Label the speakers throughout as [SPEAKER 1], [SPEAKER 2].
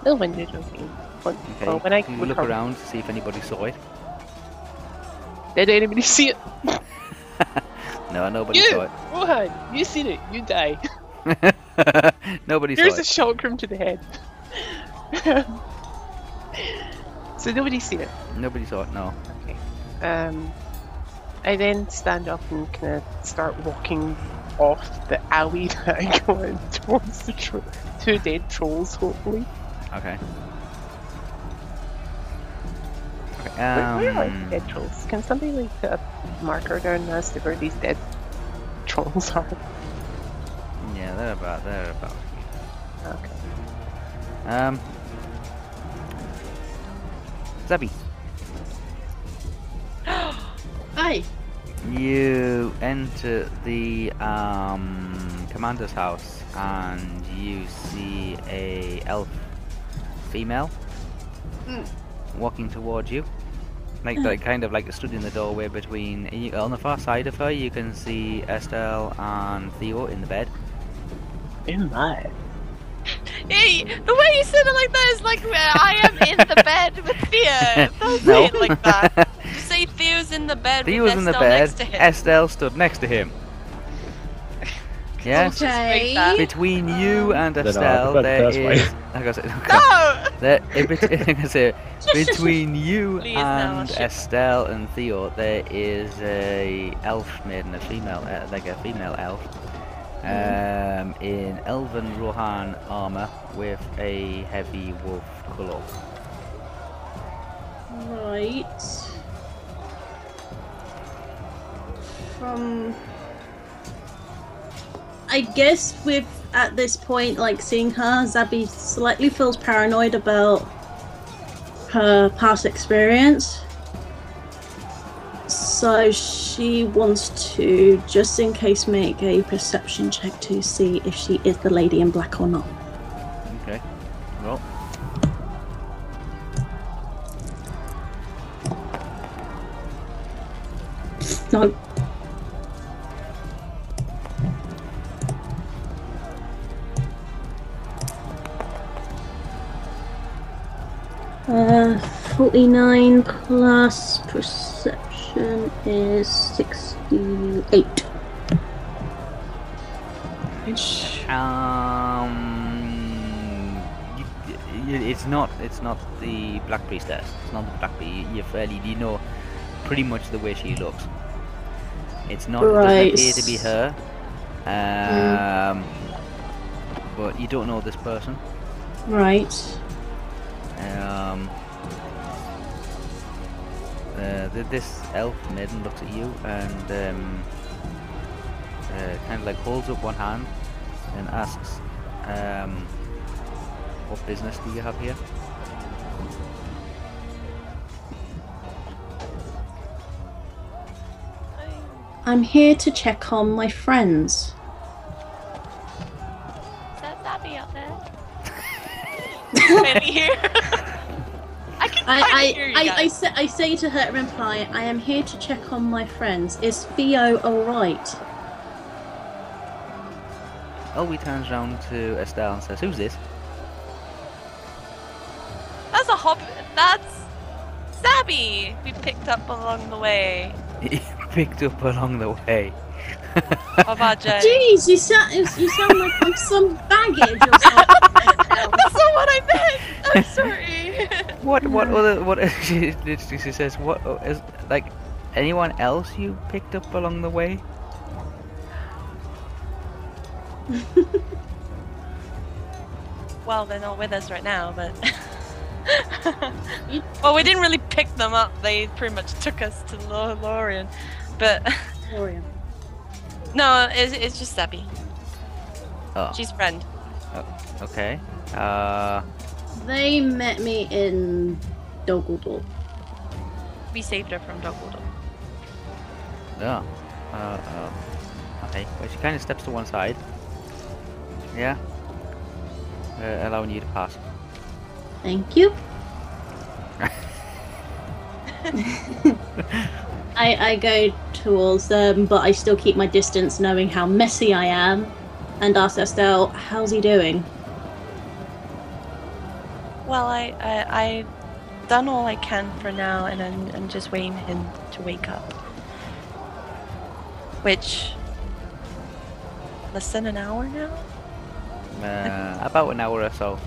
[SPEAKER 1] still when you're joking. When,
[SPEAKER 2] Okay.
[SPEAKER 1] well, when I
[SPEAKER 2] Can we look
[SPEAKER 1] recover-
[SPEAKER 2] around, see if anybody saw it?
[SPEAKER 1] Did anybody see it?
[SPEAKER 2] No, nobody
[SPEAKER 1] you,
[SPEAKER 2] saw
[SPEAKER 1] Rohan, you seen it. You die.
[SPEAKER 2] it. nobody
[SPEAKER 1] Here's
[SPEAKER 2] saw
[SPEAKER 1] a
[SPEAKER 2] it.
[SPEAKER 1] shulkrum to the head. so nobody's seen it.
[SPEAKER 2] nobody saw it. No.
[SPEAKER 1] Um, I then stand up and kind of start walking off the alley that I go in towards the tro- two dead trolls, hopefully.
[SPEAKER 2] Okay. Okay,
[SPEAKER 1] Where- where are
[SPEAKER 2] Um,
[SPEAKER 1] the dead trolls? Can somebody like put a marker down as to where these dead trolls are?
[SPEAKER 2] yeah, they're about, they're about.
[SPEAKER 1] Okay.
[SPEAKER 2] Um, Zabby,
[SPEAKER 3] Hi.
[SPEAKER 2] you enter the um, commander's house and you see a elf female
[SPEAKER 3] Mm.
[SPEAKER 2] walking towards you. Like that, kind of like stood in the doorway between. You, on the far side of her, you can see Estelle and Theo in the bed.
[SPEAKER 1] Oh my.
[SPEAKER 3] Hey, the way you said it like that is like uh, I am in the bed with Theo. Uh, Don't say it like that. Just say Theo's in the bed.
[SPEAKER 2] Theo
[SPEAKER 3] with
[SPEAKER 2] was in the
[SPEAKER 3] Estelle
[SPEAKER 2] bed.
[SPEAKER 3] Next to him.
[SPEAKER 2] Estelle stood next to him. Yes.
[SPEAKER 3] make
[SPEAKER 4] Okay.
[SPEAKER 3] that.
[SPEAKER 2] Between you and
[SPEAKER 5] Then I'll
[SPEAKER 2] Estelle,
[SPEAKER 5] prefer the
[SPEAKER 2] there
[SPEAKER 5] first
[SPEAKER 2] is. Like I said,
[SPEAKER 3] No.
[SPEAKER 2] there, in bet- like I said, between you
[SPEAKER 3] Please, no, I
[SPEAKER 2] and
[SPEAKER 3] should-
[SPEAKER 2] Estelle and Theo, there is a elf maiden, a female, uh, like a female elf,
[SPEAKER 3] Mm-hmm.
[SPEAKER 2] um, in elven Rohan armor with a heavy wolf collar.
[SPEAKER 4] Right. From. I guess with at this point, like seeing her, Zabby slightly feels paranoid about her past experience. So she wants to, just in case, make a perception check to see if she is the lady in black or not.
[SPEAKER 2] Okay. Well,
[SPEAKER 4] No, Uh, 49 plus perception is 68.
[SPEAKER 2] Um, y- y- it's not. It's not the black priestess. It's not the black. Bee. You fairly you know pretty much the way she looks. It's not. It
[SPEAKER 4] Right.
[SPEAKER 2] doesn't appear to be her. Um, but you don't know this person.
[SPEAKER 4] Right.
[SPEAKER 2] Um. Uh, th- this elf maiden looks at you and um, uh, kind of like holds up one hand and asks, um, "What business do you have here?"
[SPEAKER 4] I'm here to check on my friends.
[SPEAKER 3] Is that Zabby up there? Can you hear? I can
[SPEAKER 4] I,
[SPEAKER 3] kinda hear
[SPEAKER 4] I,
[SPEAKER 3] you
[SPEAKER 4] I, I,
[SPEAKER 3] guys.
[SPEAKER 4] say, I say to her in reply, I am here to check on my friends. Is Theo alright?
[SPEAKER 2] Elwie Oh, turns round to Estelle and says, "Who's this?"
[SPEAKER 3] That's a hob. That's Zabby. We picked up along the way
[SPEAKER 2] He picked up along the way.
[SPEAKER 3] of our journey.
[SPEAKER 4] Jeez, you sound, you sound like I'm some baggage or something.
[SPEAKER 3] That's not what I meant. I'm sorry.
[SPEAKER 2] What? What
[SPEAKER 4] No.
[SPEAKER 2] other? What? she, literally she says, "What o- is like anyone else you picked up along the way?"
[SPEAKER 3] well, they're not with us right now, but. well, we didn't really pick them up. They pretty much took us to Lo- Lorien. But no, it's, it's just Zabby.
[SPEAKER 2] Oh.
[SPEAKER 3] She's friend.
[SPEAKER 2] Okay. Uh.
[SPEAKER 4] They met me in Doggledore.
[SPEAKER 3] We saved her from Dumbledore.
[SPEAKER 2] Yeah. Uh, uh, okay. Well, she kind of steps to one side. Yeah. Uh, allowing you to pass.
[SPEAKER 4] Thank you. I, I go towards them, but I still keep my distance, knowing how messy I am, and ask Estelle, "How's he doing?"
[SPEAKER 3] Well, I, I, I done all I can for now, and I'm, I'm just waiting him to wake up. Which, less than an hour now?
[SPEAKER 2] Uh, about an hour or so.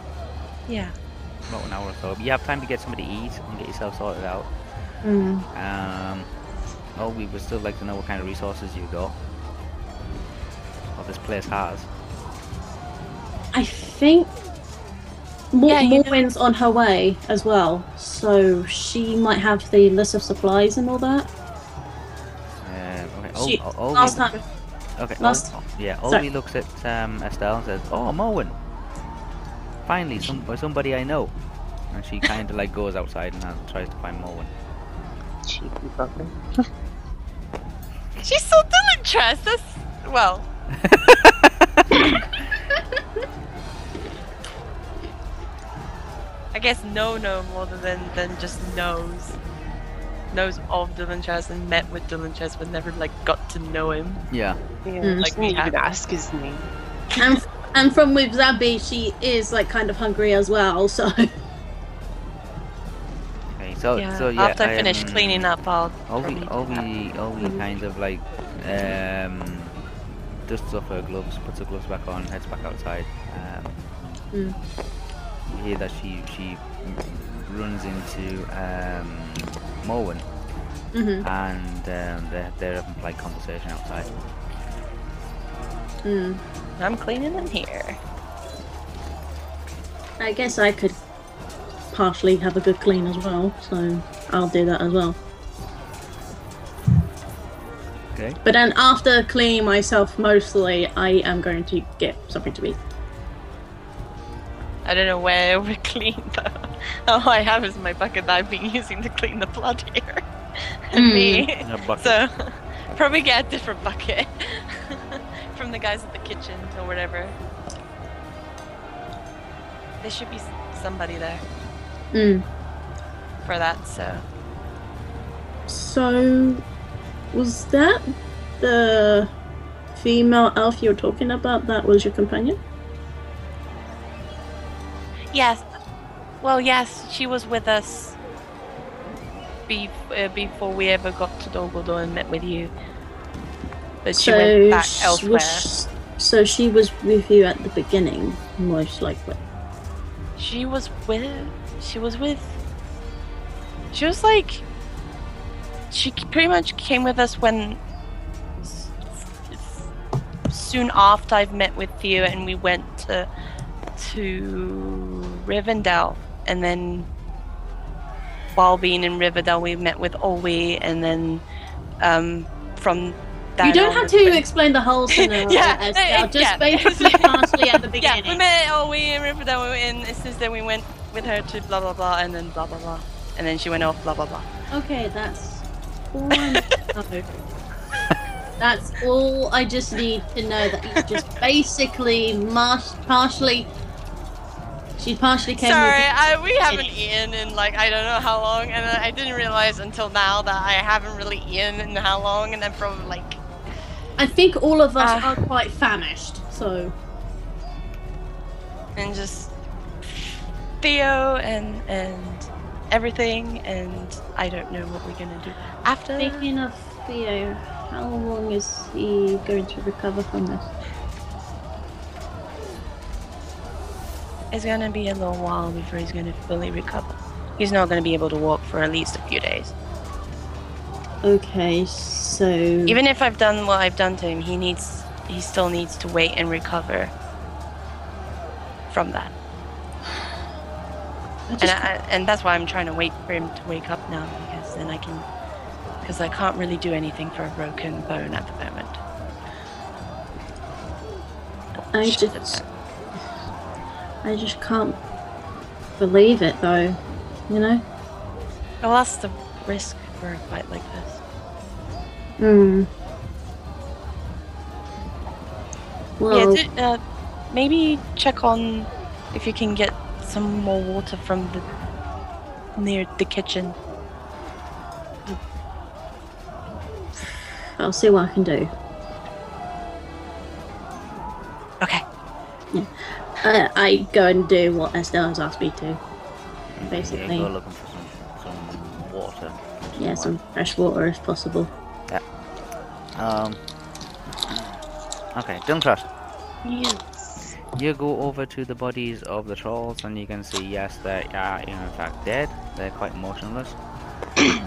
[SPEAKER 3] Yeah.
[SPEAKER 2] About an hour or so. You have time to get somebody to eat and get yourself sorted out.
[SPEAKER 3] Hmm.
[SPEAKER 4] Mm.
[SPEAKER 2] Um, oh, we would still like to know what kind of resources you got. Or this place has.
[SPEAKER 4] I think Mor-
[SPEAKER 3] Yeah, you did-
[SPEAKER 4] Morwen's on her way as well, so she might have the list of supplies and all that.
[SPEAKER 2] Um, okay. All,
[SPEAKER 4] She-
[SPEAKER 2] all, all
[SPEAKER 4] Last
[SPEAKER 2] we,
[SPEAKER 4] time,
[SPEAKER 2] Okay. all-
[SPEAKER 4] last-
[SPEAKER 2] all- yeah. All
[SPEAKER 4] sorry.
[SPEAKER 2] we looks at um, Estelle and says, "Oh, Moen. Finally, some somebody I know." And she kind of like goes outside and uh, tries to find Moen.
[SPEAKER 1] Cheeky bugger.
[SPEAKER 3] She's so diligent. That's well. I guess no no more than than just knows knows of Dylan Chaz and met with Dylan Chaz but never like got to know him.
[SPEAKER 2] Yeah.
[SPEAKER 1] Yeah,
[SPEAKER 4] Mm.
[SPEAKER 1] like
[SPEAKER 3] Like
[SPEAKER 1] we
[SPEAKER 3] we
[SPEAKER 1] even
[SPEAKER 3] have-
[SPEAKER 1] ask his name.
[SPEAKER 4] and, and from with Zabi, she is like kind of hungry as well. So
[SPEAKER 2] Okay. So
[SPEAKER 3] Oh, yeah.
[SPEAKER 2] so yeah.
[SPEAKER 3] After I finish
[SPEAKER 2] um,
[SPEAKER 3] cleaning up, I'll
[SPEAKER 2] All we
[SPEAKER 3] probably do
[SPEAKER 2] all
[SPEAKER 3] that. Mm-hmm.
[SPEAKER 2] we all we kind of like um, dusts off her gloves, puts her gloves back on, heads back outside. Um,
[SPEAKER 4] Mm.
[SPEAKER 2] You hear that she she runs into um, Morwen
[SPEAKER 4] Mhm.
[SPEAKER 2] and um, they're, they're having like conversation outside.
[SPEAKER 4] Mm.
[SPEAKER 3] I'm cleaning in here.
[SPEAKER 4] I guess I could partially have a good clean as well, so I'll do that as well.
[SPEAKER 2] Okay.
[SPEAKER 4] But then after cleaning myself mostly, I am going to get something to eat.
[SPEAKER 3] I don't know where we clean though. All I have is my bucket that I've been using to clean the blood here. and
[SPEAKER 4] Mm.
[SPEAKER 3] me.
[SPEAKER 2] In a bucket.
[SPEAKER 3] So probably get a different bucket from the guys at the kitchen or whatever. There should be s- somebody there
[SPEAKER 4] Mm.
[SPEAKER 3] for that. So
[SPEAKER 4] So, was that the female elf you were talking about that was your companion?
[SPEAKER 3] yes, well yes, she was with us bef- uh, before we ever got to Dolgodor and met with you. But she went back
[SPEAKER 4] sh-
[SPEAKER 3] elsewhere.
[SPEAKER 4] was sh- so she was with you at the beginning, most likely.
[SPEAKER 3] She was with. She was with. She was like. She c- pretty much came with us when. s- s- Soon after I've met with Theo, and we went to to Rivendell, and then while being in Rivendell, we met with Olwe, and then um, from that
[SPEAKER 4] you don't
[SPEAKER 3] on,
[SPEAKER 4] have
[SPEAKER 3] it's
[SPEAKER 4] to
[SPEAKER 3] been-
[SPEAKER 4] explain the whole scenario,
[SPEAKER 3] Yeah,
[SPEAKER 4] Estelle.
[SPEAKER 3] eh,
[SPEAKER 4] Just
[SPEAKER 3] yeah.
[SPEAKER 4] basically partially at the beginning.
[SPEAKER 3] Yeah, we met oh we in Riverdale and since then we went with her to blah blah blah and then blah blah blah. And then she went off blah blah blah.
[SPEAKER 4] Okay, that's all I need to know. That's all I just need to know. That you just basically mar- partially. She partially came.
[SPEAKER 3] Sorry,
[SPEAKER 4] with
[SPEAKER 3] I, we haven't eaten in like I don't know how long and I I didn't realize until now that I haven't really eaten in how long and I'm probably like
[SPEAKER 4] I think all of us
[SPEAKER 3] Ah.
[SPEAKER 4] are quite famished, so
[SPEAKER 3] Uh. and just Theo and and everything and I don't know what we're gonna do after
[SPEAKER 4] speaking of Theo, how long is he going to recover from this?
[SPEAKER 3] It's gonna be a little while before he's gonna fully recover. He's not gonna be able to walk for at least a few days.
[SPEAKER 4] Okay, so
[SPEAKER 3] Even if I've done what I've done to him, he needs he still needs to wait and recover from that.
[SPEAKER 4] I
[SPEAKER 3] And
[SPEAKER 4] just-
[SPEAKER 3] I, I- and that's why I'm trying to wait for him to wake up now because then I can because I can't really do anything for a broken bone at the moment.
[SPEAKER 4] I
[SPEAKER 3] Shit.
[SPEAKER 4] just, I just can't believe it though. You know.
[SPEAKER 3] Well, that's the risk for a fight like this.
[SPEAKER 4] Hmm. Well,
[SPEAKER 3] Yeah, do, uh, maybe check on if you can get some more water from the near the kitchen.
[SPEAKER 4] I'll see what I can do.
[SPEAKER 3] Okay.
[SPEAKER 4] Uh, I go and do what Estelle has asked me to. basically.
[SPEAKER 2] You go looking for some, some water.
[SPEAKER 4] Yeah, some fresh water if possible.
[SPEAKER 2] Um. Okay, Duncross,
[SPEAKER 1] Yes.
[SPEAKER 2] you go over to the bodies of the trolls, and you can see yes, they are you know, in fact dead. They're quite motionless.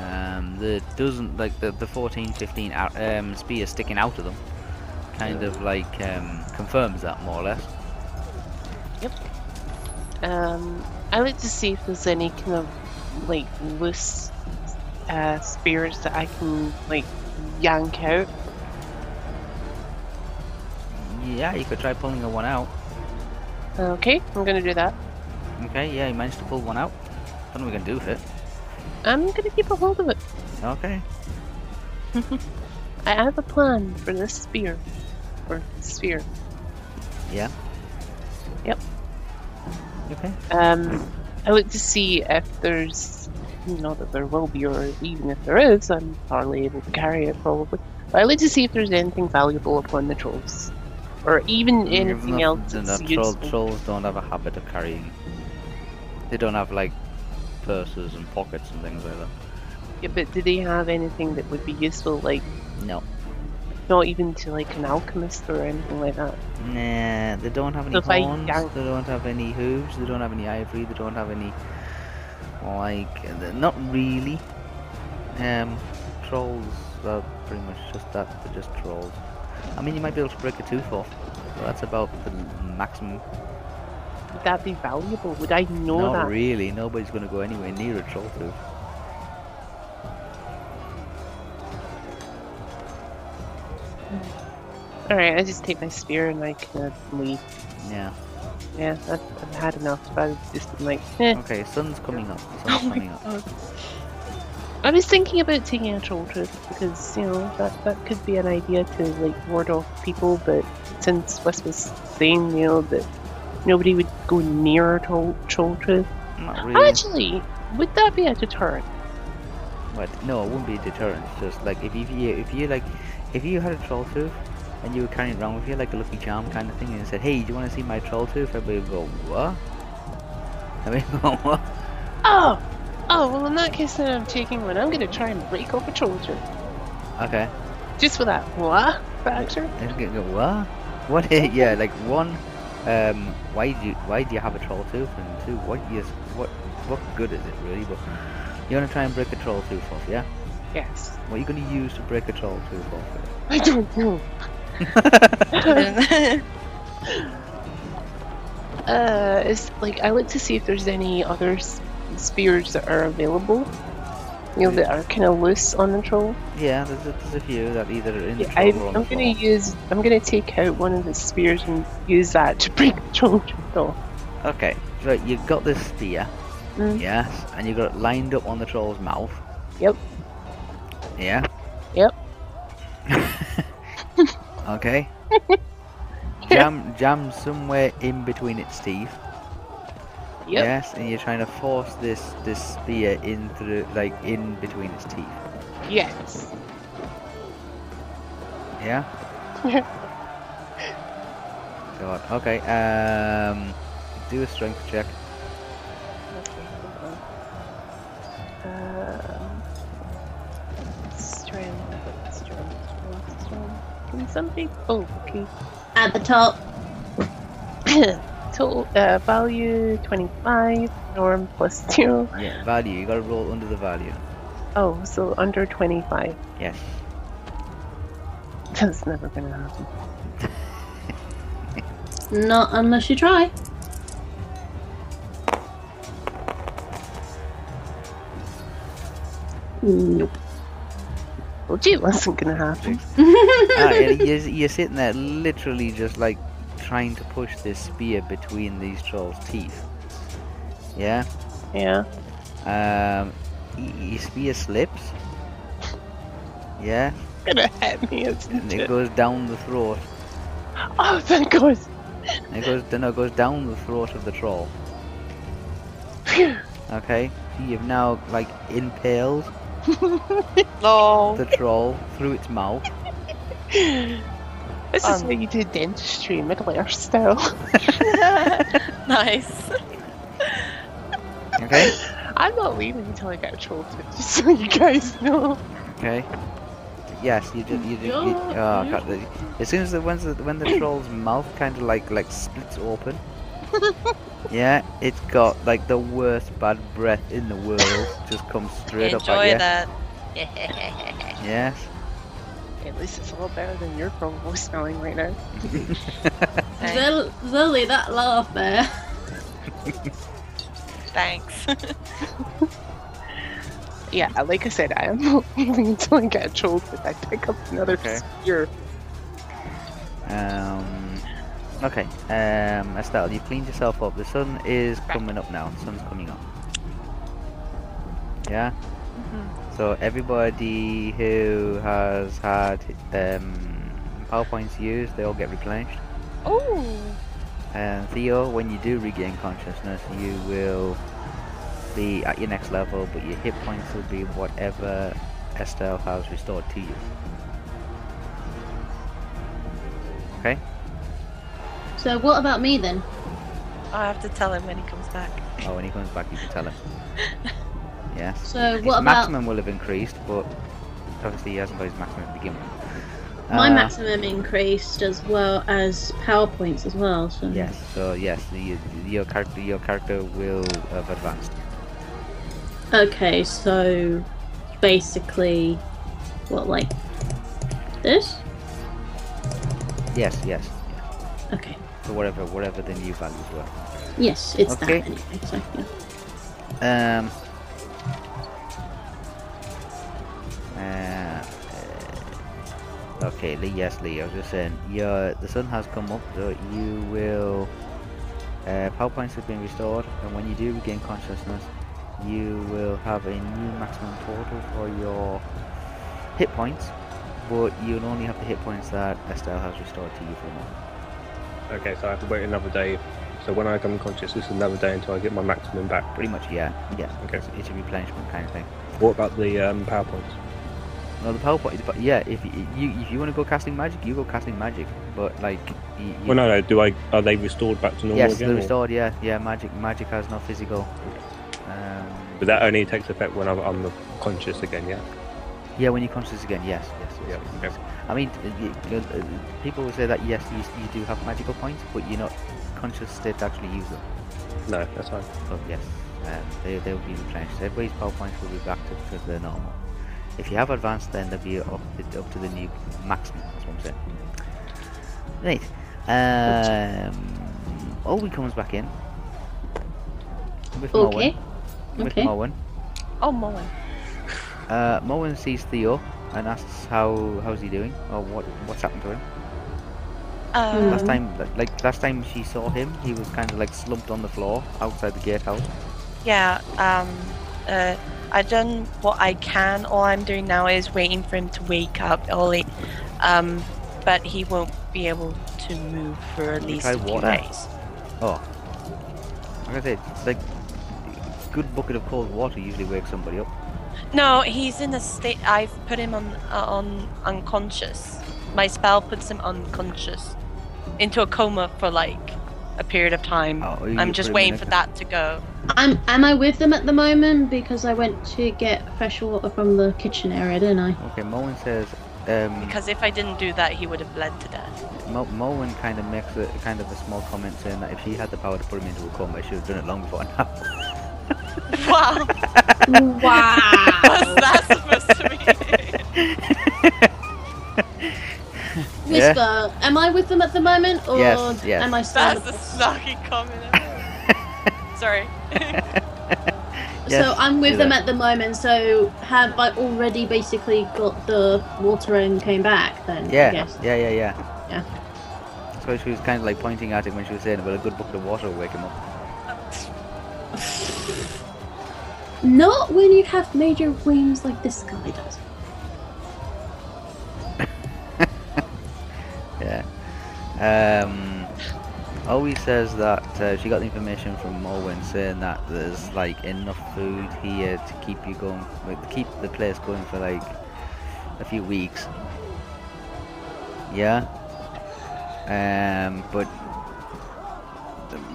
[SPEAKER 2] um, the doesn't like the the 14, 15 out, um, spears sticking out of them, kind of like um, confirms that more or less.
[SPEAKER 1] Um, I like to see if there's any kind of like loose uh, spears that I can like yank out.
[SPEAKER 2] Yeah, you could try pulling a one out.
[SPEAKER 1] Okay, I'm gonna do that.
[SPEAKER 2] Okay, yeah, you managed to pull one out. What are we gonna do with it?
[SPEAKER 1] I'm gonna keep a hold of it.
[SPEAKER 2] Okay.
[SPEAKER 1] I have a plan for this spear. Or sphere.
[SPEAKER 2] Yeah.
[SPEAKER 1] Yep.
[SPEAKER 2] Okay.
[SPEAKER 1] Um, I look to see if there's, not that there will be, or even if there is, I'm hardly able to carry it probably. But I look to see if there's anything valuable upon the trolls, or even anything
[SPEAKER 2] Not-
[SPEAKER 1] else
[SPEAKER 2] no,
[SPEAKER 1] that's
[SPEAKER 2] no, troll-
[SPEAKER 1] useful.
[SPEAKER 2] trolls don't have a habit of carrying. They don't have like purses and pockets and things like that.
[SPEAKER 1] Yeah, but do they have anything that would be useful, like
[SPEAKER 2] No.
[SPEAKER 1] not even to like an alchemist or anything like that?
[SPEAKER 2] Nah, they don't have any
[SPEAKER 1] So if I
[SPEAKER 2] horns.
[SPEAKER 1] yank-
[SPEAKER 2] They don't have any hooves. They don't have any ivory. They don't have any like they're not really. Um, trolls are pretty much just that. They're just trolls. I mean, you might be able to break a tooth off, but that's about the maximum.
[SPEAKER 1] Would that be valuable? Would I know
[SPEAKER 2] not
[SPEAKER 1] that?
[SPEAKER 2] really. Nobody's going to go anywhere near a troll tooth.
[SPEAKER 1] All right, I just take my spear and I kind of leave.
[SPEAKER 2] Yeah.
[SPEAKER 1] Yeah, I've, I've had enough. But I've just been like, eh.
[SPEAKER 2] Okay, sun's coming up. Sun's coming up.
[SPEAKER 1] I was thinking about taking a troll tooth because you know that that could be an idea to like ward off people. But since Wes was saying you know that nobody would go near a troll troll tooth,
[SPEAKER 2] Not really.
[SPEAKER 1] actually, would that be a deterrent?
[SPEAKER 2] But no, it wouldn't be a deterrent. It's just like if you if you, if you like if you had a troll tooth and you were carrying it around with you like a lucky charm kind of thing and said, Hey, do you wanna see my troll tooth? Everybody would go, What? I mean what?
[SPEAKER 1] Oh, oh well. In that case, then I'm taking one. I'm going to try and break off a troll tooth
[SPEAKER 2] Okay.
[SPEAKER 1] just for that what factor.
[SPEAKER 2] They're gonna go, What? What is-" yeah, like one um why do you why do you have a troll tooth and two, what is what what good is it really? But you wanna try and break a troll tooth off, yeah?
[SPEAKER 1] Yes,
[SPEAKER 2] What are you gonna use to break a troll tooth off with?
[SPEAKER 1] I don't know. Uh, is like I like to see if there's any other s- spears that are available. You know, that are kind of loose on the troll.
[SPEAKER 2] Yeah, there's a, there's a few that either are in the
[SPEAKER 1] Yeah, I,
[SPEAKER 2] troll or on
[SPEAKER 1] I'm
[SPEAKER 2] the
[SPEAKER 1] gonna use. I'm gonna take out one of the spears and use that to break the troll tooth off.
[SPEAKER 2] floor. Okay, so you've got this spear,
[SPEAKER 1] Mm.
[SPEAKER 2] yes, and you've got it lined up on the troll's mouth.
[SPEAKER 1] Yep.
[SPEAKER 2] Yeah?
[SPEAKER 1] Yep.
[SPEAKER 2] okay. jam, jam somewhere in between its teeth.
[SPEAKER 1] Yep.
[SPEAKER 2] Yes, and you're trying to force this this spear in through, like in between its teeth.
[SPEAKER 1] Yes.
[SPEAKER 2] Yeah. God. Okay. Um, do a strength check.
[SPEAKER 1] Um, strength, strength, strength, strength. Can somebody? Oh, okay.
[SPEAKER 4] At the top,
[SPEAKER 1] Total uh, value 25, norm plus 2.
[SPEAKER 2] Yeah. Value. You got to roll under the value.
[SPEAKER 1] Oh, so under 25.
[SPEAKER 2] Yes.
[SPEAKER 1] That's never gonna happen.
[SPEAKER 4] not unless you try. Nope.
[SPEAKER 1] Well, gee, it wasn't gonna happen.
[SPEAKER 2] Ah, you're, you're sitting there literally just like trying to push this spear between these trolls' teeth. Yeah.
[SPEAKER 1] Yeah.
[SPEAKER 2] Um, y- your spear slips. Yeah,
[SPEAKER 1] Gonna hit me,
[SPEAKER 2] and
[SPEAKER 1] isn't
[SPEAKER 2] it
[SPEAKER 1] it?
[SPEAKER 2] goes down the throat.
[SPEAKER 1] Oh, thank God.
[SPEAKER 2] And It goes no, it goes down the throat of the troll.
[SPEAKER 1] Phew.
[SPEAKER 2] Okay, you've now like impaled
[SPEAKER 3] no.
[SPEAKER 2] the troll through its mouth.
[SPEAKER 1] This is
[SPEAKER 3] Um.
[SPEAKER 1] why you do dentistry, Middle Earth style.
[SPEAKER 3] nice.
[SPEAKER 2] Okay.
[SPEAKER 1] I'm not leaving until I get jolted, just so you guys know.
[SPEAKER 2] Okay. Yes, you did. You did. You, oh god! The, as soon as the when the when the troll's mouth kind of like like splits open. yeah, it's got like the worst bad breath in the world. Just comes straight up at
[SPEAKER 3] Enjoy
[SPEAKER 2] you.
[SPEAKER 3] that.
[SPEAKER 2] Yes.
[SPEAKER 1] At least it's a lot better than your probably smelling right now.
[SPEAKER 3] Thanks.
[SPEAKER 4] Zel- Zelly, that laugh there.
[SPEAKER 3] Thanks.
[SPEAKER 1] Yeah, like I said, I am not leaving until I get jolted. I pick up another
[SPEAKER 2] Okay.
[SPEAKER 1] spear.
[SPEAKER 2] Um. Okay. Um. Estelle, you cleaned yourself up. The sun is coming up now. The sun's coming up. Yeah. So everybody who has had um, powerpoints used, they all get replenished.
[SPEAKER 3] Oh.
[SPEAKER 2] And Theo, when you do regain consciousness, you will be at your next level, but your hit points will be whatever Estelle has restored to you. Okay.
[SPEAKER 4] So what about me then?
[SPEAKER 3] I have to tell him when he comes back.
[SPEAKER 2] Oh, when he comes back, you can tell him. Yes.
[SPEAKER 4] So
[SPEAKER 2] His
[SPEAKER 4] what about
[SPEAKER 2] maximum will have increased, but obviously he hasn't got his maximum to begin with.
[SPEAKER 4] my
[SPEAKER 2] Uh,
[SPEAKER 4] maximum increased as well as power points as well? So
[SPEAKER 2] Yes. So yes, the, your character, your character will have advanced.
[SPEAKER 4] Okay, so basically, what like this?
[SPEAKER 2] Yes. Yes. yes.
[SPEAKER 4] Okay.
[SPEAKER 2] So whatever, whatever the new values were.
[SPEAKER 4] Yes, it's
[SPEAKER 2] Okay.
[SPEAKER 4] that anyway. So yeah.
[SPEAKER 2] Um. Uh, uh, okay, Lee. Yes, Lee. I was just saying, your the sun has come up, so you will. Uh, power points have been restored, and when you do regain consciousness, you will have a new maximum total for your hit points, but you'll only have the hit points that Estelle has restored to you for the moment.
[SPEAKER 5] Okay, so I have to wait another day. So when I become conscious, it's another day until I get my maximum back.
[SPEAKER 2] Pretty much, yeah, yeah.
[SPEAKER 5] Okay.
[SPEAKER 2] It's, it's a replenishment kind of thing.
[SPEAKER 5] What about the um, powerpoints?
[SPEAKER 2] No, the power point. But yeah, if y- you if you want to go casting magic, you go casting magic. But like, you, you,
[SPEAKER 5] Well, no, no. Do I? Are they restored back to normal
[SPEAKER 2] yes,
[SPEAKER 5] again?
[SPEAKER 2] they're
[SPEAKER 5] or-
[SPEAKER 2] restored. Yeah, yeah. Magic, magic has no physical. Um,
[SPEAKER 5] But that only takes effect when I'm, I'm conscious again. Yeah.
[SPEAKER 2] yeah, when you conscious again, yes, yes, yes. yes,
[SPEAKER 5] Yeah,
[SPEAKER 2] yes. I mean, t- you- you know, uh, people will say that yes, you, you do have magical points, but you're not conscious state to actually use them.
[SPEAKER 5] No, that's fine.
[SPEAKER 2] But yes, um, they they will be replenished. Everybody's power points will be back to, to their normal. If you have advanced, then they'll be up to, up to the new maximum. That's what I'm saying. Right. Um, Olwen comes back in. With
[SPEAKER 4] Okay.
[SPEAKER 2] Moen. With
[SPEAKER 4] Okay.
[SPEAKER 2] Moen.
[SPEAKER 3] Oh, Mullen.
[SPEAKER 2] Uh, Moen sees Theo and asks how how's he doing or what what's happened to him.
[SPEAKER 3] Um,
[SPEAKER 2] Last
[SPEAKER 4] Mm-hmm.
[SPEAKER 2] time, like last time she saw him, he was kind of like slumped on the floor outside the gatehouse.
[SPEAKER 3] Yeah. Um. Uh. I've done what I can. All I'm doing now is waiting for him to wake up, Ollie. Um. But he won't be able to move for at
[SPEAKER 2] You
[SPEAKER 3] least
[SPEAKER 2] tried
[SPEAKER 3] a few
[SPEAKER 2] water?
[SPEAKER 3] days.
[SPEAKER 2] Oh. Like I said, it's like good bucket of cold water usually wakes somebody up.
[SPEAKER 3] No, he's in a state. I've put him on uh, on unconscious. My spell puts him unconscious, into a coma for like a period of time.
[SPEAKER 2] Oh, you
[SPEAKER 3] Mm. I'm
[SPEAKER 2] put
[SPEAKER 3] just
[SPEAKER 2] him
[SPEAKER 3] waiting
[SPEAKER 2] in a
[SPEAKER 3] for
[SPEAKER 2] co-
[SPEAKER 3] that to go.
[SPEAKER 4] I'm am I with them at the moment because I went to get fresh water from the kitchen area, didn't I?
[SPEAKER 2] Okay, Moen says. Um,
[SPEAKER 3] Because if I didn't do that, he would have bled to death.
[SPEAKER 2] Mo- Moen kind of makes a kind of a small comment saying that if she had the power to put him into a coma, she would have done it long before now.
[SPEAKER 3] Wow,
[SPEAKER 4] wow.
[SPEAKER 3] what's that supposed to mean?
[SPEAKER 4] Whisper, am I with them at the moment or
[SPEAKER 2] Yes, yes.
[SPEAKER 4] am I still
[SPEAKER 3] That's
[SPEAKER 4] in
[SPEAKER 3] the
[SPEAKER 4] the box?
[SPEAKER 3] snarky comment. ever. Sorry.
[SPEAKER 4] So I'm with
[SPEAKER 2] do
[SPEAKER 4] them
[SPEAKER 2] that.
[SPEAKER 4] at the moment, so have I already basically got the water and came back then? I
[SPEAKER 2] yeah,
[SPEAKER 4] guess?
[SPEAKER 2] yeah, yeah, yeah.
[SPEAKER 4] Yeah.
[SPEAKER 2] So she was kind of like pointing at him when she was saying, "Well, a good bucket of water will wake him up."
[SPEAKER 4] Not when you have major wounds like this guy does.
[SPEAKER 2] Yeah. Um, always says that uh, she got the information from Morwen saying that there's like enough food here to keep you going, like, to keep the place going for like a few weeks. Yeah. Um, but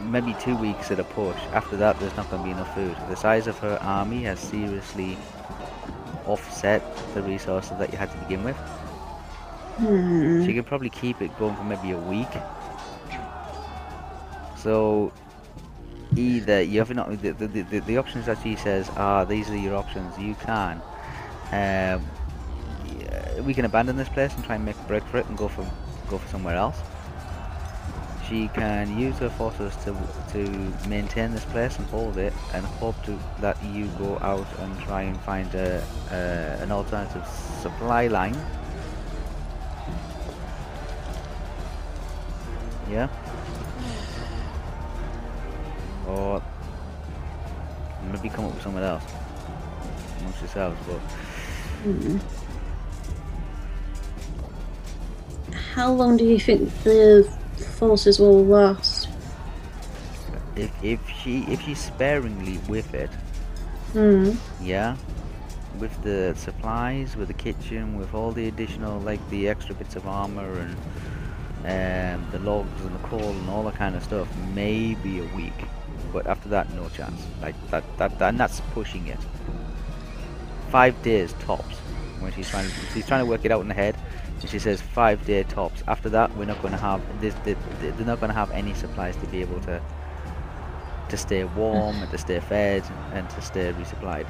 [SPEAKER 2] maybe two weeks at a push. After that, there's not going to be enough food. The size of her army has seriously offset the resources that you had to begin with. So you can probably keep it going for maybe a week. So either you have not the, the, the, the options that she says are these are your options. You can um, yeah, we can abandon this place and try and make a break for it and go for go for somewhere else. She can use her forces to to maintain this place and hold it, and hope to that you go out and try and find a, a an alternative supply line. Yeah. Or maybe come up with somewhere else amongst yourselves, but
[SPEAKER 4] Hmm. How long do you think the forces will last?
[SPEAKER 2] if if she if she's sparingly with it,
[SPEAKER 4] Hmm.
[SPEAKER 2] yeah with the supplies with the kitchen with all the additional like the extra bits of armor and um, the logs and the coal and all that kind of stuff maybe a week but after that no chance like that that, that and that's pushing it five days tops when she's trying to, she's trying to work it out in her head and she says five day tops after that we're not going to have this they- they- they're not going to have any supplies to be able to to stay warm and to stay fed and to stay resupplied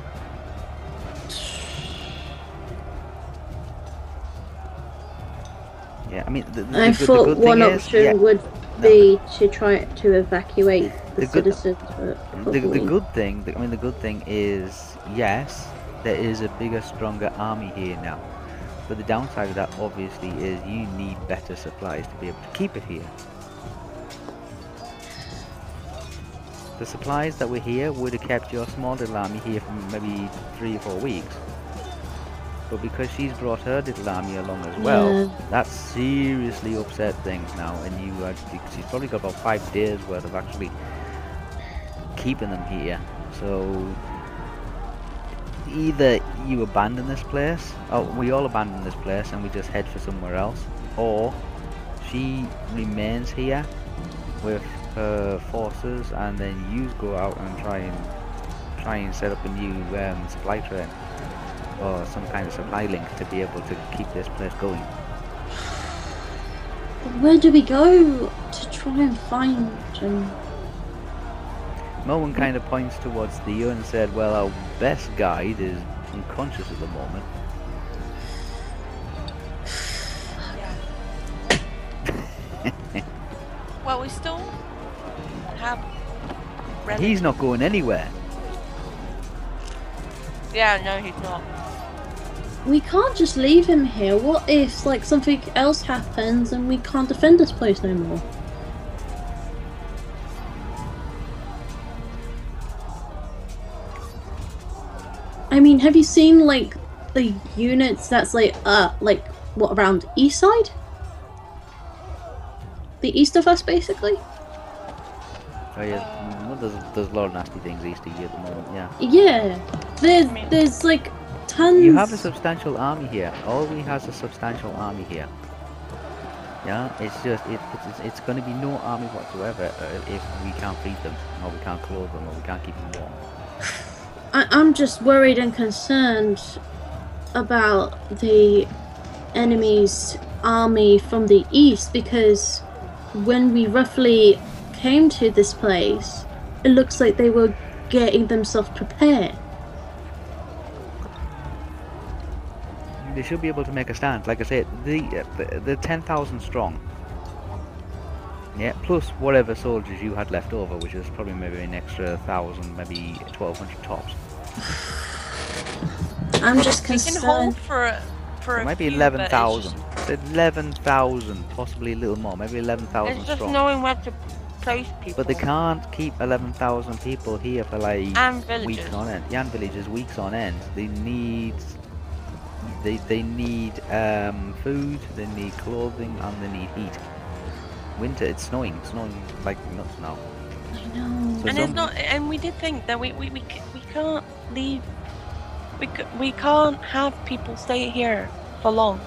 [SPEAKER 2] yeah i mean the, the, the
[SPEAKER 4] I
[SPEAKER 2] good- the
[SPEAKER 4] thought
[SPEAKER 2] good
[SPEAKER 4] one
[SPEAKER 2] thing is-
[SPEAKER 4] option
[SPEAKER 2] yeah,
[SPEAKER 4] would be to try to evacuate the,
[SPEAKER 2] The good-
[SPEAKER 4] citizens. but
[SPEAKER 2] the, the
[SPEAKER 4] probably-
[SPEAKER 2] good thing the, i mean the good thing is yes there is a bigger stronger army here now but the downside of that obviously is you need better supplies to be able to keep it here the supplies that were here would have kept your small little army here for maybe three or four weeks but because she's brought her little army along as well
[SPEAKER 4] Yeah.
[SPEAKER 2] that seriously upset things now, and you actually, she's probably got about five days worth of actually keeping them here. So either you abandon this place, or we all abandon this place and we just head for somewhere else, or she remains here with her forces, and then you go out and try and try and set up a new um, supply train or some kind of supply link to be able to keep this place going.
[SPEAKER 4] Where do we go to try and find them?
[SPEAKER 2] Moen kind of points towards the U and said, "Well, our best guide is unconscious at the moment."
[SPEAKER 3] Well, we still have. Ren-
[SPEAKER 2] He's not going anywhere.
[SPEAKER 3] Yeah, no, he's not.
[SPEAKER 4] We can't just leave him here. What if, like, something else happens and we can't defend this place no more? I mean, have you seen like the units that's like uh like what around east side? The east of us, basically.
[SPEAKER 2] Oh yeah, mm, well, there's, there's a lot of nasty things east of you at the moment. Yeah,
[SPEAKER 4] Yeah, there's there's like tons.
[SPEAKER 2] you have a substantial army here. Alwe has a substantial army here. Yeah, it's just it, it's it's going to be no army whatsoever uh, if we can't feed them, or we can't clothe them, or we can't keep them warm.
[SPEAKER 4] I, I'm just worried and concerned about the enemy's army from the east because when we roughly came to this place, it looks like they were getting themselves prepared.
[SPEAKER 2] They should be able to make a stand. Like I said, the uh, the, the ten thousand strong. Yeah, plus whatever soldiers you had left over, which is probably maybe an extra thousand, maybe twelve hundred tops.
[SPEAKER 4] I'm just
[SPEAKER 3] We can hold
[SPEAKER 4] concerned.
[SPEAKER 3] for a- for
[SPEAKER 2] It
[SPEAKER 3] a
[SPEAKER 2] might be
[SPEAKER 3] few, but
[SPEAKER 2] eleven
[SPEAKER 3] it's
[SPEAKER 2] thousand.
[SPEAKER 3] just-
[SPEAKER 2] Eleven thousand, possibly a little more, maybe eleven
[SPEAKER 3] It's
[SPEAKER 2] thousand
[SPEAKER 3] just
[SPEAKER 2] strong.
[SPEAKER 3] knowing where to place people.
[SPEAKER 2] But they can't keep eleven thousand people here for like
[SPEAKER 3] And
[SPEAKER 2] weeks
[SPEAKER 3] villages.
[SPEAKER 2] on end. Yan villages weeks on end. They need they they need um, food, they need clothing, and they need heat. Winter, it's snowing, it's snowing like nuts now.
[SPEAKER 4] I know.
[SPEAKER 2] So
[SPEAKER 3] and it's
[SPEAKER 2] some-
[SPEAKER 3] not. And we did think that we we, we, c- we can't leave. We c- we can't have people stay here for long.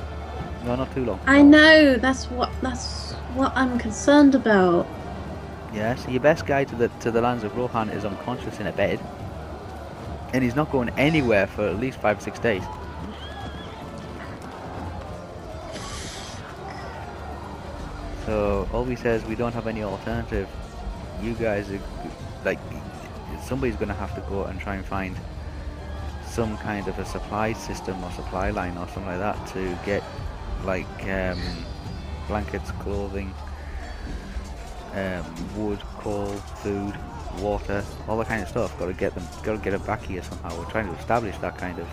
[SPEAKER 2] No, not too long.
[SPEAKER 4] I
[SPEAKER 2] no.
[SPEAKER 4] know. That's what that's what I'm concerned about.
[SPEAKER 2] Yeah, so your best guide to the to the lands of Rohan is unconscious in a bed, and he's not going anywhere for at least five six days. So all we says we don't have any alternative. You guys are g- like somebody's going to have to go out and try and find some kind of a supply system or supply line or something like that to get like um, blankets, clothing, um, wood, coal, food, water, all that kind of stuff. Got to get them. Got to get them back here somehow. We're trying to establish that kind of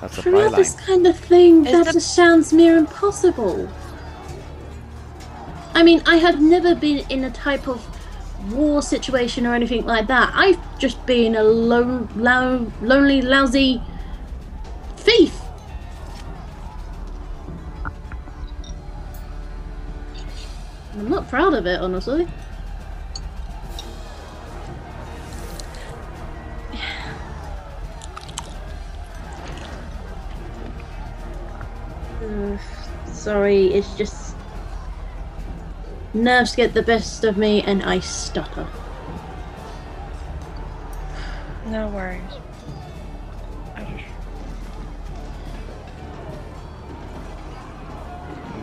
[SPEAKER 2] that
[SPEAKER 4] For
[SPEAKER 2] supply
[SPEAKER 4] real,
[SPEAKER 2] line.
[SPEAKER 4] this kind of thing,
[SPEAKER 3] Is
[SPEAKER 4] that
[SPEAKER 3] the-
[SPEAKER 4] just sounds near impossible. I mean, I have never been in a type of war situation or anything like that. I've just been a lone, lou- lonely, lousy thief. I'm not proud of it, honestly. Uh, sorry, it's just nerves get the best of me and I stutter.
[SPEAKER 3] No worries. I just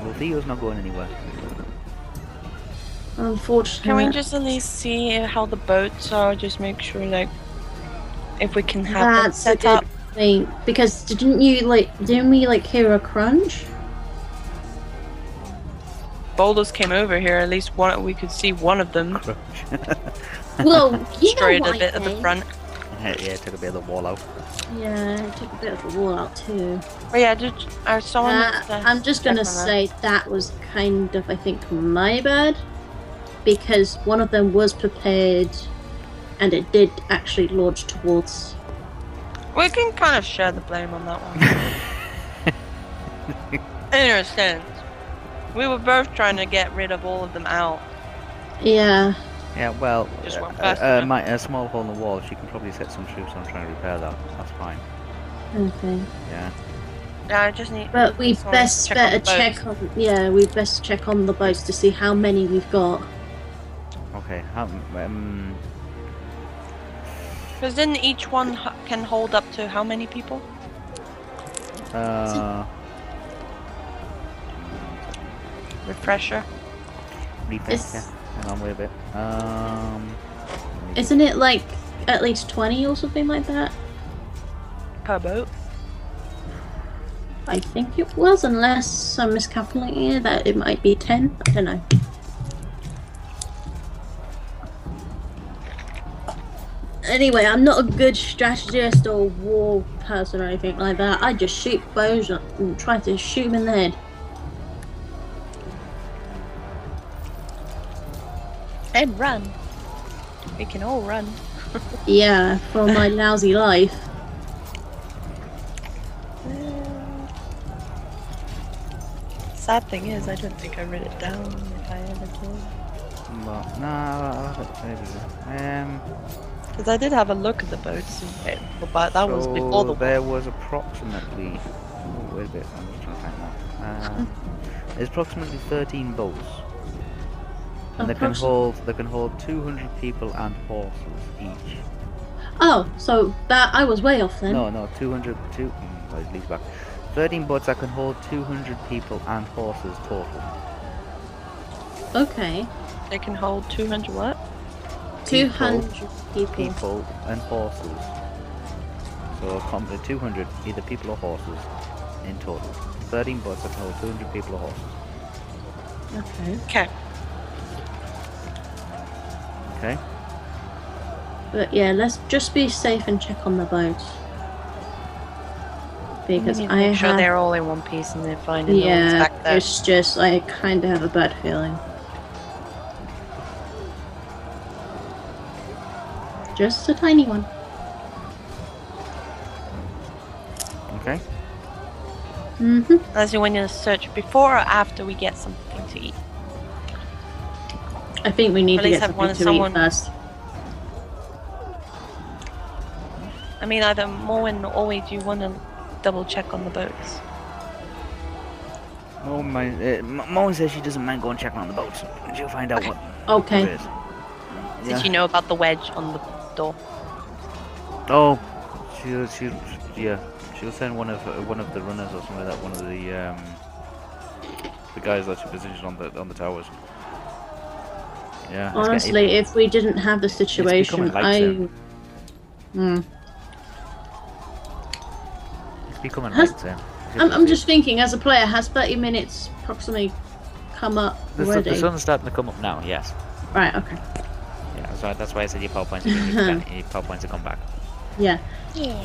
[SPEAKER 2] Well, Theo's not going anywhere.
[SPEAKER 4] Unfortunately,
[SPEAKER 3] Can we just at least see how the boats are? Just make sure, like, if we can have them
[SPEAKER 4] that's a
[SPEAKER 3] set
[SPEAKER 4] good
[SPEAKER 3] up.
[SPEAKER 4] point because didn't you like? Didn't we like hear a crunch?
[SPEAKER 3] Boulders came over here. At least one we could see one of them
[SPEAKER 4] Well, you know
[SPEAKER 3] destroyed
[SPEAKER 4] what
[SPEAKER 3] a
[SPEAKER 4] I
[SPEAKER 3] bit at the
[SPEAKER 4] think.
[SPEAKER 3] front.
[SPEAKER 2] yeah, took a bit of the wall out.
[SPEAKER 4] Yeah, it took a bit of a wall out too.
[SPEAKER 3] But yeah, did uh, someone?
[SPEAKER 4] Uh,
[SPEAKER 3] needs to
[SPEAKER 4] I'm just gonna
[SPEAKER 3] check on
[SPEAKER 4] say that was kind of, I think, my bad because one of them was prepared and it did actually launch towards
[SPEAKER 3] that. We can kind of share the blame on that one. Interesting. We were both trying to get rid of all of them out.
[SPEAKER 4] Yeah,
[SPEAKER 2] Yeah, well,
[SPEAKER 3] Just
[SPEAKER 2] uh,
[SPEAKER 3] one person,
[SPEAKER 2] uh,
[SPEAKER 3] huh?
[SPEAKER 2] my, a small hole in the wall. She can probably set some troops on trying to repair that. That's fine.
[SPEAKER 4] okay.
[SPEAKER 2] Yeah.
[SPEAKER 3] Yeah, I just need.
[SPEAKER 4] But we
[SPEAKER 3] someone to
[SPEAKER 4] best
[SPEAKER 3] check on
[SPEAKER 4] better
[SPEAKER 3] the boats.
[SPEAKER 4] check on yeah, we best check on the boats to see how many we've got.
[SPEAKER 2] Okay. How? Um,
[SPEAKER 3] Because then each one h- can hold up to how many people?
[SPEAKER 2] uh,
[SPEAKER 3] Refresher.
[SPEAKER 2] refresh.
[SPEAKER 4] It's-
[SPEAKER 2] Yeah. Hang on, wait a bit. Um. let me just-
[SPEAKER 4] Isn't it like at least twenty or something like that?
[SPEAKER 3] per boat.
[SPEAKER 4] I think it was, unless I'm miscalculating it, that it might be ten. I don't know. Anyway, I'm not a good strategist or war person or anything like that. I just shoot bows and try to shoot them in the head.
[SPEAKER 3] And run. We can all run.
[SPEAKER 4] Yeah, for my lousy life.
[SPEAKER 3] Sad thing is, I don't think I wrote it down if I ever did.
[SPEAKER 2] Well, no, uh, there we go. Um.
[SPEAKER 3] Because I did have a look at the boats, and- but that was
[SPEAKER 2] so
[SPEAKER 3] before the war.
[SPEAKER 2] there was approximately. Oh, wait a bit. I'm just trying to find that. Um, there's approximately 13 boats. And they can
[SPEAKER 4] Approxi-
[SPEAKER 2] hold they can hold 200 people and horses each.
[SPEAKER 4] Oh, so that I was way off then.
[SPEAKER 2] No, no, 200, two, mm, well, it leads back. 13 boats that can hold 200 people and horses total.
[SPEAKER 4] Okay.
[SPEAKER 3] They can hold 200 what?
[SPEAKER 4] Two
[SPEAKER 2] People,
[SPEAKER 4] hundred people.
[SPEAKER 2] People and horses. So a comp of 200, either people or horses, in total. 13 boats that can hold 200 people or horses.
[SPEAKER 4] Okay.
[SPEAKER 3] Okay.
[SPEAKER 2] Okay?
[SPEAKER 4] But yeah, let's just be safe and check on the boat. Because
[SPEAKER 3] make
[SPEAKER 4] I
[SPEAKER 3] sure
[SPEAKER 4] have
[SPEAKER 3] they're all in one piece and they're fine and no one's
[SPEAKER 4] yeah,
[SPEAKER 3] back there.
[SPEAKER 4] it's just I kind of have a bad feeling. Just a tiny one.
[SPEAKER 2] Okay?
[SPEAKER 4] Mm-hmm.
[SPEAKER 3] Unless you want to search before or after we get something to eat.
[SPEAKER 4] I think we need
[SPEAKER 3] At
[SPEAKER 4] to
[SPEAKER 3] least
[SPEAKER 4] get
[SPEAKER 3] have
[SPEAKER 4] something
[SPEAKER 3] one
[SPEAKER 4] to
[SPEAKER 3] someone-
[SPEAKER 4] eat first.
[SPEAKER 3] I mean, either Morwen or Ollie, do you want to double check on the boats?
[SPEAKER 2] Mom, mind, uh, M- Mom says she doesn't mind going checking on the boats. She'll find out what
[SPEAKER 4] Okay.
[SPEAKER 2] it is.
[SPEAKER 3] Did you know about the wedge on the door?
[SPEAKER 2] Oh, she she yeah, she was saying one of one of the runners or something like that. One of the um the guys that she positioned on the on the towers. Yeah. it's get-
[SPEAKER 4] Honestly,
[SPEAKER 2] it-
[SPEAKER 4] if we didn't have the situation,
[SPEAKER 2] becoming
[SPEAKER 4] I.
[SPEAKER 2] lighter.
[SPEAKER 4] Hmm.
[SPEAKER 2] it's becoming
[SPEAKER 4] Has-
[SPEAKER 2] late. Sam. It's
[SPEAKER 4] I'm, I'm
[SPEAKER 2] getting-
[SPEAKER 4] just thinking, as a player, has 30 minutes approximately come up
[SPEAKER 2] the, sun,
[SPEAKER 4] already?
[SPEAKER 2] the sun's starting to come up now. Yes.
[SPEAKER 4] Right, okay.
[SPEAKER 2] Yeah. That's why that's why I said your power points. Are being expanded- your power points have gone back.
[SPEAKER 4] Yeah.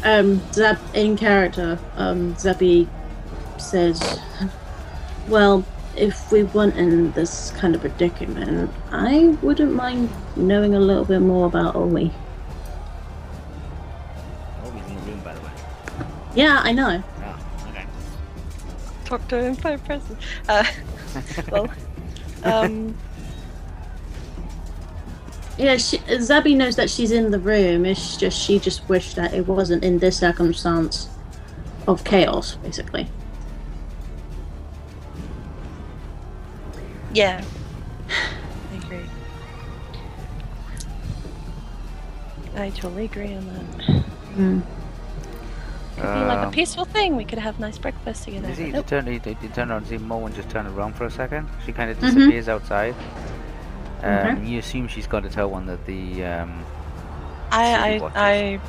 [SPEAKER 4] Um, Zab in character, um, Zabi says, "Well, if we weren't in this kind of predicament, I wouldn't mind knowing a little bit more about Omi."
[SPEAKER 2] Oh, he's in the room by the way.
[SPEAKER 4] Yeah, I know.
[SPEAKER 2] Ah, okay.
[SPEAKER 3] Talk to him by person. Uh, well, um,
[SPEAKER 4] Yeah, she, Zabi knows that she's in the room. It's just she just wished that it wasn't in this circumstance of chaos, basically.
[SPEAKER 3] yeah. I agree. I totally agree on that.
[SPEAKER 4] Mm.
[SPEAKER 3] Could be like a
[SPEAKER 2] Um,
[SPEAKER 3] peaceful thing. We could have nice breakfast together.
[SPEAKER 2] You see,
[SPEAKER 3] but
[SPEAKER 2] you
[SPEAKER 3] nope.
[SPEAKER 2] turn, you, you turn around and see Moen just turn around for a second. She kind of
[SPEAKER 4] Mhm.
[SPEAKER 2] disappears outside. Um,
[SPEAKER 4] Okay.
[SPEAKER 2] You assume she's got to tell one that the. Um,
[SPEAKER 3] I,
[SPEAKER 2] City watches.
[SPEAKER 3] I, I,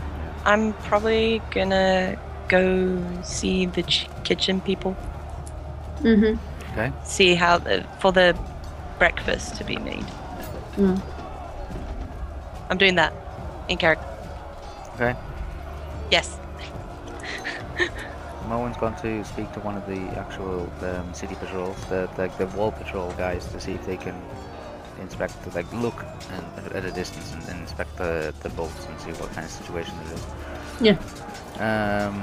[SPEAKER 3] I'm probably gonna go see the ch- kitchen people.
[SPEAKER 4] hmm
[SPEAKER 2] okay.
[SPEAKER 3] See how the, for the breakfast to be made.
[SPEAKER 4] Mm.
[SPEAKER 3] I'm doing that in character.
[SPEAKER 2] Okay.
[SPEAKER 3] Yes.
[SPEAKER 2] Moen's gone to speak to one of the actual um, city patrols, the like the wall patrol guys, to see if they can inspect, like look and, at a distance and, and inspect the the bolts and see what kind of situation it is.
[SPEAKER 4] Yeah.
[SPEAKER 2] Um,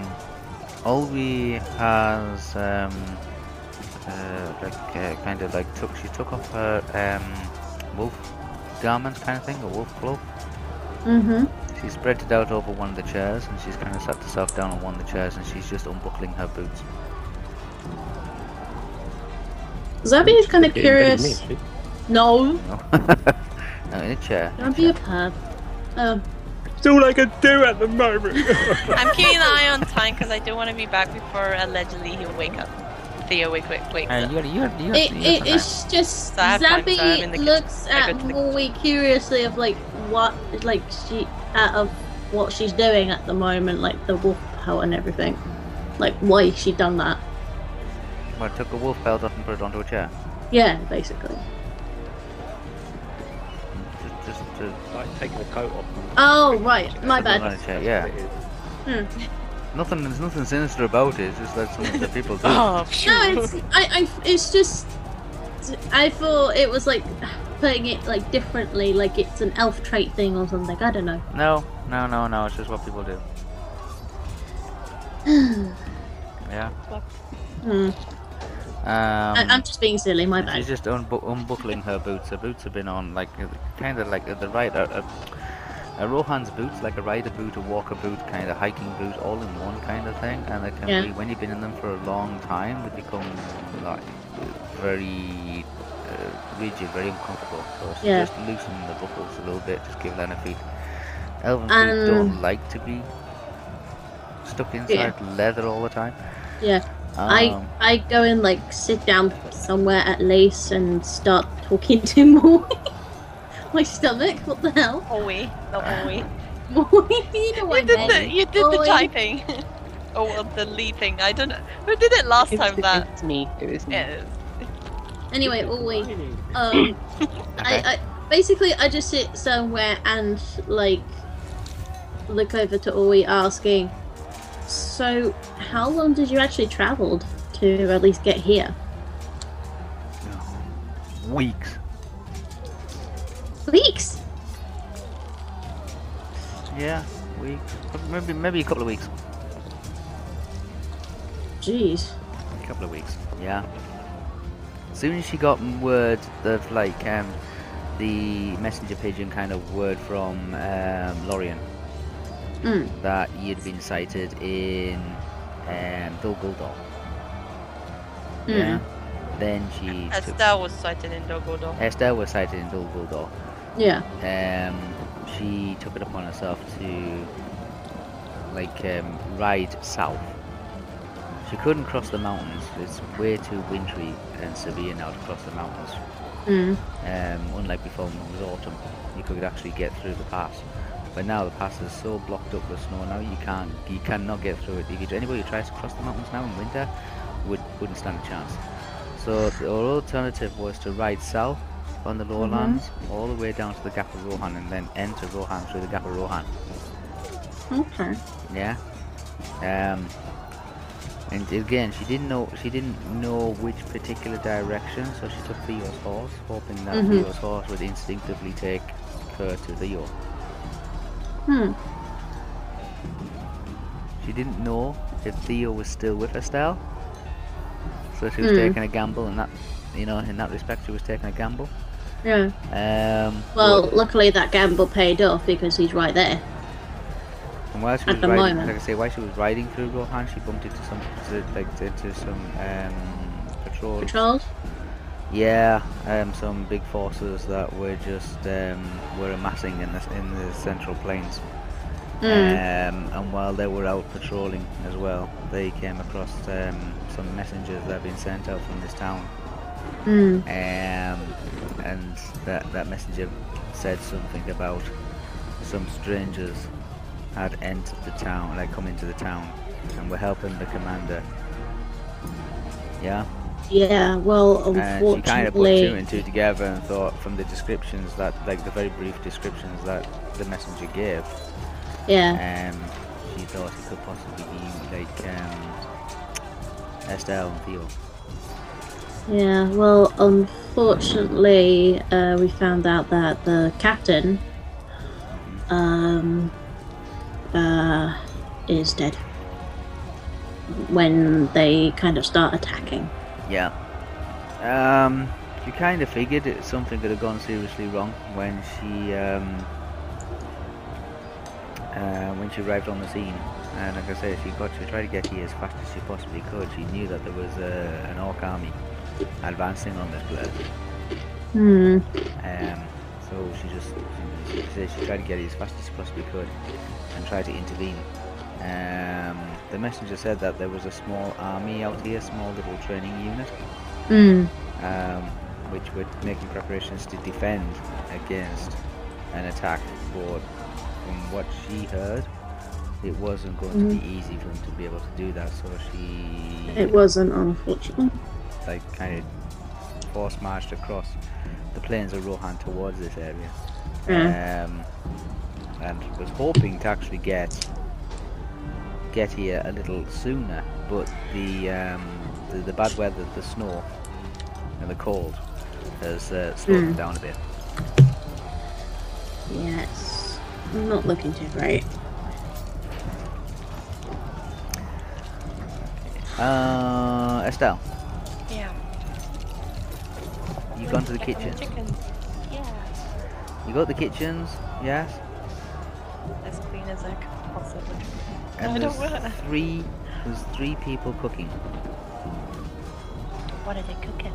[SPEAKER 2] Olvi has um, uh, like uh, kind of like took she took off her um, wolf garment kind of thing, a wolf cloak.
[SPEAKER 4] hmm
[SPEAKER 2] She spread it out over one of the chairs, and she's kind of sat herself down on one of the chairs, and she's just unbuckling her boots.
[SPEAKER 4] Zabi is kind of
[SPEAKER 5] Getting ready to
[SPEAKER 4] curious.
[SPEAKER 5] meet,
[SPEAKER 4] No,
[SPEAKER 2] No, no in a chair. in a
[SPEAKER 4] don't be a
[SPEAKER 2] chair.
[SPEAKER 4] pub. Um,
[SPEAKER 5] It's all I can do at the moment.
[SPEAKER 3] I'm keeping an eye on time because I do want to be back before allegedly he'll wake up. Theo wake wake wakes
[SPEAKER 2] Uh,
[SPEAKER 3] up.
[SPEAKER 2] you gotta- you gotta- you gotta-
[SPEAKER 4] It,
[SPEAKER 2] you
[SPEAKER 4] it,
[SPEAKER 2] gotta-
[SPEAKER 4] it's just
[SPEAKER 3] So I have time, so I'm in the
[SPEAKER 4] Zabi
[SPEAKER 3] kitchen.
[SPEAKER 4] looks
[SPEAKER 3] I
[SPEAKER 4] at
[SPEAKER 3] go to the-
[SPEAKER 4] Molly curiously of like what like she out of what she's doing at the moment, like the wolf power and everything. Like why she done that?
[SPEAKER 2] Well, I took a wolf belt off and put it onto a chair.
[SPEAKER 4] Yeah, basically.
[SPEAKER 2] Just, just to
[SPEAKER 5] like taking the coat off.
[SPEAKER 4] Oh right, my
[SPEAKER 2] put it on
[SPEAKER 4] bad.
[SPEAKER 2] a chair. Yeah, nothing. There's nothing sinister about it. It's just like something that people do.
[SPEAKER 3] Oh,
[SPEAKER 4] No, it's I, I it's just I thought it was like putting it like differently, like it's an elf trait thing or something. I don't know.
[SPEAKER 2] No, no, no, no. It's just what people do. yeah.
[SPEAKER 4] Hmm.
[SPEAKER 2] Um,
[SPEAKER 4] I, I'm just being silly. My bad.
[SPEAKER 2] She's just unbu- unbuckling her boots. Her boots have been on, like, kind of like at the rider. A, a Rohan's boots, like a rider boot, a walker boot, kind of hiking boot, all in one kind of thing. And they can
[SPEAKER 4] Yeah.
[SPEAKER 2] be, when you've been in them for a long time, they become like very uh, rigid, very uncomfortable. So it's
[SPEAKER 4] Yeah.
[SPEAKER 2] just loosen the buckles a little bit, just give them a feet. Elven feet don't
[SPEAKER 4] Um,
[SPEAKER 2] like to be stuck inside leather all the time.
[SPEAKER 4] Yeah.
[SPEAKER 2] Um,
[SPEAKER 4] I I go and like sit down somewhere at least and start talking to Moi. My stomach, what the hell?
[SPEAKER 3] Oi, not Oi.
[SPEAKER 4] Moi, you know
[SPEAKER 3] You
[SPEAKER 4] what I
[SPEAKER 3] did the
[SPEAKER 4] meant.
[SPEAKER 3] you did the
[SPEAKER 4] Oi.
[SPEAKER 3] Thai thing. Oh, well, the Lee thing. I don't know who did it last
[SPEAKER 1] It,
[SPEAKER 3] time. That
[SPEAKER 1] it's me. It was me.
[SPEAKER 3] yeah.
[SPEAKER 4] Anyway, Oi. Um,
[SPEAKER 2] okay.
[SPEAKER 4] I, I basically I just sit somewhere and like look over to Oi, asking. So, how long did you actually travel to at least get here?
[SPEAKER 2] Um, Weeks.
[SPEAKER 4] Weeks.
[SPEAKER 2] Yeah, week. Maybe maybe a couple of weeks.
[SPEAKER 4] Jeez.
[SPEAKER 2] A couple of weeks. Yeah. Soon as she got m- word of like um, the messenger pigeon kind of word from um, Lorien
[SPEAKER 4] Mm.
[SPEAKER 2] that you'd been sighted in um, Dulguldor. Yeah. Then she took-
[SPEAKER 4] Hmm.
[SPEAKER 3] Estelle was sighted in Dogodor.
[SPEAKER 2] Estelle was sighted in Dulguldor.
[SPEAKER 4] Hmm. Yeah.
[SPEAKER 2] um, she took it upon herself to like um, ride south. She couldn't cross the mountains. It's way too wintry and severe now to cross the mountains.
[SPEAKER 4] Mm.
[SPEAKER 2] Um, unlike before when it was autumn, you could actually get through the pass. But now the pass is so blocked up with snow now you can't, you cannot get through it. If you, anybody who tries to cross the mountains now in winter would wouldn't stand a chance. So the- our alternative was to ride south on the lowlands all the way down to the Gap of Rohan and then enter Rohan through the Gap of Rohan.
[SPEAKER 4] Okay.
[SPEAKER 2] Yeah. Um. And again, she didn't know she didn't know which particular direction, so she took Theo's horse, hoping that
[SPEAKER 4] Mhm.
[SPEAKER 2] Theo's horse would instinctively take her to Theo.
[SPEAKER 4] Hmm.
[SPEAKER 2] She didn't know if Theo was still with Estelle, so she was
[SPEAKER 4] Hmm.
[SPEAKER 2] taking a gamble, and that, you know, in that respect, she was taking a gamble.
[SPEAKER 4] Yeah.
[SPEAKER 2] Um.
[SPEAKER 4] Well, luckily that gamble paid off because he's right there.
[SPEAKER 2] And while she
[SPEAKER 4] At
[SPEAKER 2] was
[SPEAKER 4] the
[SPEAKER 2] riding,
[SPEAKER 4] moment.
[SPEAKER 2] like I say, while she was riding through Rohan, she bumped into some, to, like, into some um, patrols.
[SPEAKER 4] Patrols.
[SPEAKER 2] Yeah, um, some big forces that were just um, were amassing in the in the central plains.
[SPEAKER 4] Mm.
[SPEAKER 2] Um, and while they were out patrolling as well, they came across um, some messengers that had been sent out from this town.
[SPEAKER 4] Mm.
[SPEAKER 2] Um, and that that messenger said something about some strangers had entered the town, like come into the town, and were helping the commander. Yeah.
[SPEAKER 4] Yeah. Well,
[SPEAKER 2] And she kind of put two
[SPEAKER 4] unfortunately.
[SPEAKER 2] and two together and thought from the descriptions that, like the very brief descriptions that the messenger gave,
[SPEAKER 4] Yeah.
[SPEAKER 2] um, she thought it could possibly be like um, Estelle and Theo.
[SPEAKER 4] Yeah. Well, unfortunately, uh, we found out that the captain, um, uh, is dead. When they kind of start attacking.
[SPEAKER 2] Yeah. Um, she kind of figured it, something could have gone seriously wrong when she um, uh, when she arrived on the scene. And like I said, she got she tried to get here as fast as she possibly could. She knew that there was uh, an orc army advancing on this place.
[SPEAKER 4] Hmm.
[SPEAKER 2] Um, so she just she, she, she tried to get it as fast as she possibly could and tried to intervene. Um, the messenger said that there was a small army out here, small little training unit,
[SPEAKER 4] Hmm.
[SPEAKER 2] um, which were making preparations to defend against an attack. But from what she heard, it wasn't going to be easy for them to be able to do that. So she
[SPEAKER 4] It wasn't unfortunate.
[SPEAKER 2] like kind of force marched across the plains of Rohan towards this area.
[SPEAKER 4] Yeah.
[SPEAKER 2] Um, and was hoping to actually get get here a little sooner, but the um, the, the bad weather, the snow, and the cold has uh, slowed them
[SPEAKER 4] Mm.
[SPEAKER 2] down a bit.
[SPEAKER 4] Yeah, it's not looking too great.
[SPEAKER 2] Uh, Estelle,
[SPEAKER 3] Yeah.
[SPEAKER 2] you've gone to the kitchens.
[SPEAKER 3] Yeah.
[SPEAKER 2] You got the kitchens, yes?
[SPEAKER 3] As clean as I could possibly.
[SPEAKER 2] And
[SPEAKER 3] I don't
[SPEAKER 2] there's
[SPEAKER 3] wanna.
[SPEAKER 2] three there's three people cooking.
[SPEAKER 3] What are they cooking?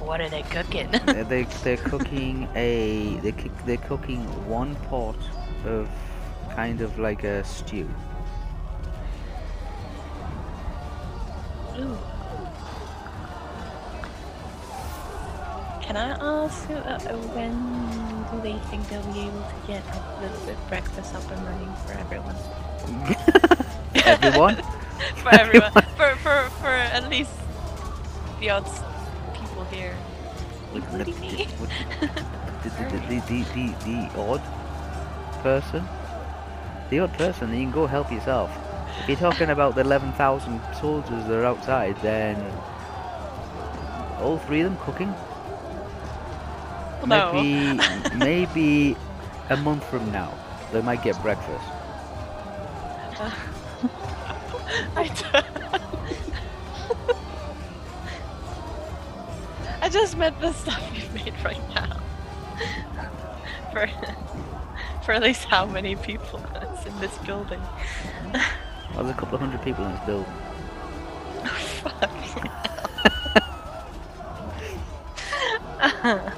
[SPEAKER 3] What are they cooking?
[SPEAKER 2] Uh, they they're cooking a they cook- they're cooking one pot of kind of like a stew.
[SPEAKER 3] Ooh. Can I ask uh, uh, when do they think they'll be able to get up the, the breakfast up and running for everyone?
[SPEAKER 2] Everyone,
[SPEAKER 3] for everyone, for, for for at least the odds people here,
[SPEAKER 2] Would- would-
[SPEAKER 3] including me.
[SPEAKER 2] would- the, the, the, the, the, the odd person, the odd person, then you can go help yourself. If you're talking about the 11,000 soldiers that are outside, then all three of them cooking.
[SPEAKER 3] No.
[SPEAKER 2] Maybe, maybe a month from now, they might get breakfast.
[SPEAKER 3] I don't. I just meant the stuff you've made right now. for for at least how many people is in this building?
[SPEAKER 2] Well, there's a couple of hundred people in this building.
[SPEAKER 3] Fuck.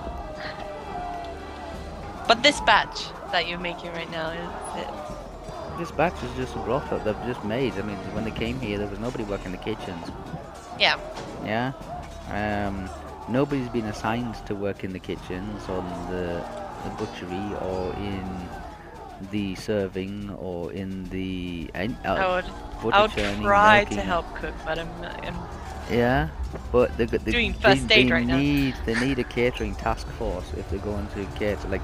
[SPEAKER 3] this batch that you're making right now is it?
[SPEAKER 2] This batch is just a broth that they've just made. I mean, when they came here, there was nobody working the kitchens.
[SPEAKER 3] Yeah.
[SPEAKER 2] Yeah. Um, nobody's been assigned to work in the kitchens, on the, the butchery, or in the serving, or in the an- uh,
[SPEAKER 3] I would
[SPEAKER 2] butter
[SPEAKER 3] I would
[SPEAKER 2] churning,
[SPEAKER 3] try to
[SPEAKER 2] milking.
[SPEAKER 3] help cook, but I'm, I'm
[SPEAKER 2] Yeah, but they, got- they,
[SPEAKER 3] Doing
[SPEAKER 2] they-
[SPEAKER 3] first
[SPEAKER 2] they,
[SPEAKER 3] aid right now.
[SPEAKER 2] need, They need a catering task force if they're going to cater like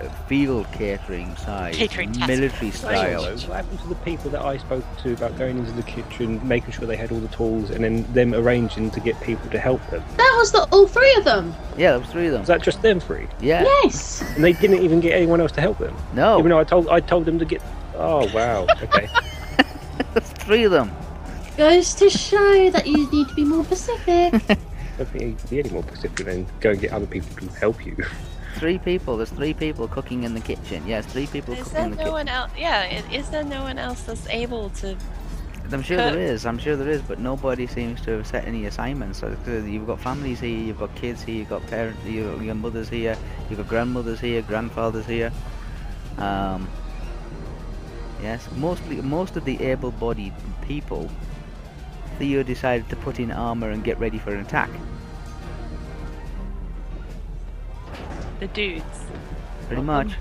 [SPEAKER 2] uh, field catering side,
[SPEAKER 3] Catering task
[SPEAKER 2] military
[SPEAKER 5] Hang on,
[SPEAKER 2] style.
[SPEAKER 5] though, What happened to the people that I spoke to about going into the kitchen, making sure they had all the tools, and then them arranging to get people to help them?
[SPEAKER 4] That was the all three of them.
[SPEAKER 2] Yeah, there was three of them.
[SPEAKER 5] Was that just them three?
[SPEAKER 2] yeah.
[SPEAKER 4] Yes.
[SPEAKER 5] And they didn't even get anyone else to help them.
[SPEAKER 2] No,
[SPEAKER 5] Even though I told I told them to get. Oh wow. Okay.
[SPEAKER 2] there's three of them.
[SPEAKER 4] Goes to show that you need to be more specific.
[SPEAKER 5] I don't think you can be any more specific than go and get other people to help you.
[SPEAKER 2] Three people. There's three people cooking in the kitchen. Yes, three people
[SPEAKER 3] Is
[SPEAKER 2] cooking
[SPEAKER 3] there
[SPEAKER 2] in the
[SPEAKER 3] no one else? Yeah, i- is there no one else that's able to?
[SPEAKER 2] kitchen. I'm sure there is. I'm sure there is, but nobody seems to have set any assignments. So, so you've got families here, you've got kids here, you've got parents, your, your mothers here, you've got grandmothers here, grandfathers here. Um, yes, mostly most of the able-bodied people. Theo decided to put in armor and get ready for an attack.
[SPEAKER 3] The dudes.
[SPEAKER 2] Pretty much.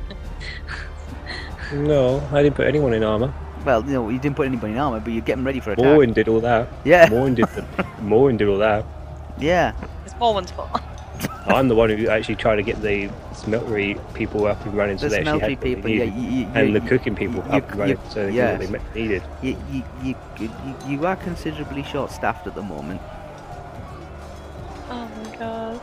[SPEAKER 5] No, I didn't put anyone in armor.
[SPEAKER 2] Well, you know, you didn't put anybody in armor, but you get them ready for attack.
[SPEAKER 5] Morwen did all that.
[SPEAKER 2] Yeah.
[SPEAKER 5] Morwen did the, Morwen did all that.
[SPEAKER 2] Yeah.
[SPEAKER 3] It's more one's fault.
[SPEAKER 5] I'm the one who actually tried to get the smeltery people up and running so
[SPEAKER 2] The
[SPEAKER 5] they actually
[SPEAKER 2] smelty
[SPEAKER 5] had what they
[SPEAKER 2] people, yeah,
[SPEAKER 5] needed.
[SPEAKER 2] you, you,
[SPEAKER 5] and
[SPEAKER 2] you-
[SPEAKER 5] the cooking people
[SPEAKER 2] you-
[SPEAKER 5] up and running
[SPEAKER 2] you-
[SPEAKER 5] so they
[SPEAKER 2] yeah.
[SPEAKER 5] knew what they needed.
[SPEAKER 2] you, you, you, you, you are considerably short-staffed at the moment.
[SPEAKER 3] Oh my god.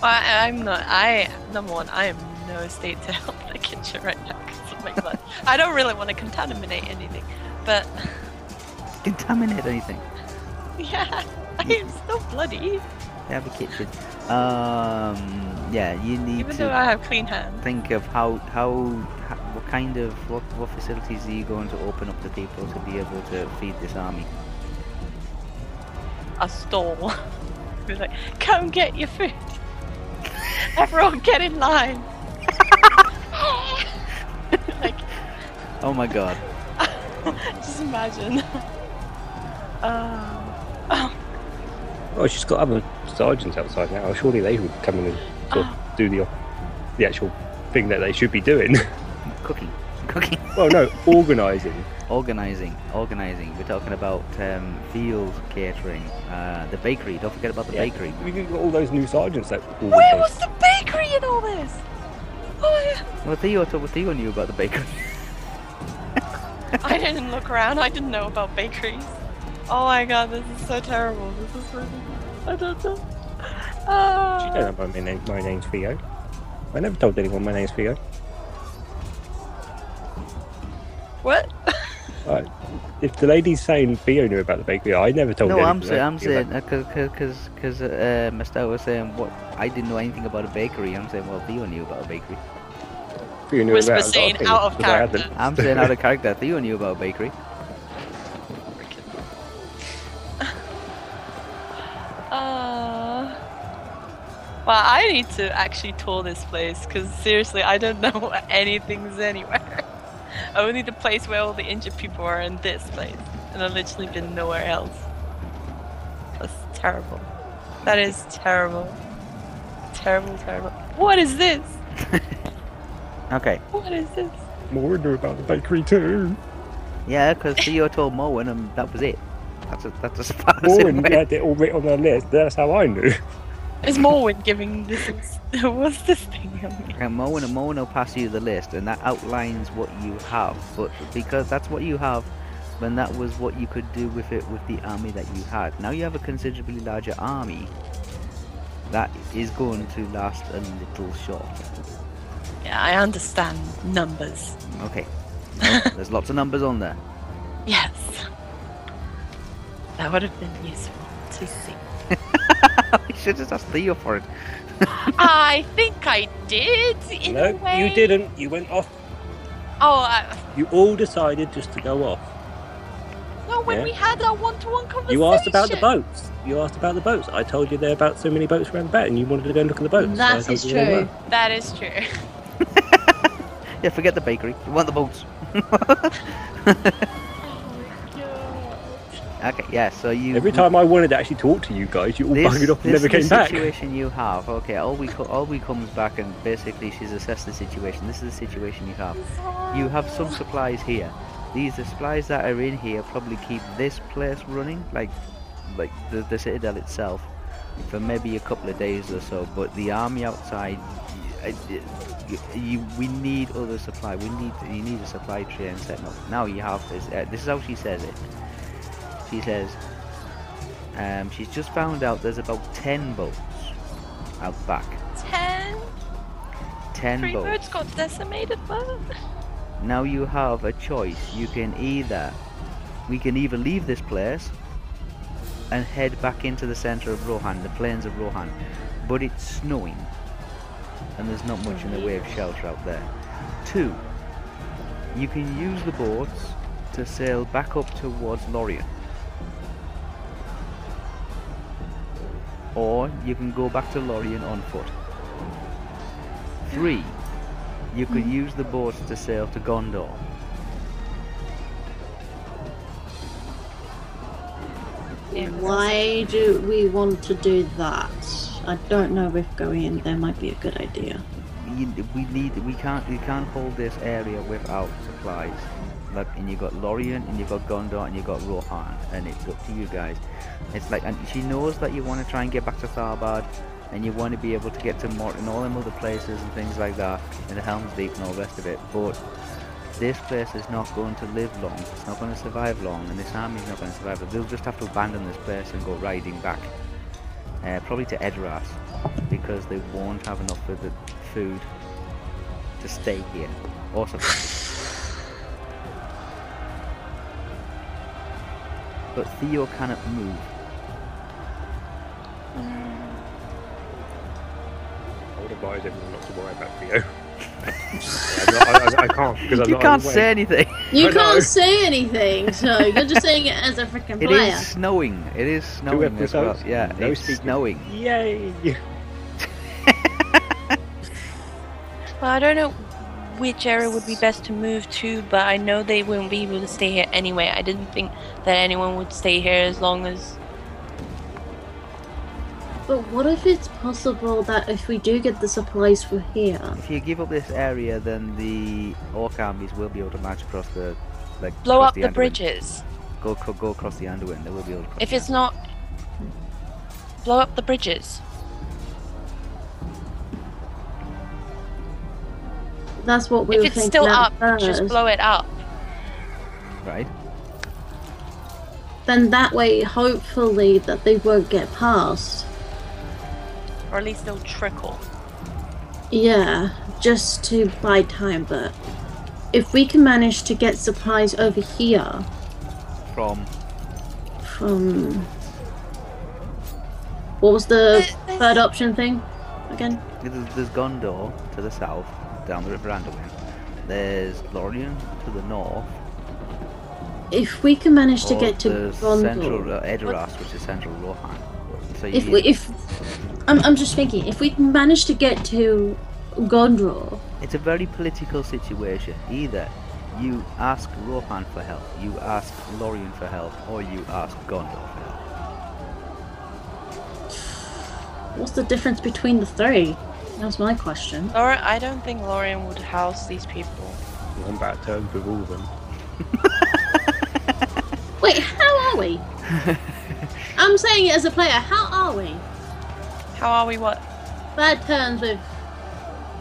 [SPEAKER 3] Well, I, I'm not. I number one. I am no state to help the kitchen right now because of my blood. I don't really want to contaminate anything, but
[SPEAKER 2] Contaminate anything.
[SPEAKER 3] yeah, I am still bloody,
[SPEAKER 2] They have a kitchen. Um, yeah, you need
[SPEAKER 3] even though
[SPEAKER 2] to
[SPEAKER 3] I have clean hands.
[SPEAKER 2] think of how, how how what kind of what, what facilities are you going to open up to people to be able to feed this army.
[SPEAKER 3] A stall. Be like, come get your food. Everyone, get in line. like,
[SPEAKER 2] Oh my god.
[SPEAKER 3] just imagine. Um,
[SPEAKER 5] Oh, she's got other sergeants outside now. Surely they would come in and sort of do the the actual thing that they should be doing.
[SPEAKER 2] Cooking, cooking,
[SPEAKER 5] well, no, organising.
[SPEAKER 2] organizing, organizing. We're talking about um, field catering, uh, the bakery. Don't forget about the
[SPEAKER 5] Yeah.
[SPEAKER 2] bakery.
[SPEAKER 5] We have got all those new sergeants that. all
[SPEAKER 3] Where
[SPEAKER 5] those-
[SPEAKER 3] was the bakery in all this? Oh,
[SPEAKER 2] Well, Theo, Theo knew about the bakery.
[SPEAKER 3] yeah. I didn't look around. I didn't know about bakeries. Oh my god, this is so terrible. This is so. I don't know.
[SPEAKER 5] She
[SPEAKER 3] Uh,
[SPEAKER 5] don't know my name. My name's Theo. I never told anyone my name's Theo.
[SPEAKER 3] what?
[SPEAKER 5] I, if the lady's saying Theo knew about the bakery, I never told.
[SPEAKER 2] No, I'm
[SPEAKER 5] anyone
[SPEAKER 2] saying, I'm
[SPEAKER 5] about
[SPEAKER 2] saying, uh, because because uh, Mr. was saying what I didn't know anything about a bakery. I'm saying, well, Theo knew about a bakery.
[SPEAKER 5] Theo knew
[SPEAKER 3] Whisper
[SPEAKER 5] about a lot of
[SPEAKER 3] saying
[SPEAKER 5] things,
[SPEAKER 3] out of
[SPEAKER 5] 'cause I had them.
[SPEAKER 3] character.
[SPEAKER 2] I'm saying out of character, Theo knew about a bakery.
[SPEAKER 3] Uh, well, I need to actually tour this place because seriously, I don't know what anything's anywhere. Only the place where all the injured people are in this place, and I've literally been nowhere else. That's terrible. That is terrible. Terrible, terrible. What is this?
[SPEAKER 2] Okay.
[SPEAKER 3] What is this?
[SPEAKER 5] More knew about the bakery too.
[SPEAKER 2] Yeah, because Theo told Moen, and um, that was it. That's a, that's as far as it
[SPEAKER 5] Warren
[SPEAKER 2] went.
[SPEAKER 5] had it all written on her list. That's how I knew.
[SPEAKER 3] Is Morwen giving this? What's this thing?
[SPEAKER 2] And Moen and Moen will pass you the list, and that outlines what you have. But because that's what you have, then that was what you could do with it with the army that you had. Now you have a considerably larger army. That is going to last a little short.
[SPEAKER 3] Yeah, I understand numbers.
[SPEAKER 2] Okay. Well, there's lots of numbers on there.
[SPEAKER 3] Yes. That would have been useful to see.
[SPEAKER 2] You should just ask Theo for it.
[SPEAKER 3] I think I did. In a way.
[SPEAKER 5] didn't. You went off.
[SPEAKER 3] Oh, I,
[SPEAKER 5] You all decided just to go off.
[SPEAKER 3] No, when
[SPEAKER 5] Yeah.
[SPEAKER 3] we had our one-to-one conversation.
[SPEAKER 5] You asked about the boats. You asked about the boats. I told you there about so many boats around the back, and you wanted to go and look at the boats. so I
[SPEAKER 4] That
[SPEAKER 5] told
[SPEAKER 4] is
[SPEAKER 5] you where they
[SPEAKER 4] true.
[SPEAKER 5] were.
[SPEAKER 3] That is true.
[SPEAKER 2] Yeah, forget the bakery. You want the boats.
[SPEAKER 3] Oh
[SPEAKER 2] Okay, yeah, so you.
[SPEAKER 5] Every time I wanted to actually talk to you guys, you all buggered off and
[SPEAKER 2] this
[SPEAKER 5] never
[SPEAKER 2] is
[SPEAKER 5] came
[SPEAKER 2] the
[SPEAKER 5] back.
[SPEAKER 2] situation you have. Okay, all we co- all we comes back and basically she's assessed the situation. This is the situation you have. You have some supplies here. These the supplies that are in here probably keep this place running, like like the, the citadel itself, for maybe a couple of days or so. But the army outside, y- I- y- you, we need other supply. We need you need a supply train set up. Now you have this. Uh, this is how she says it. She says, um, she's just found out there's about ten boats out back.
[SPEAKER 3] Ten.
[SPEAKER 2] Ten
[SPEAKER 3] Three
[SPEAKER 2] boats.
[SPEAKER 3] birds got decimated, but
[SPEAKER 2] Now you have a choice. You can either we can either leave this place and head back into the center of Rohan, the plains of Rohan, but it's snowing and there's not much in the way of shelter out there. Two, you can use the boats to sail back up towards Lorien. Or you can go back to Lorien on foot. Three, you could use the boats to sail to Gondor.
[SPEAKER 4] Why do we want to do that? I don't know if going in there might be a good idea.
[SPEAKER 2] We, we need, we can't, we can't hold this area without supplies. Like, and you got Lorien, and you got Gondor, and you got Rohan, and it's up to you guys. It's like, and she knows that you want to try and get back to Tharbad, and you want to be able to get to Mort and all them other places and things like that, and the Helm's Deep and all the rest of it. But this place is not going to live long. It's not going to survive long, and this army's not going to survive. long. They'll just have to abandon this place and go riding back, uh, probably to Edoras, because they won't have enough of the food to stay here. Or something. but Theo cannot move.
[SPEAKER 5] I would advise everyone not to worry about Theo. I'm not- I, I, I can't because I'm
[SPEAKER 2] you
[SPEAKER 5] not
[SPEAKER 2] can't
[SPEAKER 5] aware.
[SPEAKER 2] say anything.
[SPEAKER 4] You
[SPEAKER 5] I know.
[SPEAKER 4] can't say anything, so you're just saying it as a freaking
[SPEAKER 2] It
[SPEAKER 4] player.
[SPEAKER 2] is snowing. It is snowing as well.
[SPEAKER 5] episodes,
[SPEAKER 2] Yeah,
[SPEAKER 5] no
[SPEAKER 2] it's
[SPEAKER 5] speaking.
[SPEAKER 2] snowing.
[SPEAKER 5] Yay!
[SPEAKER 3] Well, I don't know which area would be best to move to, but I know they wouldn't be able to stay here anyway. I didn't think that anyone would stay here as long as.
[SPEAKER 4] But what if it's possible that if we do get the supplies for here,
[SPEAKER 2] If you give up this area, then the orc armies will be able to march across the, like
[SPEAKER 3] Blow
[SPEAKER 2] across
[SPEAKER 3] up the,
[SPEAKER 2] Anduin.
[SPEAKER 3] bridges.
[SPEAKER 2] Go, go go across the Anduin. They will be able to. Cross
[SPEAKER 3] If
[SPEAKER 2] the
[SPEAKER 3] it's not. Blow up the bridges.
[SPEAKER 4] that's what we
[SPEAKER 3] if
[SPEAKER 4] were
[SPEAKER 3] it's
[SPEAKER 4] thinking
[SPEAKER 3] still
[SPEAKER 4] at
[SPEAKER 3] up, just
[SPEAKER 4] first.
[SPEAKER 3] blow it up.
[SPEAKER 2] Anduin, right.
[SPEAKER 4] then that way, hopefully, that they won't get past.
[SPEAKER 3] Or at least they'll trickle.
[SPEAKER 4] Yeah, just to buy time, but if we can manage to get supplies over here
[SPEAKER 2] From
[SPEAKER 4] from. What was the third option thing again?
[SPEAKER 2] there's, there's Gondor to the south, down the River Anduin. There's Lorien to the north.
[SPEAKER 4] If we can manage to
[SPEAKER 2] or
[SPEAKER 4] get to
[SPEAKER 2] there's central
[SPEAKER 4] Gondor,
[SPEAKER 2] uh, Edoras, which is central Rohan. So you
[SPEAKER 4] if we, if I'm, I'm just thinking, if we can manage to get to Gondor,
[SPEAKER 2] It's a very political situation. Either you ask Rohan for help, you ask Lorien for help, or you ask Gondor for help.
[SPEAKER 4] what's the difference between the three? That was my question.
[SPEAKER 3] Laura, I don't think Lorian would house these people.
[SPEAKER 5] I'm about terms with all of them.
[SPEAKER 4] Wait, how are we? I'm saying it as a player. How are we?
[SPEAKER 3] How are we? What?
[SPEAKER 4] Bad terms with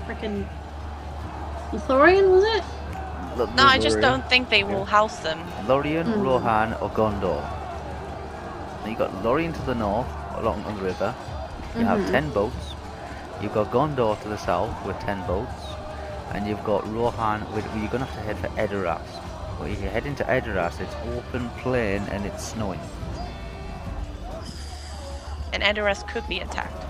[SPEAKER 4] freaking Thorian, was it?
[SPEAKER 2] Look,
[SPEAKER 3] No, I just
[SPEAKER 5] Lorien.
[SPEAKER 3] don't think they will house them.
[SPEAKER 2] Lorien,
[SPEAKER 4] Mm.
[SPEAKER 2] Rohan, or Gondor. Now you got Lorien to the north, along the river. You have
[SPEAKER 4] Mhm.
[SPEAKER 2] ten boats. You've got Gondor to the south with ten boats, and you've got Rohan. With, you're gonna have to head for Edoras. But if you head into Edoras, it's open plain and it's snowing.
[SPEAKER 3] And Edoras could be attacked.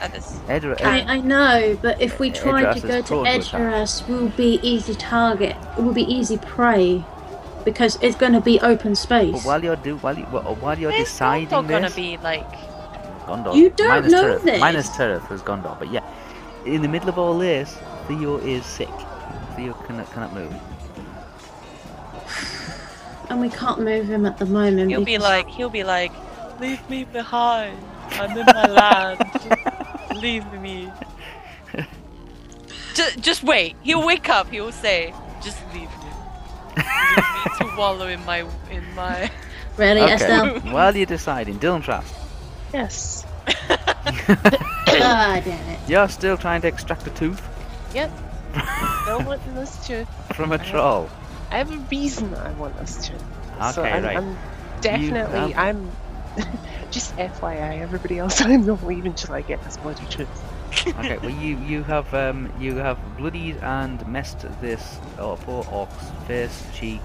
[SPEAKER 3] At this.
[SPEAKER 2] Edor- Ed-
[SPEAKER 4] I, I know, but if we
[SPEAKER 2] Ed-
[SPEAKER 4] try
[SPEAKER 2] Edoras
[SPEAKER 4] to
[SPEAKER 2] is
[SPEAKER 4] go to
[SPEAKER 2] prone to attack.
[SPEAKER 4] Edoras, we'll be easy target. We'll be easy prey. because it's going to be open space.
[SPEAKER 2] But while you're do while you well, while you're
[SPEAKER 3] It's not
[SPEAKER 2] deciding
[SPEAKER 3] gonna
[SPEAKER 2] this,
[SPEAKER 3] be like.
[SPEAKER 2] Gondor.
[SPEAKER 4] You don't
[SPEAKER 2] minus
[SPEAKER 4] know
[SPEAKER 2] Turith,
[SPEAKER 4] this.
[SPEAKER 2] Minus Turith was Gondor, but yeah, in the middle of all this, Theo is sick. Theo cannot cannot move.
[SPEAKER 4] and we can't move him at the moment.
[SPEAKER 3] He'll be
[SPEAKER 4] because-
[SPEAKER 3] like. He'll be like. Leave me behind. I'm in my land. Leave me. just, just wait. He'll wake up. He'll say, "Just leave me. Leave me to wallow in my in my."
[SPEAKER 4] really, Estelle.
[SPEAKER 2] while you're deciding, Dylan Trask,
[SPEAKER 1] Yes.
[SPEAKER 4] God damn it.
[SPEAKER 2] you're still trying to extract a tooth
[SPEAKER 1] I want this to.
[SPEAKER 2] from a troll.
[SPEAKER 1] I have a reason I want this to.
[SPEAKER 2] Okay,
[SPEAKER 1] so I'm,
[SPEAKER 2] right.
[SPEAKER 1] I'm definitely.
[SPEAKER 2] have-
[SPEAKER 1] I'm. just FYI, everybody else, I'm not leaving till I get this bloody truth.
[SPEAKER 2] okay, well you you have um you have bloodied and messed this oh, poor orc's face, cheek.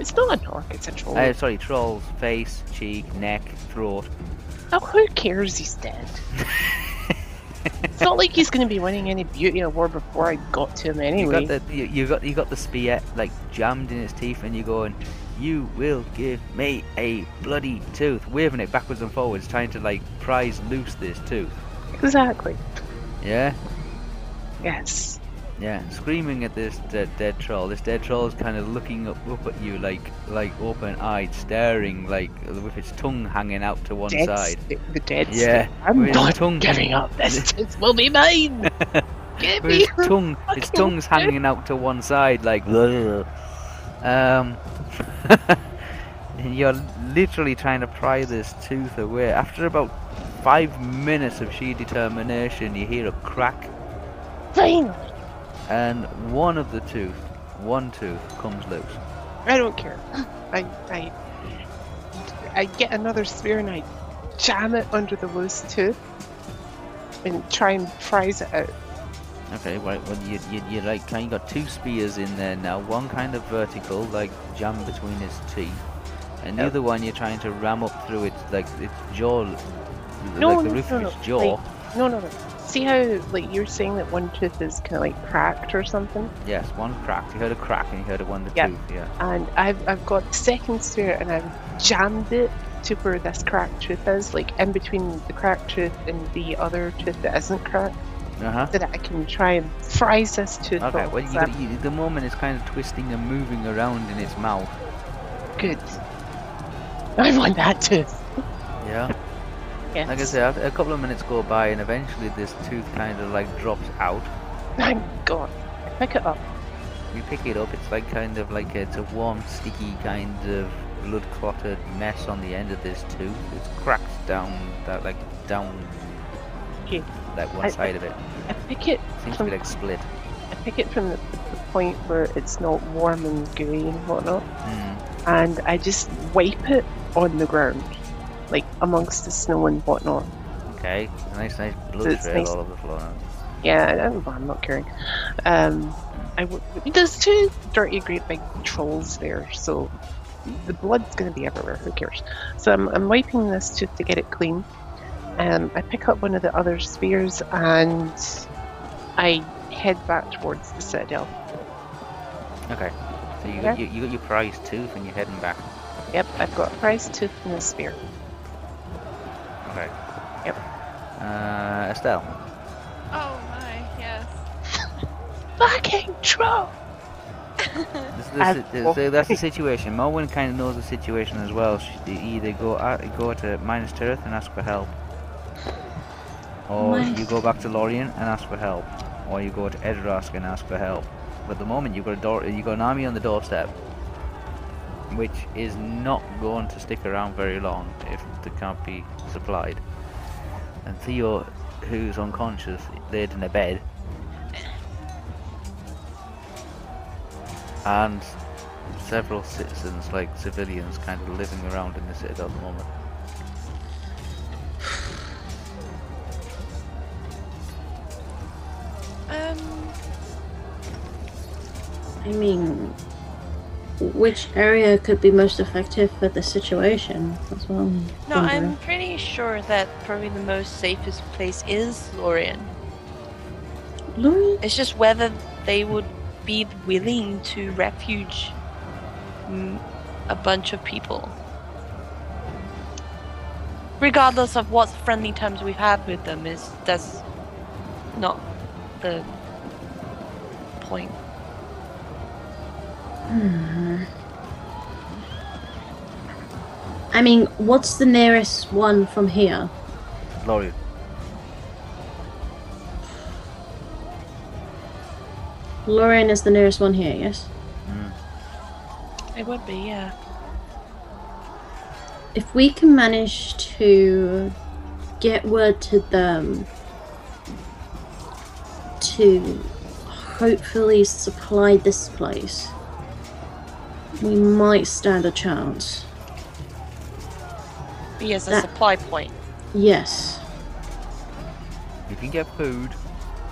[SPEAKER 1] It's not an orc, it's a troll.
[SPEAKER 2] Uh, sorry, troll's face, cheek, neck, throat.
[SPEAKER 1] Oh, who cares? He's dead. it's not like he's going to be winning any beauty award before I got to him
[SPEAKER 2] You
[SPEAKER 1] anyway.
[SPEAKER 2] got the you, you got you got the spear like jammed in its teeth, and you're going, "You will give me a bloody tooth," waving it backwards and forwards, trying to like prise loose this tooth.
[SPEAKER 1] Exactly.
[SPEAKER 2] Yeah,
[SPEAKER 1] Yes.
[SPEAKER 2] yeah, screaming at this dead, dead troll. This dead troll is kind of looking up up at you like like open-eyed, staring like with its tongue hanging out to one
[SPEAKER 1] Dead
[SPEAKER 2] side.
[SPEAKER 1] st- the dead
[SPEAKER 2] Yeah,
[SPEAKER 1] st- I'm
[SPEAKER 2] with its
[SPEAKER 1] not
[SPEAKER 2] tongue-
[SPEAKER 1] giving up. This this will be mine. Give
[SPEAKER 2] With
[SPEAKER 1] me.
[SPEAKER 2] its tongue, its
[SPEAKER 1] fucking
[SPEAKER 2] tongue's
[SPEAKER 1] tooth.
[SPEAKER 2] hanging out to one side, like. "Ugh." Um, and you're literally trying to pry this tooth away. After about five minutes of sheer determination, you hear a crack,
[SPEAKER 1] Finally.
[SPEAKER 2] and one of the tooth, one tooth, comes loose.
[SPEAKER 1] I don't care. I, I, I get another spear and I jam it under the loose tooth and try and prise it out.
[SPEAKER 2] Okay, right. Well, you you you like kind of got two spears in there now. One kind of vertical, like jammed between its teeth, and the
[SPEAKER 1] Yep.
[SPEAKER 2] other one you're trying to ram up through its like its jaw, like
[SPEAKER 1] No,
[SPEAKER 2] the
[SPEAKER 1] no,
[SPEAKER 2] roof
[SPEAKER 1] no,
[SPEAKER 2] of
[SPEAKER 1] no,
[SPEAKER 2] its jaw.
[SPEAKER 1] No, no, no. See how like you're saying that one tooth is kind of like cracked or something,
[SPEAKER 2] Yes, one cracked. You heard a crack, and you heard it one the
[SPEAKER 1] Yeah.
[SPEAKER 2] tooth. Yeah.
[SPEAKER 1] and I've I've got the second spear and I've jammed it to where this cracked tooth is, like in between the cracked tooth and the other tooth that isn't cracked,
[SPEAKER 2] Uh huh.
[SPEAKER 1] so that I can try and prise this tooth.
[SPEAKER 2] Okay.
[SPEAKER 1] off.
[SPEAKER 2] Well, you,
[SPEAKER 1] So I'm
[SPEAKER 2] got- you, the moment it's kind of twisting and moving around in its mouth.
[SPEAKER 1] good. I want that tooth.
[SPEAKER 2] Yeah.
[SPEAKER 1] Yes.
[SPEAKER 2] Like I said, after a couple of minutes go by, and eventually this tooth kind of like drops out.
[SPEAKER 1] Thank God. Pick it up.
[SPEAKER 2] You pick it up, it's like kind of like it's a warm, sticky kind of blood clotted mess on the end of this tooth. It's cracked down that like down
[SPEAKER 1] Okay.
[SPEAKER 2] that one
[SPEAKER 1] I-
[SPEAKER 2] side of it.
[SPEAKER 1] I pick it.
[SPEAKER 2] Seems to be
[SPEAKER 1] from-
[SPEAKER 2] like split.
[SPEAKER 1] I pick it from the, the point where it's not warm and gooey and whatnot,
[SPEAKER 2] Mm.
[SPEAKER 1] and I just wipe it on the ground, like amongst the snow and whatnot.
[SPEAKER 2] Okay. Nice nice blood
[SPEAKER 1] It's
[SPEAKER 2] trail
[SPEAKER 1] nice.
[SPEAKER 2] all over the floor.
[SPEAKER 1] Yeah, I don't, I'm not caring. Um, I w- there's two dirty, great big trolls there, so the blood's going to be everywhere. Who cares? So I'm, I'm wiping this tooth to get it clean. Um, I pick up one of the other spears and I head back towards the citadel.
[SPEAKER 2] Okay. So you got
[SPEAKER 1] Okay.
[SPEAKER 2] you, you got your prize tooth and you're heading back.
[SPEAKER 1] Yep, I've got a prized tooth and a spear.
[SPEAKER 2] Okay.
[SPEAKER 1] Yep.
[SPEAKER 2] Uh Estelle.
[SPEAKER 3] Oh my, yes.
[SPEAKER 1] Fucking troll!
[SPEAKER 2] This, this,
[SPEAKER 1] I've
[SPEAKER 2] is- this-
[SPEAKER 1] walked-
[SPEAKER 2] that's the situation. Morwen kind of knows the situation as well. She they either go out, go to Minus Tirith and ask for help, or
[SPEAKER 4] Minus-
[SPEAKER 2] you go back to Lorien and ask for help, or you go to Edrask and ask for help. But at the moment, you've got a door, you've got an army on the doorstep, which is not going to stick around very long if they can't be supplied. And Theo, who's unconscious, laid in a bed. And several citizens, like civilians, kind of living around in the citadel at the moment.
[SPEAKER 3] Um,
[SPEAKER 4] I mean, which area could be most effective for the situation? That's what I'm
[SPEAKER 3] no,
[SPEAKER 4] wondering.
[SPEAKER 3] I'm pretty sure that probably the most safest place is Lorien.
[SPEAKER 4] Lorien?
[SPEAKER 3] It's just whether they would be willing to refuge m- a bunch of people. Regardless of what friendly terms we've had with them, is that's not the point.
[SPEAKER 4] I mean, what's the nearest one from here?
[SPEAKER 2] Lorien.
[SPEAKER 4] Lorraine is the nearest one here, yes?
[SPEAKER 3] It would be, yeah.
[SPEAKER 4] If we can manage to get word to them to hopefully supply this place, we might stand a chance.
[SPEAKER 3] Yes, a
[SPEAKER 4] That-
[SPEAKER 3] supply point.
[SPEAKER 4] Yes.
[SPEAKER 2] You can get food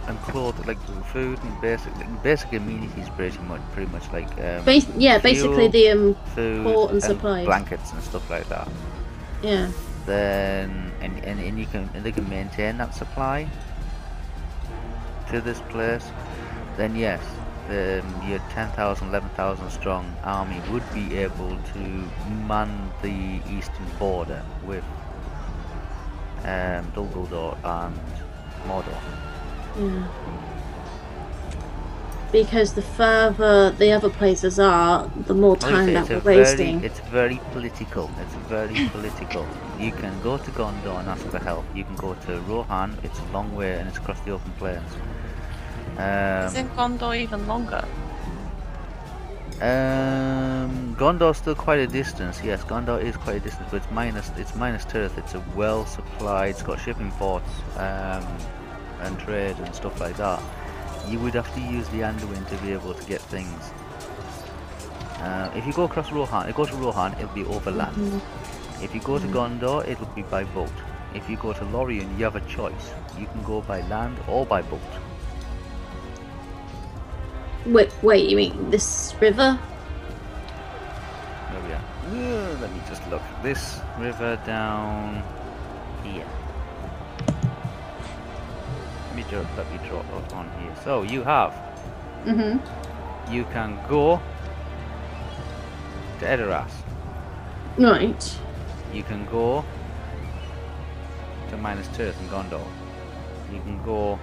[SPEAKER 2] and cloth, like food and basic like, basic amenities, pretty much, pretty much like um,
[SPEAKER 4] Bas- yeah,
[SPEAKER 2] Fuel.
[SPEAKER 4] basically the um
[SPEAKER 2] food
[SPEAKER 4] port and supplies.
[SPEAKER 2] blankets and stuff like that.
[SPEAKER 4] yeah.
[SPEAKER 2] Then and, and, and you can and they can maintain that supply to this place. Then yes, the, your 10,000, 11,000 strong army would be able to man the eastern border with um, Dumbledore and Mordor.
[SPEAKER 4] Yeah. Because the further the other places are, the more
[SPEAKER 2] Like I
[SPEAKER 4] time
[SPEAKER 2] say,
[SPEAKER 4] that we're
[SPEAKER 2] a very-
[SPEAKER 4] wasting.
[SPEAKER 2] it's very political. It's very political. You can go to Gondor and ask for help. You can go to Rohan. It's a long way and it's across the open plains. Um,
[SPEAKER 3] Isn't Gondor even longer?
[SPEAKER 2] um, Gondor's still quite a distance. Yes, Gondor is quite a distance, but it's minus it's minus Tirith. It's a well supplied. It's got shipping ports um, and trade and stuff like that. You would have to use the Anduin to be able to get things. Uh, if you go across Rohan, if you go to Rohan, it'll be overland. If you go to Gondor, it'll be by boat. If you go to Lorien, you have a choice. You can go by land or by boat.
[SPEAKER 4] Wait, wait, you mean this river?
[SPEAKER 2] There we are. Uh, let me just look. This river down here. Let me draw, let me draw up on here. So you have.
[SPEAKER 4] Mm-hmm.
[SPEAKER 2] You can go to Edoras.
[SPEAKER 4] Right.
[SPEAKER 2] You can go to Minas Tirith and Gondor. You can go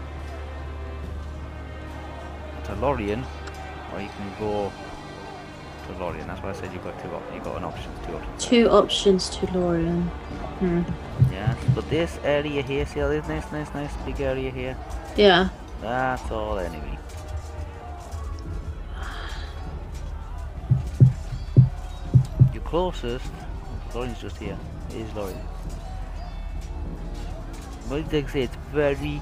[SPEAKER 2] to Lorien, or you can go to Lorien. That's why I said you've got two op- you've got an option, two options.
[SPEAKER 4] Two options to Lorien. Hmm.
[SPEAKER 2] Yeah. But this area here, see all this nice, nice, nice big area here?
[SPEAKER 4] Yeah.
[SPEAKER 2] That's all anyway. Your closest Lorien's just here. It is Lorien. But like I say, it's very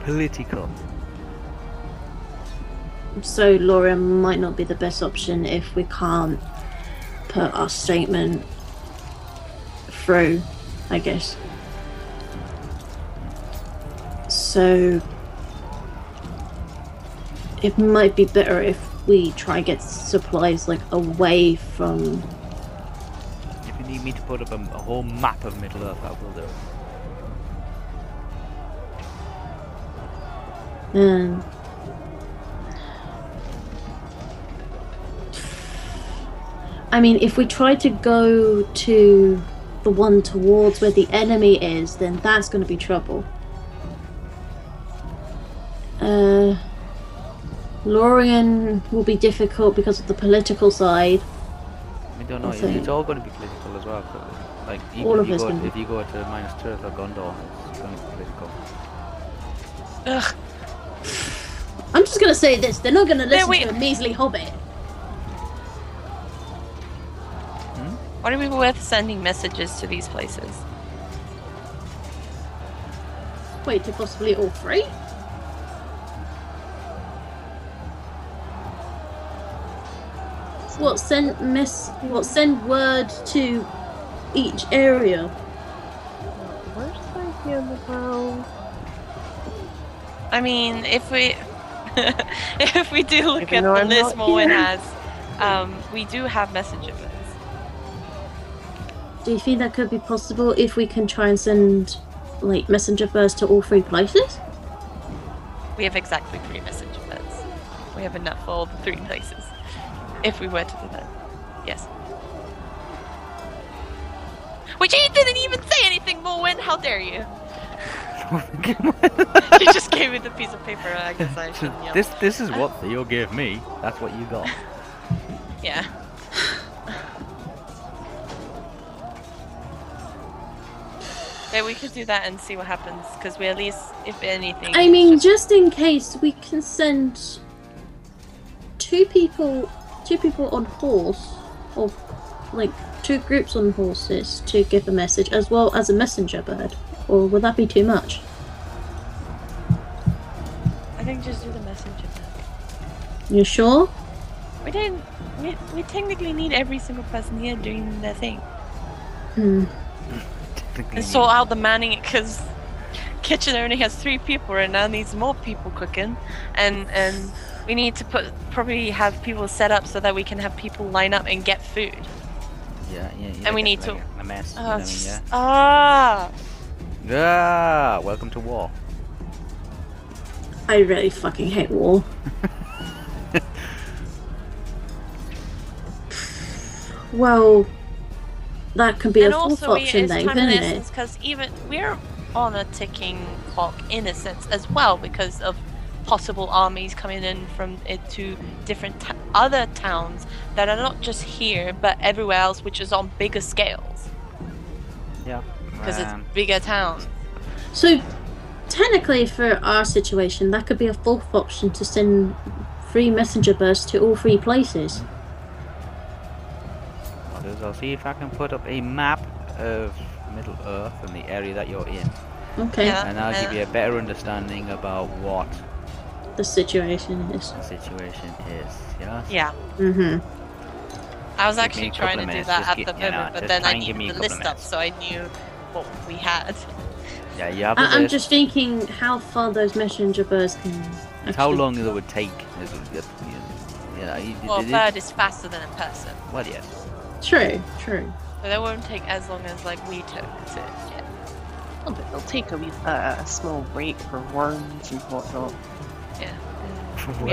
[SPEAKER 2] political.
[SPEAKER 4] So Lorien might not be the best option if we can't put our statement through, I guess. So it might be better if we try get supplies like away from
[SPEAKER 2] If you need me to put up a, a whole map of Middle Earth, I will do it.
[SPEAKER 4] Um, I mean, if we try to go to the one towards where the enemy is, then that's going to be trouble. Uh, Lorien will be difficult because of the political side.
[SPEAKER 2] We don't know.
[SPEAKER 4] I'll
[SPEAKER 2] It's,
[SPEAKER 4] say-
[SPEAKER 2] it's all going to be political as well. 'cause, Like even
[SPEAKER 4] All
[SPEAKER 2] if
[SPEAKER 4] of
[SPEAKER 2] you
[SPEAKER 4] it's
[SPEAKER 2] go,
[SPEAKER 4] gonna be-
[SPEAKER 2] if you go to Minas Tirith or Gondor, it's going to be political.
[SPEAKER 3] Ugh.
[SPEAKER 4] I'm just going to say this: they're not going to listen
[SPEAKER 3] wait.
[SPEAKER 4] to a measly hobbit.
[SPEAKER 3] What are we worth sending messages to these places?
[SPEAKER 4] Wait, to possibly all three? What send miss? What send word to each area?
[SPEAKER 1] Where's the idea in the world?
[SPEAKER 3] I mean, if we if we do look
[SPEAKER 1] Even
[SPEAKER 3] at
[SPEAKER 1] though
[SPEAKER 3] the
[SPEAKER 1] I'm
[SPEAKER 3] list
[SPEAKER 1] not
[SPEAKER 3] Morwen
[SPEAKER 1] here.
[SPEAKER 3] has, um, we do have messages.
[SPEAKER 4] Do you think that could be possible if we can try and send like messenger birds to all three places?
[SPEAKER 3] We have exactly three message events. We have enough for all the three places. If we were to do that. Yes. Which you didn't even say anything, Mulwin. How dare you? You just gave me the piece of paper. I guess I shouldn't yell.
[SPEAKER 2] this this is what Theo gave me. That's what you got.
[SPEAKER 3] Yeah. Yeah, we could do that and see what happens, because we at least, if anything.
[SPEAKER 4] I mean, just in case, we can send two people, two people on horse, or like two groups on horses to give a message, as well as a messenger bird. Or would that be too much?
[SPEAKER 3] I think just do the messenger.
[SPEAKER 4] You sure?
[SPEAKER 3] We didn't. We, we technically need every single person here doing their thing.
[SPEAKER 4] Hmm.
[SPEAKER 2] Technically,
[SPEAKER 3] And sort out the manning because kitchen only has three people and now needs more people cooking, and and we need to put probably have people set up so that we can have people line up and get food.
[SPEAKER 2] yeah, yeah, yeah,
[SPEAKER 3] and we
[SPEAKER 2] get
[SPEAKER 3] need
[SPEAKER 2] the-
[SPEAKER 3] to-
[SPEAKER 2] get the mess. you know,
[SPEAKER 3] Oh, it's
[SPEAKER 2] yeah.
[SPEAKER 3] just- ah,
[SPEAKER 2] Ah, welcome to war.
[SPEAKER 4] I really fucking hate war. well, that can be
[SPEAKER 3] and
[SPEAKER 4] a fourth
[SPEAKER 3] also we,
[SPEAKER 4] option
[SPEAKER 3] it's
[SPEAKER 4] then,
[SPEAKER 3] time of
[SPEAKER 4] couldn't
[SPEAKER 3] the
[SPEAKER 4] it?
[SPEAKER 3] because even we're on a ticking clock in a sense as well because of possible armies coming in from it to different t- other towns that are not just here but everywhere else, which is on bigger scales
[SPEAKER 2] Yeah.
[SPEAKER 3] because
[SPEAKER 2] Um,
[SPEAKER 3] it's bigger towns.
[SPEAKER 4] So, technically, for our situation, that could be a fourth option to send three messenger bursts to all three places.
[SPEAKER 2] I'll do is I'll see if I can put up a map of Middle Earth and the area that you're in,
[SPEAKER 4] Okay,
[SPEAKER 3] Yeah.
[SPEAKER 2] and I'll give
[SPEAKER 3] uh.
[SPEAKER 2] you a better understanding about what
[SPEAKER 4] the situation is.
[SPEAKER 2] the situation is. Yeah.
[SPEAKER 3] Yeah,
[SPEAKER 4] Mm-hmm.
[SPEAKER 3] I was
[SPEAKER 2] Give me
[SPEAKER 3] actually
[SPEAKER 2] a couple of
[SPEAKER 3] trying to do
[SPEAKER 2] minutes,
[SPEAKER 3] that
[SPEAKER 2] just
[SPEAKER 3] at
[SPEAKER 2] gi-
[SPEAKER 3] the
[SPEAKER 2] you know,
[SPEAKER 3] moment, but
[SPEAKER 2] just
[SPEAKER 3] then
[SPEAKER 2] try
[SPEAKER 3] I
[SPEAKER 2] and give me a
[SPEAKER 3] needed the
[SPEAKER 2] couple of
[SPEAKER 3] list up
[SPEAKER 2] minutes.
[SPEAKER 3] so I knew what we had.
[SPEAKER 2] Yeah. You
[SPEAKER 3] Uh,
[SPEAKER 2] have. a
[SPEAKER 4] I- I'm
[SPEAKER 2] list.
[SPEAKER 4] just thinking how far those messenger bursts can.
[SPEAKER 2] It's how
[SPEAKER 4] actually-
[SPEAKER 2] long it would take. Is what you you know, you-
[SPEAKER 3] Well, a
[SPEAKER 2] it is-
[SPEAKER 3] bird is faster than a person,
[SPEAKER 2] well, yes.
[SPEAKER 4] True, true.
[SPEAKER 3] so that won't take as long as like we took to get
[SPEAKER 1] Oh, but they'll take a, wee, uh, a small break for worms and whatnot.
[SPEAKER 3] We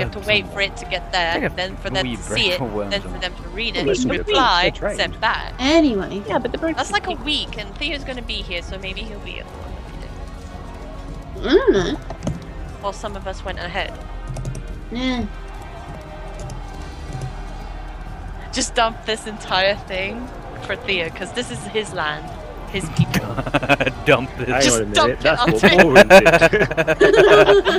[SPEAKER 3] have to wait for it to get
[SPEAKER 2] Take
[SPEAKER 3] there,
[SPEAKER 2] a
[SPEAKER 3] then for them
[SPEAKER 2] wee
[SPEAKER 3] to
[SPEAKER 2] break
[SPEAKER 3] see it,
[SPEAKER 2] for worms
[SPEAKER 3] then
[SPEAKER 2] and
[SPEAKER 3] for them to read it,
[SPEAKER 5] Well, that's a bit of
[SPEAKER 3] reply,
[SPEAKER 5] a trade.
[SPEAKER 3] send back.
[SPEAKER 4] Anyway,
[SPEAKER 1] Yeah, but the birds.
[SPEAKER 3] That's
[SPEAKER 1] could
[SPEAKER 3] like a
[SPEAKER 1] take-
[SPEAKER 3] week, and Theo's gonna be here, so maybe he'll be.
[SPEAKER 4] I don't know.
[SPEAKER 3] Well, some of us went ahead.
[SPEAKER 4] Yeah.
[SPEAKER 3] Just dump this entire thing for Theo, because this is his land, his people.
[SPEAKER 2] Dump
[SPEAKER 5] Hang
[SPEAKER 2] this.
[SPEAKER 3] Just
[SPEAKER 5] on a
[SPEAKER 3] dump it,
[SPEAKER 5] minute, that's
[SPEAKER 3] I'll
[SPEAKER 5] what
[SPEAKER 3] take-
[SPEAKER 5] Warren did.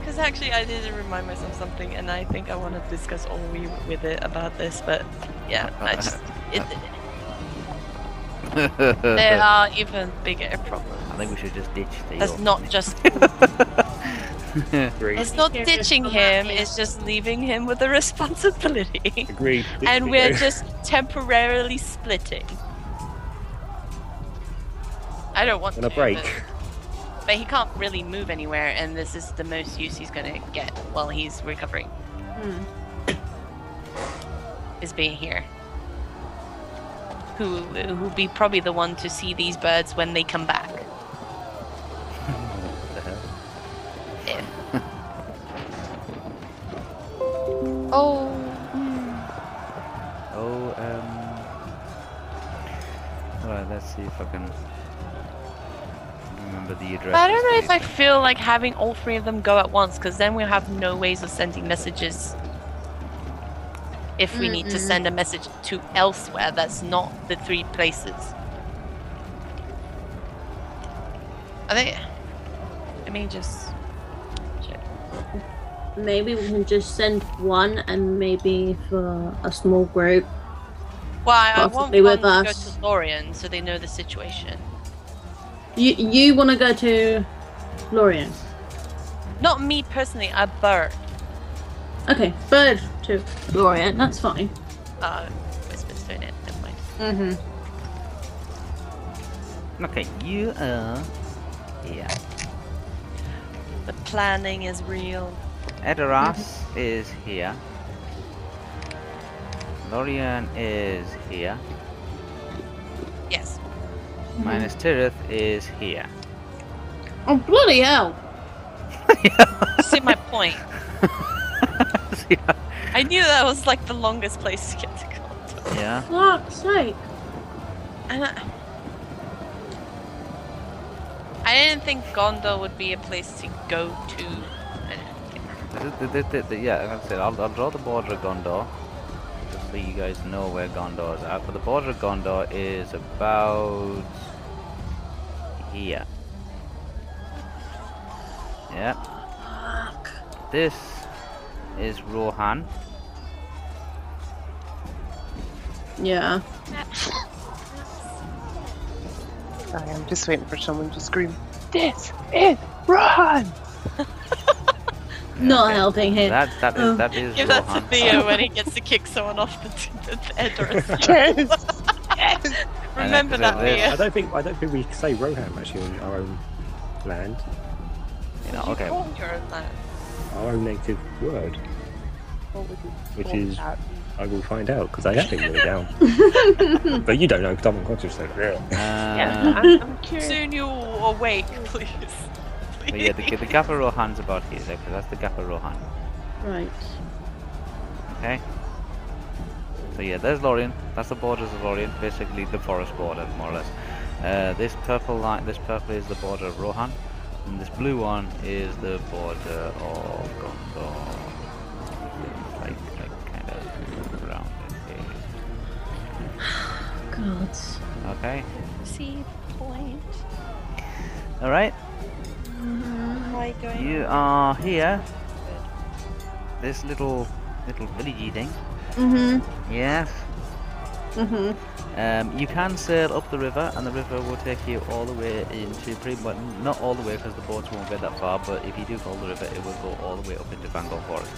[SPEAKER 3] Because actually, I did remind myself something, and I think I want to discuss all we with it about this. But yeah, I just it, there
[SPEAKER 2] I
[SPEAKER 3] are even bigger problems.
[SPEAKER 2] think we should just ditch Theo.
[SPEAKER 3] That's not just
[SPEAKER 5] Agreed.
[SPEAKER 3] It's not
[SPEAKER 4] Take care
[SPEAKER 3] ditching
[SPEAKER 4] of that
[SPEAKER 3] him,
[SPEAKER 4] man.
[SPEAKER 3] it's just leaving him with the responsibility.
[SPEAKER 5] Agreed.
[SPEAKER 3] and we're just temporarily splitting. I don't want
[SPEAKER 5] on a
[SPEAKER 3] to,
[SPEAKER 5] break.
[SPEAKER 3] But, but he can't really move anywhere, and this is the most use he's going to get while he's recovering,
[SPEAKER 4] Hmm.
[SPEAKER 3] is being here. Who who'll be probably the one to see these birds when they come back. If. oh. mm.
[SPEAKER 2] Oh, um. Alright, let's see if I can remember the address.
[SPEAKER 3] But I don't know if I feel like having all three of them go at once, because then we'll have no ways of sending messages. If we need to
[SPEAKER 4] Mm-mm.
[SPEAKER 3] send a message to elsewhere that's not the three places. I think. I mean, just.
[SPEAKER 4] Maybe we can just send one, and maybe for a small group.
[SPEAKER 3] Well, I, I want
[SPEAKER 4] Possibly
[SPEAKER 3] one
[SPEAKER 4] with
[SPEAKER 3] to go
[SPEAKER 4] us.
[SPEAKER 3] to Lorien so they know the situation.
[SPEAKER 4] You you want to go to Lorien?
[SPEAKER 3] Not me personally, uh, a bird.
[SPEAKER 4] Okay, bird to Lorien. That's fine.
[SPEAKER 3] Uh, Whisper's doing it, never mind.
[SPEAKER 4] Mm-hmm.
[SPEAKER 2] Okay, you are. Yeah.
[SPEAKER 3] The planning is real.
[SPEAKER 2] Edoras
[SPEAKER 3] Mm-hmm.
[SPEAKER 2] is here. Lorian is here.
[SPEAKER 3] Yes. Mm-hmm.
[SPEAKER 2] Minus Tirith is here.
[SPEAKER 4] Oh, bloody hell.
[SPEAKER 3] See my point.
[SPEAKER 2] yeah.
[SPEAKER 3] I knew that was like the longest place to get to Gondor.
[SPEAKER 2] yeah.
[SPEAKER 4] Fuck's sake.
[SPEAKER 3] And I, I didn't think Gondor would be a place to go to. I didn't think-
[SPEAKER 2] Th- th- th- th- th- Yeah, like I said, I'll, I'll draw the border of Gondor, just so you guys know where Gondor is at. But the border of Gondor is about here. Yeah. This is Rohan.
[SPEAKER 4] Yeah.
[SPEAKER 1] Sorry, I'm just waiting for someone to scream. This is Rohan.
[SPEAKER 4] Not
[SPEAKER 2] Okay.
[SPEAKER 4] helping here.
[SPEAKER 2] That that
[SPEAKER 4] Oh.
[SPEAKER 2] is that is
[SPEAKER 3] Give that to
[SPEAKER 2] Rohan.
[SPEAKER 3] Theo when he gets to kick someone off the, the, the edge. or something.
[SPEAKER 1] Yes.
[SPEAKER 3] Remember that,
[SPEAKER 2] Yeah.
[SPEAKER 5] I
[SPEAKER 3] Theo.
[SPEAKER 5] don't think I don't think we can say Rohan actually on our own land,
[SPEAKER 2] You know,
[SPEAKER 3] You
[SPEAKER 2] okay.
[SPEAKER 3] called your own land.
[SPEAKER 5] our own native word.
[SPEAKER 1] What would you
[SPEAKER 5] Which
[SPEAKER 1] call
[SPEAKER 5] is-
[SPEAKER 1] that?
[SPEAKER 5] I will find out because I have been really down. but you don't know because I'm unconscious. So yeah.
[SPEAKER 1] Yeah,
[SPEAKER 2] Uh,
[SPEAKER 1] I'm, I'm curious.
[SPEAKER 3] Soon you will awake, please.
[SPEAKER 2] but yeah, the, the Gap of Rohan's about here, because that's the Gap of Rohan.
[SPEAKER 4] Right.
[SPEAKER 2] Okay. So yeah, there's Lorien. That's the borders of Lorien, basically the forest border, more or less. Uh, this purple line, this purple is the border of Rohan, and this blue one is the border of Gondor. It's Like, like kind of round. it
[SPEAKER 4] God.
[SPEAKER 2] is. Okay.
[SPEAKER 3] See point.
[SPEAKER 2] All right.
[SPEAKER 3] Why going?
[SPEAKER 2] You are here. This little little villagey thing.
[SPEAKER 4] Mm
[SPEAKER 2] Yes.
[SPEAKER 4] hmm. Mm hmm.
[SPEAKER 2] Um, you can sail up the river, and the river will take you all the way into pretty much not all the way because the boats won't get that far. But if you do go the river, it will go all the way up into Bangor Forest.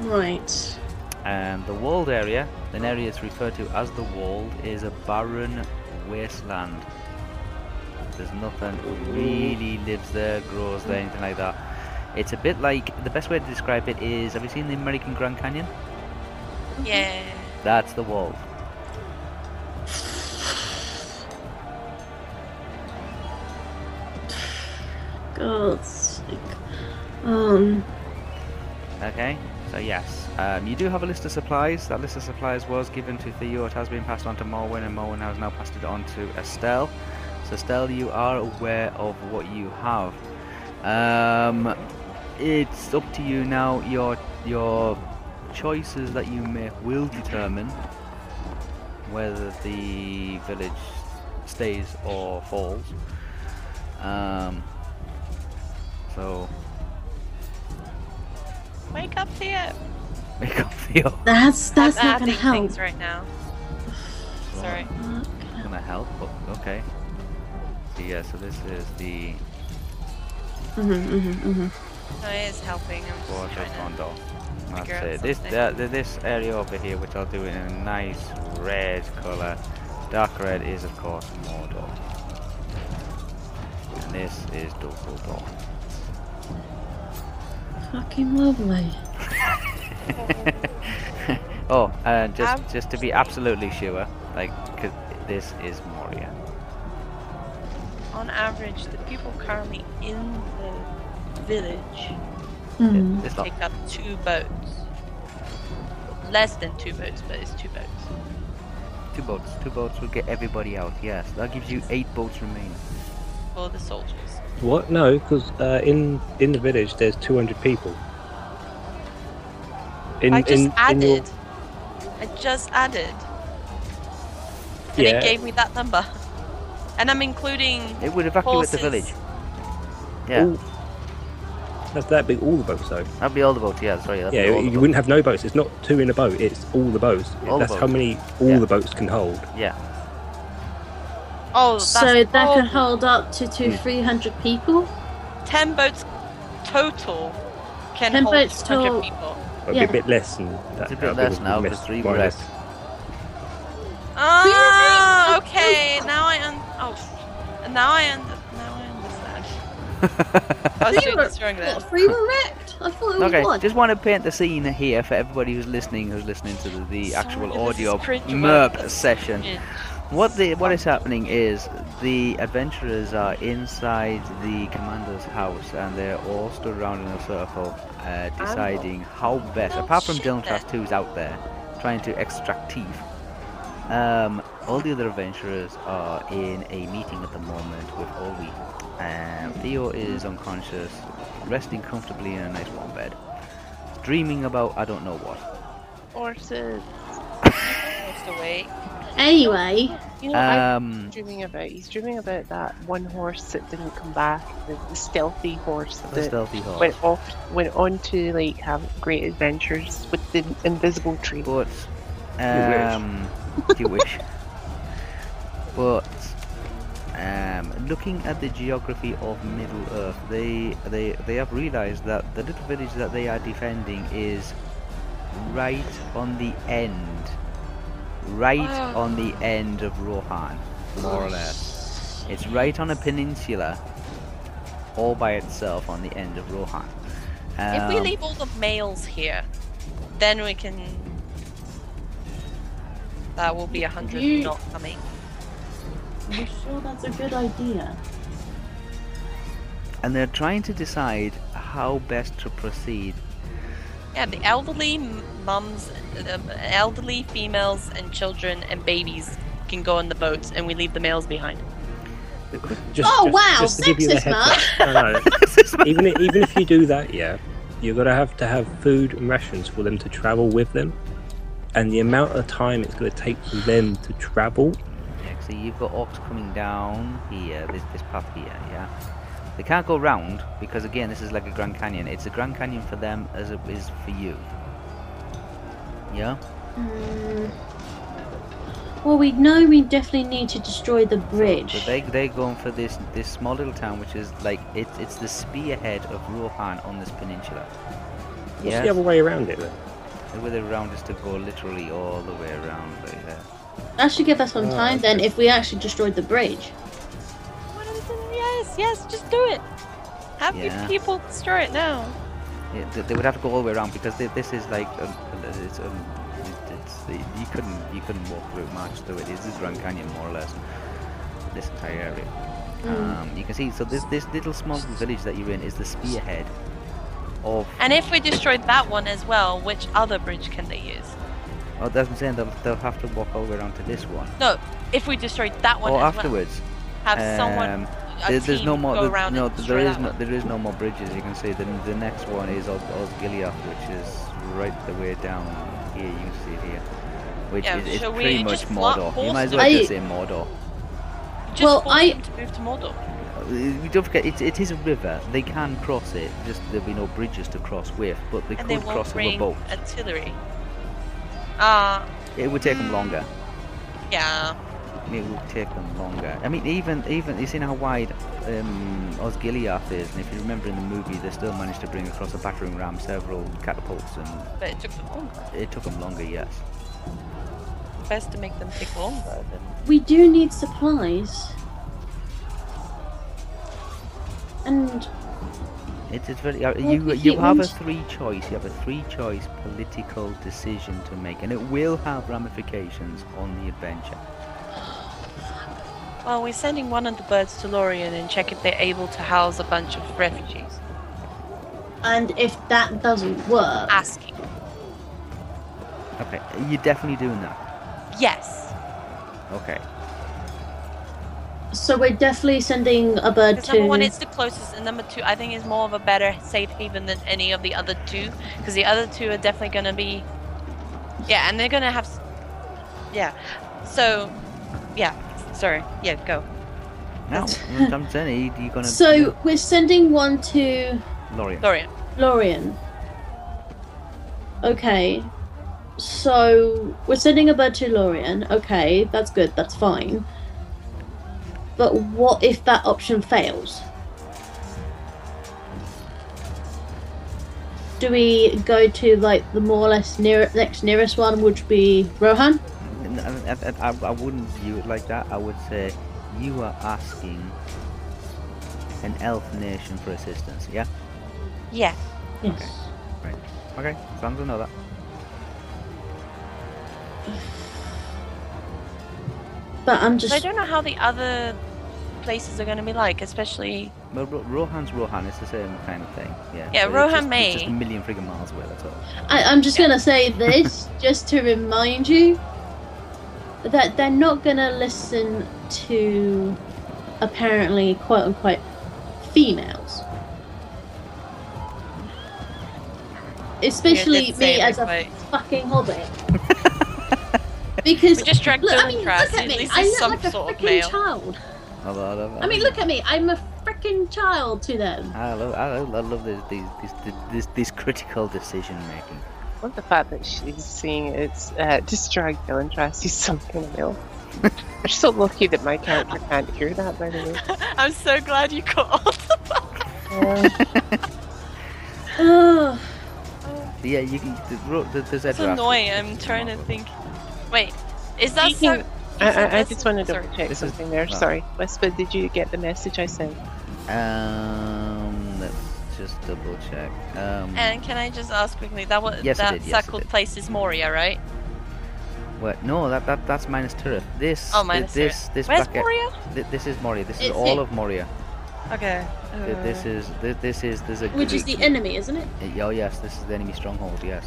[SPEAKER 4] Right.
[SPEAKER 2] And the walled area, an area it's referred to as the walled, is a barren wasteland. There's nothing really lives there, grows there, anything like that. It's a bit like the best way to describe it is: Have you seen the American Grand Canyon?
[SPEAKER 3] Yeah.
[SPEAKER 2] That's the walled.
[SPEAKER 4] God's sake. Um.
[SPEAKER 2] Okay, so yes, um, you do have a list of supplies. That list of supplies was given to Theo. It has been passed on to Morwen, and Morwen has now passed it on to Estelle. So Estelle, you are aware of what you have. Um, it's up to you now. Your your choices that you make will determine whether the village stays or falls. Um, so
[SPEAKER 3] Wake up, Theo.
[SPEAKER 2] make up Theo.
[SPEAKER 4] That's that's
[SPEAKER 3] I'm
[SPEAKER 4] not gonna
[SPEAKER 3] adding
[SPEAKER 4] help. Uh,
[SPEAKER 3] things right now. Sorry.
[SPEAKER 2] gonna help. o- Okay. So yeah, so this is the
[SPEAKER 4] Mm-hmm, mm-hmm, mm-hmm.
[SPEAKER 3] No, it is helping. I'm just
[SPEAKER 2] Border of
[SPEAKER 3] trying to-
[SPEAKER 2] Gondor. That's
[SPEAKER 3] figure out
[SPEAKER 2] it. This
[SPEAKER 3] something.
[SPEAKER 2] uh, th- this area over here, which I'll do in a nice red color. Dark red is of course Mordor. And this is Dumbledore.
[SPEAKER 4] Fucking lovely.
[SPEAKER 2] oh, uh, just
[SPEAKER 3] Um,
[SPEAKER 2] just to be absolutely sure, like, 'cause this is Moria.
[SPEAKER 3] On average, the people currently in the village
[SPEAKER 4] Mm.
[SPEAKER 2] It's not
[SPEAKER 3] take up two boats. Less than two boats, but it's two boats.
[SPEAKER 2] two boats. Two boats will get everybody out. Yes, that gives you eight boats remaining.
[SPEAKER 3] For the soldiers.
[SPEAKER 5] What? No, because uh, in in the village there's 200 people. In,
[SPEAKER 3] I just
[SPEAKER 5] in- in
[SPEAKER 3] added.
[SPEAKER 5] your-
[SPEAKER 3] I just added. And
[SPEAKER 5] Yeah.
[SPEAKER 3] it gave me that number. And I'm including.
[SPEAKER 2] It would evacuate the
[SPEAKER 3] Horses.
[SPEAKER 2] village. Yeah,
[SPEAKER 5] Ooh. That's that'd be all the boats though.
[SPEAKER 2] that'd be all the boats. Yeah, sorry. That'd
[SPEAKER 5] yeah,
[SPEAKER 2] be all the
[SPEAKER 5] you
[SPEAKER 2] boats.
[SPEAKER 5] wouldn't have no boats. It's not two in a boat. It's all the boats.
[SPEAKER 2] All the
[SPEAKER 5] that's how
[SPEAKER 2] boats.
[SPEAKER 5] many all
[SPEAKER 2] Yeah.
[SPEAKER 5] the boats can hold.
[SPEAKER 2] Yeah,
[SPEAKER 3] Oh, that's
[SPEAKER 4] So that
[SPEAKER 3] all.
[SPEAKER 4] could hold up to two, three hundred people.
[SPEAKER 3] ten boats total can
[SPEAKER 4] 10
[SPEAKER 3] hold
[SPEAKER 4] boats
[SPEAKER 3] 200
[SPEAKER 4] total.
[SPEAKER 3] people.
[SPEAKER 5] It'd
[SPEAKER 4] Yeah.
[SPEAKER 5] be a bit less than that.
[SPEAKER 2] it's a
[SPEAKER 5] now,
[SPEAKER 2] bit less
[SPEAKER 5] because we
[SPEAKER 2] now
[SPEAKER 5] missed
[SPEAKER 2] because three were
[SPEAKER 5] minus-
[SPEAKER 2] left.
[SPEAKER 3] Ah, okay. Now I un- oh, and now I un- now I understand. I was doing this wrong then.
[SPEAKER 4] What, three were wrecked? I thought it was
[SPEAKER 2] Okay,
[SPEAKER 4] one.
[SPEAKER 2] just want to paint the scene here for everybody who's listening, who's listening to the, the
[SPEAKER 3] Sorry,
[SPEAKER 2] actual
[SPEAKER 3] this is
[SPEAKER 2] audio
[SPEAKER 3] cringe
[SPEAKER 2] merp
[SPEAKER 3] worthless.
[SPEAKER 2] session.
[SPEAKER 3] Yeah.
[SPEAKER 2] What the what is happening is the adventurers are inside the commander's house, and they're all stood around in a circle, uh, deciding how best.
[SPEAKER 3] Oh,
[SPEAKER 2] apart from
[SPEAKER 3] shit,
[SPEAKER 2] Dylan
[SPEAKER 3] then.
[SPEAKER 2] Trust, who's out there trying to extract teeth, um, all the other adventurers are in a meeting at the moment with Ollie. Um, Theo is unconscious, resting comfortably in a nice warm bed, dreaming about I don't know what.
[SPEAKER 1] Horses.
[SPEAKER 3] Almost awake.
[SPEAKER 4] Anyway,
[SPEAKER 1] You know, I
[SPEAKER 2] Um,
[SPEAKER 1] dreaming about. He's dreaming about that one horse that didn't come back, the, the stealthy horse
[SPEAKER 2] the
[SPEAKER 1] that
[SPEAKER 2] stealthy horse.
[SPEAKER 1] went off, went on to like have great adventures with the invisible tree.
[SPEAKER 2] But
[SPEAKER 5] wish.
[SPEAKER 2] um, you wish. But um, looking at the geography of Middle Earth, they they they have realised that the little village that they are defending is right on the end, right
[SPEAKER 3] Wow.
[SPEAKER 2] on the end of Rohan, more or less. It's right on a peninsula, all by itself on the end of Rohan.
[SPEAKER 3] if we
[SPEAKER 2] Um,
[SPEAKER 3] leave all the males here, then we can. That will be a hundred
[SPEAKER 4] You-
[SPEAKER 3] not coming.
[SPEAKER 4] I'm sure that's a good idea.
[SPEAKER 2] and they're trying to decide how best to proceed.
[SPEAKER 3] Yeah, the elderly m- mums, the elderly females, and children and babies can go on the boats, and we leave the males behind.
[SPEAKER 5] Just,
[SPEAKER 4] Oh,
[SPEAKER 5] just-
[SPEAKER 4] wow,
[SPEAKER 5] just to give you the
[SPEAKER 4] sexist,
[SPEAKER 5] heads
[SPEAKER 4] Mark.
[SPEAKER 5] up. I know. even i- even if you do that, yeah, you're gonna have to have food and rations for them to travel with them, and the amount of time it's gonna take for them to travel.
[SPEAKER 2] Yeah, so you've got orcs coming down here, this, this path here, yeah. They can't go round because again, this is like a Grand Canyon. It's a Grand Canyon for them as it is for you. Yeah.
[SPEAKER 4] Hmm. Well, we know we definitely need to destroy the bridge.
[SPEAKER 2] So they they're going for this this small little town, which is like it's it's the spearhead of Rohan on this peninsula.
[SPEAKER 5] What's
[SPEAKER 2] Yeah.
[SPEAKER 5] the other way around it then?
[SPEAKER 2] The way around is to go literally all the way around like that.
[SPEAKER 4] That should give us some
[SPEAKER 5] Oh,
[SPEAKER 4] time then
[SPEAKER 5] okay.
[SPEAKER 4] if we actually destroyed the bridge.
[SPEAKER 3] What is it? Yes, yes, just do it. Have you
[SPEAKER 2] Yeah.
[SPEAKER 3] people destroy it now.
[SPEAKER 2] Yeah, th- they would have to go all the way around because thi- this is like um, uh, it's, um, it- it's the- you couldn't you couldn't walk through march through it. This is Grand Canyon more or less. This entire area.
[SPEAKER 3] Mm.
[SPEAKER 2] Um, you can see so this this little small village that you're in is the spearhead of.
[SPEAKER 3] And if we destroy that one as well, which other bridge can they use?
[SPEAKER 2] Oh, that's what I'm saying. They'll, they'll have to walk all the way around to this one.
[SPEAKER 3] No, if we destroy that one
[SPEAKER 2] or
[SPEAKER 3] as
[SPEAKER 2] afterwards.
[SPEAKER 3] well, have someone.
[SPEAKER 2] um,
[SPEAKER 3] A
[SPEAKER 2] there, there's
[SPEAKER 3] team
[SPEAKER 2] no more.
[SPEAKER 3] Go
[SPEAKER 2] there-
[SPEAKER 3] around
[SPEAKER 2] no,
[SPEAKER 3] and
[SPEAKER 2] there
[SPEAKER 3] destroy
[SPEAKER 2] is
[SPEAKER 3] that
[SPEAKER 2] no
[SPEAKER 3] one.
[SPEAKER 2] there is no more bridges. You can see the the next one is Oz, Osgiliath, which is right the way down here. You can see it here, which
[SPEAKER 3] Yeah,
[SPEAKER 2] is it's
[SPEAKER 3] shall we
[SPEAKER 2] pretty much
[SPEAKER 3] just flat
[SPEAKER 2] Mordor. You
[SPEAKER 3] force
[SPEAKER 2] might as
[SPEAKER 3] them?
[SPEAKER 2] well just
[SPEAKER 4] I-
[SPEAKER 2] say Mordor.
[SPEAKER 3] Just
[SPEAKER 4] Well,
[SPEAKER 3] force
[SPEAKER 4] I-
[SPEAKER 3] them to move to Mordor.
[SPEAKER 2] Uh, We don't forget it, it is a river. They can cross it. Just there'll be no bridges to cross with, but they
[SPEAKER 3] and they
[SPEAKER 2] could
[SPEAKER 3] won't
[SPEAKER 2] cross it with
[SPEAKER 3] bring
[SPEAKER 2] boats.
[SPEAKER 3] artillery. Ah,
[SPEAKER 2] It would take them longer.
[SPEAKER 3] yeah. Mm.
[SPEAKER 2] It would take them longer. I mean, even even you seen how wide um, Osgiliath is, and if you remember in the movie, they still managed to bring across a battering ram, several catapults, and
[SPEAKER 3] But it took them longer.
[SPEAKER 2] It took them longer, yes.
[SPEAKER 3] Best to make them take longer than
[SPEAKER 4] We do need supplies. And
[SPEAKER 2] It is very. uh,
[SPEAKER 4] Well,
[SPEAKER 2] You
[SPEAKER 4] if
[SPEAKER 2] you
[SPEAKER 4] it
[SPEAKER 2] have a
[SPEAKER 4] wants-
[SPEAKER 2] three choice. You have a three choice political decision to make, and it will have ramifications on the adventure.
[SPEAKER 3] Well, we're sending one of the birds to Lorien and check if they're able to house a bunch of refugees.
[SPEAKER 4] and if that doesn't work,
[SPEAKER 3] Asking.
[SPEAKER 2] Okay, you're definitely doing that.
[SPEAKER 3] Yes.
[SPEAKER 2] Okay.
[SPEAKER 4] so we're definitely sending a bird
[SPEAKER 3] Because
[SPEAKER 4] to.
[SPEAKER 3] number one, it's the closest, and number two, I think is more of a better safe haven than any of the other two. Because the other two are definitely going to be. Yeah, and they're going to have. s- Yeah. So. Yeah. Sorry. Yeah, go.
[SPEAKER 2] Now, I'm saying you- you're gonna.
[SPEAKER 4] so we're sending one to
[SPEAKER 2] Lorien.
[SPEAKER 3] Lorien.
[SPEAKER 4] Lorien. Okay. So we're sending a bird to Lorien. Okay, that's good. That's fine. But what if that option fails? Do we go to like the more or less near next nearest one, which would be Rohan?
[SPEAKER 2] N- I, I- I- I wouldn't view it like that. I would say you are asking an elf nation for assistance. Yeah.
[SPEAKER 3] Yeah.
[SPEAKER 4] Yes.
[SPEAKER 2] Right. Okay. Sounds another.
[SPEAKER 4] But I'm
[SPEAKER 3] So I
[SPEAKER 4] just
[SPEAKER 3] don't know how the other places are going to be like, especially.
[SPEAKER 2] Well, Ro- Rohan's Rohan. It's the same kind of thing. Yeah.
[SPEAKER 3] Yeah,
[SPEAKER 2] But it's
[SPEAKER 3] Rohan
[SPEAKER 2] just,
[SPEAKER 3] may.
[SPEAKER 2] It's just a million friggin' miles away. That's all.
[SPEAKER 4] I, I'm just gonna say this just to remind you that they're not gonna listen to apparently quote unquote females. Especially
[SPEAKER 3] did say
[SPEAKER 4] me
[SPEAKER 3] it
[SPEAKER 4] as a
[SPEAKER 3] was like-
[SPEAKER 4] fucking hobbit. because
[SPEAKER 3] We just dragged
[SPEAKER 4] look, I
[SPEAKER 3] Dylan
[SPEAKER 4] mean,
[SPEAKER 3] Trask,
[SPEAKER 4] look at
[SPEAKER 3] at
[SPEAKER 4] me.
[SPEAKER 3] least
[SPEAKER 4] I
[SPEAKER 3] he's
[SPEAKER 4] look
[SPEAKER 3] some
[SPEAKER 4] like a
[SPEAKER 3] sort of
[SPEAKER 4] freaking
[SPEAKER 3] male.
[SPEAKER 4] child.
[SPEAKER 2] I love, I love,
[SPEAKER 4] I mean, look at me. I'm a freaking child to them.
[SPEAKER 2] I love, I love, I love this, these, these, this, this critical decision making.
[SPEAKER 1] I love the fact that she's seeing it's uh, just drag Dylan tries to some kind of male. We're so lucky that my character can't hear that, by the way.
[SPEAKER 3] I'm so glad you called.
[SPEAKER 1] Uh,
[SPEAKER 4] Ugh.
[SPEAKER 2] Yeah, you can. The, Ro- the, the
[SPEAKER 3] It's annoying. I'm trying to think. Wait, is that
[SPEAKER 1] Speaking-
[SPEAKER 3] so?
[SPEAKER 1] I,
[SPEAKER 3] is
[SPEAKER 1] I, I
[SPEAKER 3] this-
[SPEAKER 1] just wanted to
[SPEAKER 3] sorry.
[SPEAKER 1] double check
[SPEAKER 2] This is-
[SPEAKER 1] something there.
[SPEAKER 2] well.
[SPEAKER 1] Sorry, Whisper, did you get the message I sent?
[SPEAKER 2] Um, let's just double check. Um,
[SPEAKER 3] And can I just ask quickly? That was
[SPEAKER 2] Yes, I
[SPEAKER 3] that
[SPEAKER 2] did, yes, I
[SPEAKER 3] circled
[SPEAKER 2] did.
[SPEAKER 3] place is Moria, right?
[SPEAKER 2] what? No, that, that that's minus turret. This.
[SPEAKER 3] Oh, minus turret.
[SPEAKER 2] This this
[SPEAKER 3] Where's
[SPEAKER 2] bracket.
[SPEAKER 3] Moria?
[SPEAKER 2] thi- this is Moria. This is
[SPEAKER 4] It's
[SPEAKER 2] all
[SPEAKER 4] it.
[SPEAKER 2] of Moria.
[SPEAKER 3] Okay.
[SPEAKER 2] Thi-
[SPEAKER 4] Uh,
[SPEAKER 2] This is thi- this is there's a.
[SPEAKER 4] Which is the
[SPEAKER 2] group-
[SPEAKER 4] enemy, isn't it?
[SPEAKER 2] Oh yes, this is the enemy stronghold. Yes.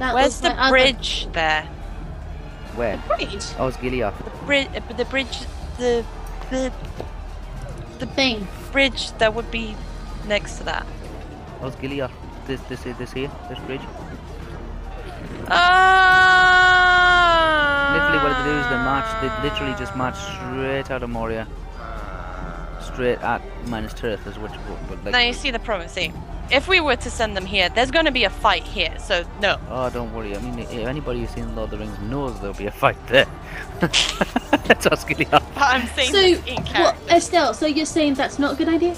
[SPEAKER 4] That
[SPEAKER 3] Where's
[SPEAKER 4] was
[SPEAKER 3] the
[SPEAKER 4] my other-
[SPEAKER 3] bridge there?
[SPEAKER 2] Where?
[SPEAKER 4] Bridge
[SPEAKER 2] Oh, it's Gilead.
[SPEAKER 3] The bridge, the bridge, the the
[SPEAKER 4] thing.
[SPEAKER 3] bridge that would be next to that.
[SPEAKER 2] Oh, it's Gilead. This this this here. This bridge.
[SPEAKER 3] Ah!
[SPEAKER 2] Literally, what they do is they march. They literally just march straight out of Moria, straight at minus turret. Is which. But like,
[SPEAKER 3] Now you see the problem. See, if we were to send them here, there's going to be a fight here. So no.
[SPEAKER 2] Oh, don't worry. I mean, if anybody who's seen Lord of the Rings knows there'll be a fight there. That's what's going to happen.
[SPEAKER 3] But I'm saying
[SPEAKER 4] So,
[SPEAKER 3] this in
[SPEAKER 4] what,
[SPEAKER 3] character.
[SPEAKER 4] Estelle, so you're saying that's not a good idea?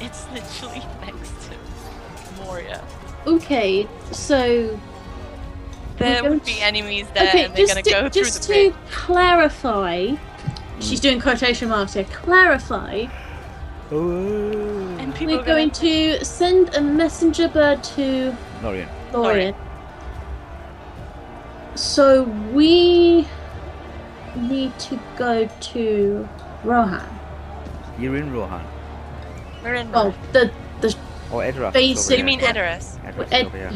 [SPEAKER 3] It's literally next to Moria.
[SPEAKER 4] Okay, so.
[SPEAKER 3] There
[SPEAKER 4] don't-
[SPEAKER 3] would be enemies there,
[SPEAKER 4] okay,
[SPEAKER 3] and they're going
[SPEAKER 4] to,
[SPEAKER 3] go through
[SPEAKER 4] just
[SPEAKER 3] the
[SPEAKER 4] to
[SPEAKER 3] bridge.
[SPEAKER 4] clarify, she's doing quotation marks here. Clarify,
[SPEAKER 3] And people
[SPEAKER 4] we're
[SPEAKER 3] are gonna-
[SPEAKER 4] going to send a messenger bird to
[SPEAKER 2] Lorien.
[SPEAKER 4] Lorien. So we need to go to Rohan.
[SPEAKER 2] You're in Rohan.
[SPEAKER 3] We're in.
[SPEAKER 4] Well, the the
[SPEAKER 2] Or Edoras.
[SPEAKER 4] Basic-
[SPEAKER 3] you mean Edoras?
[SPEAKER 2] Edoras
[SPEAKER 4] Ed-
[SPEAKER 2] over here.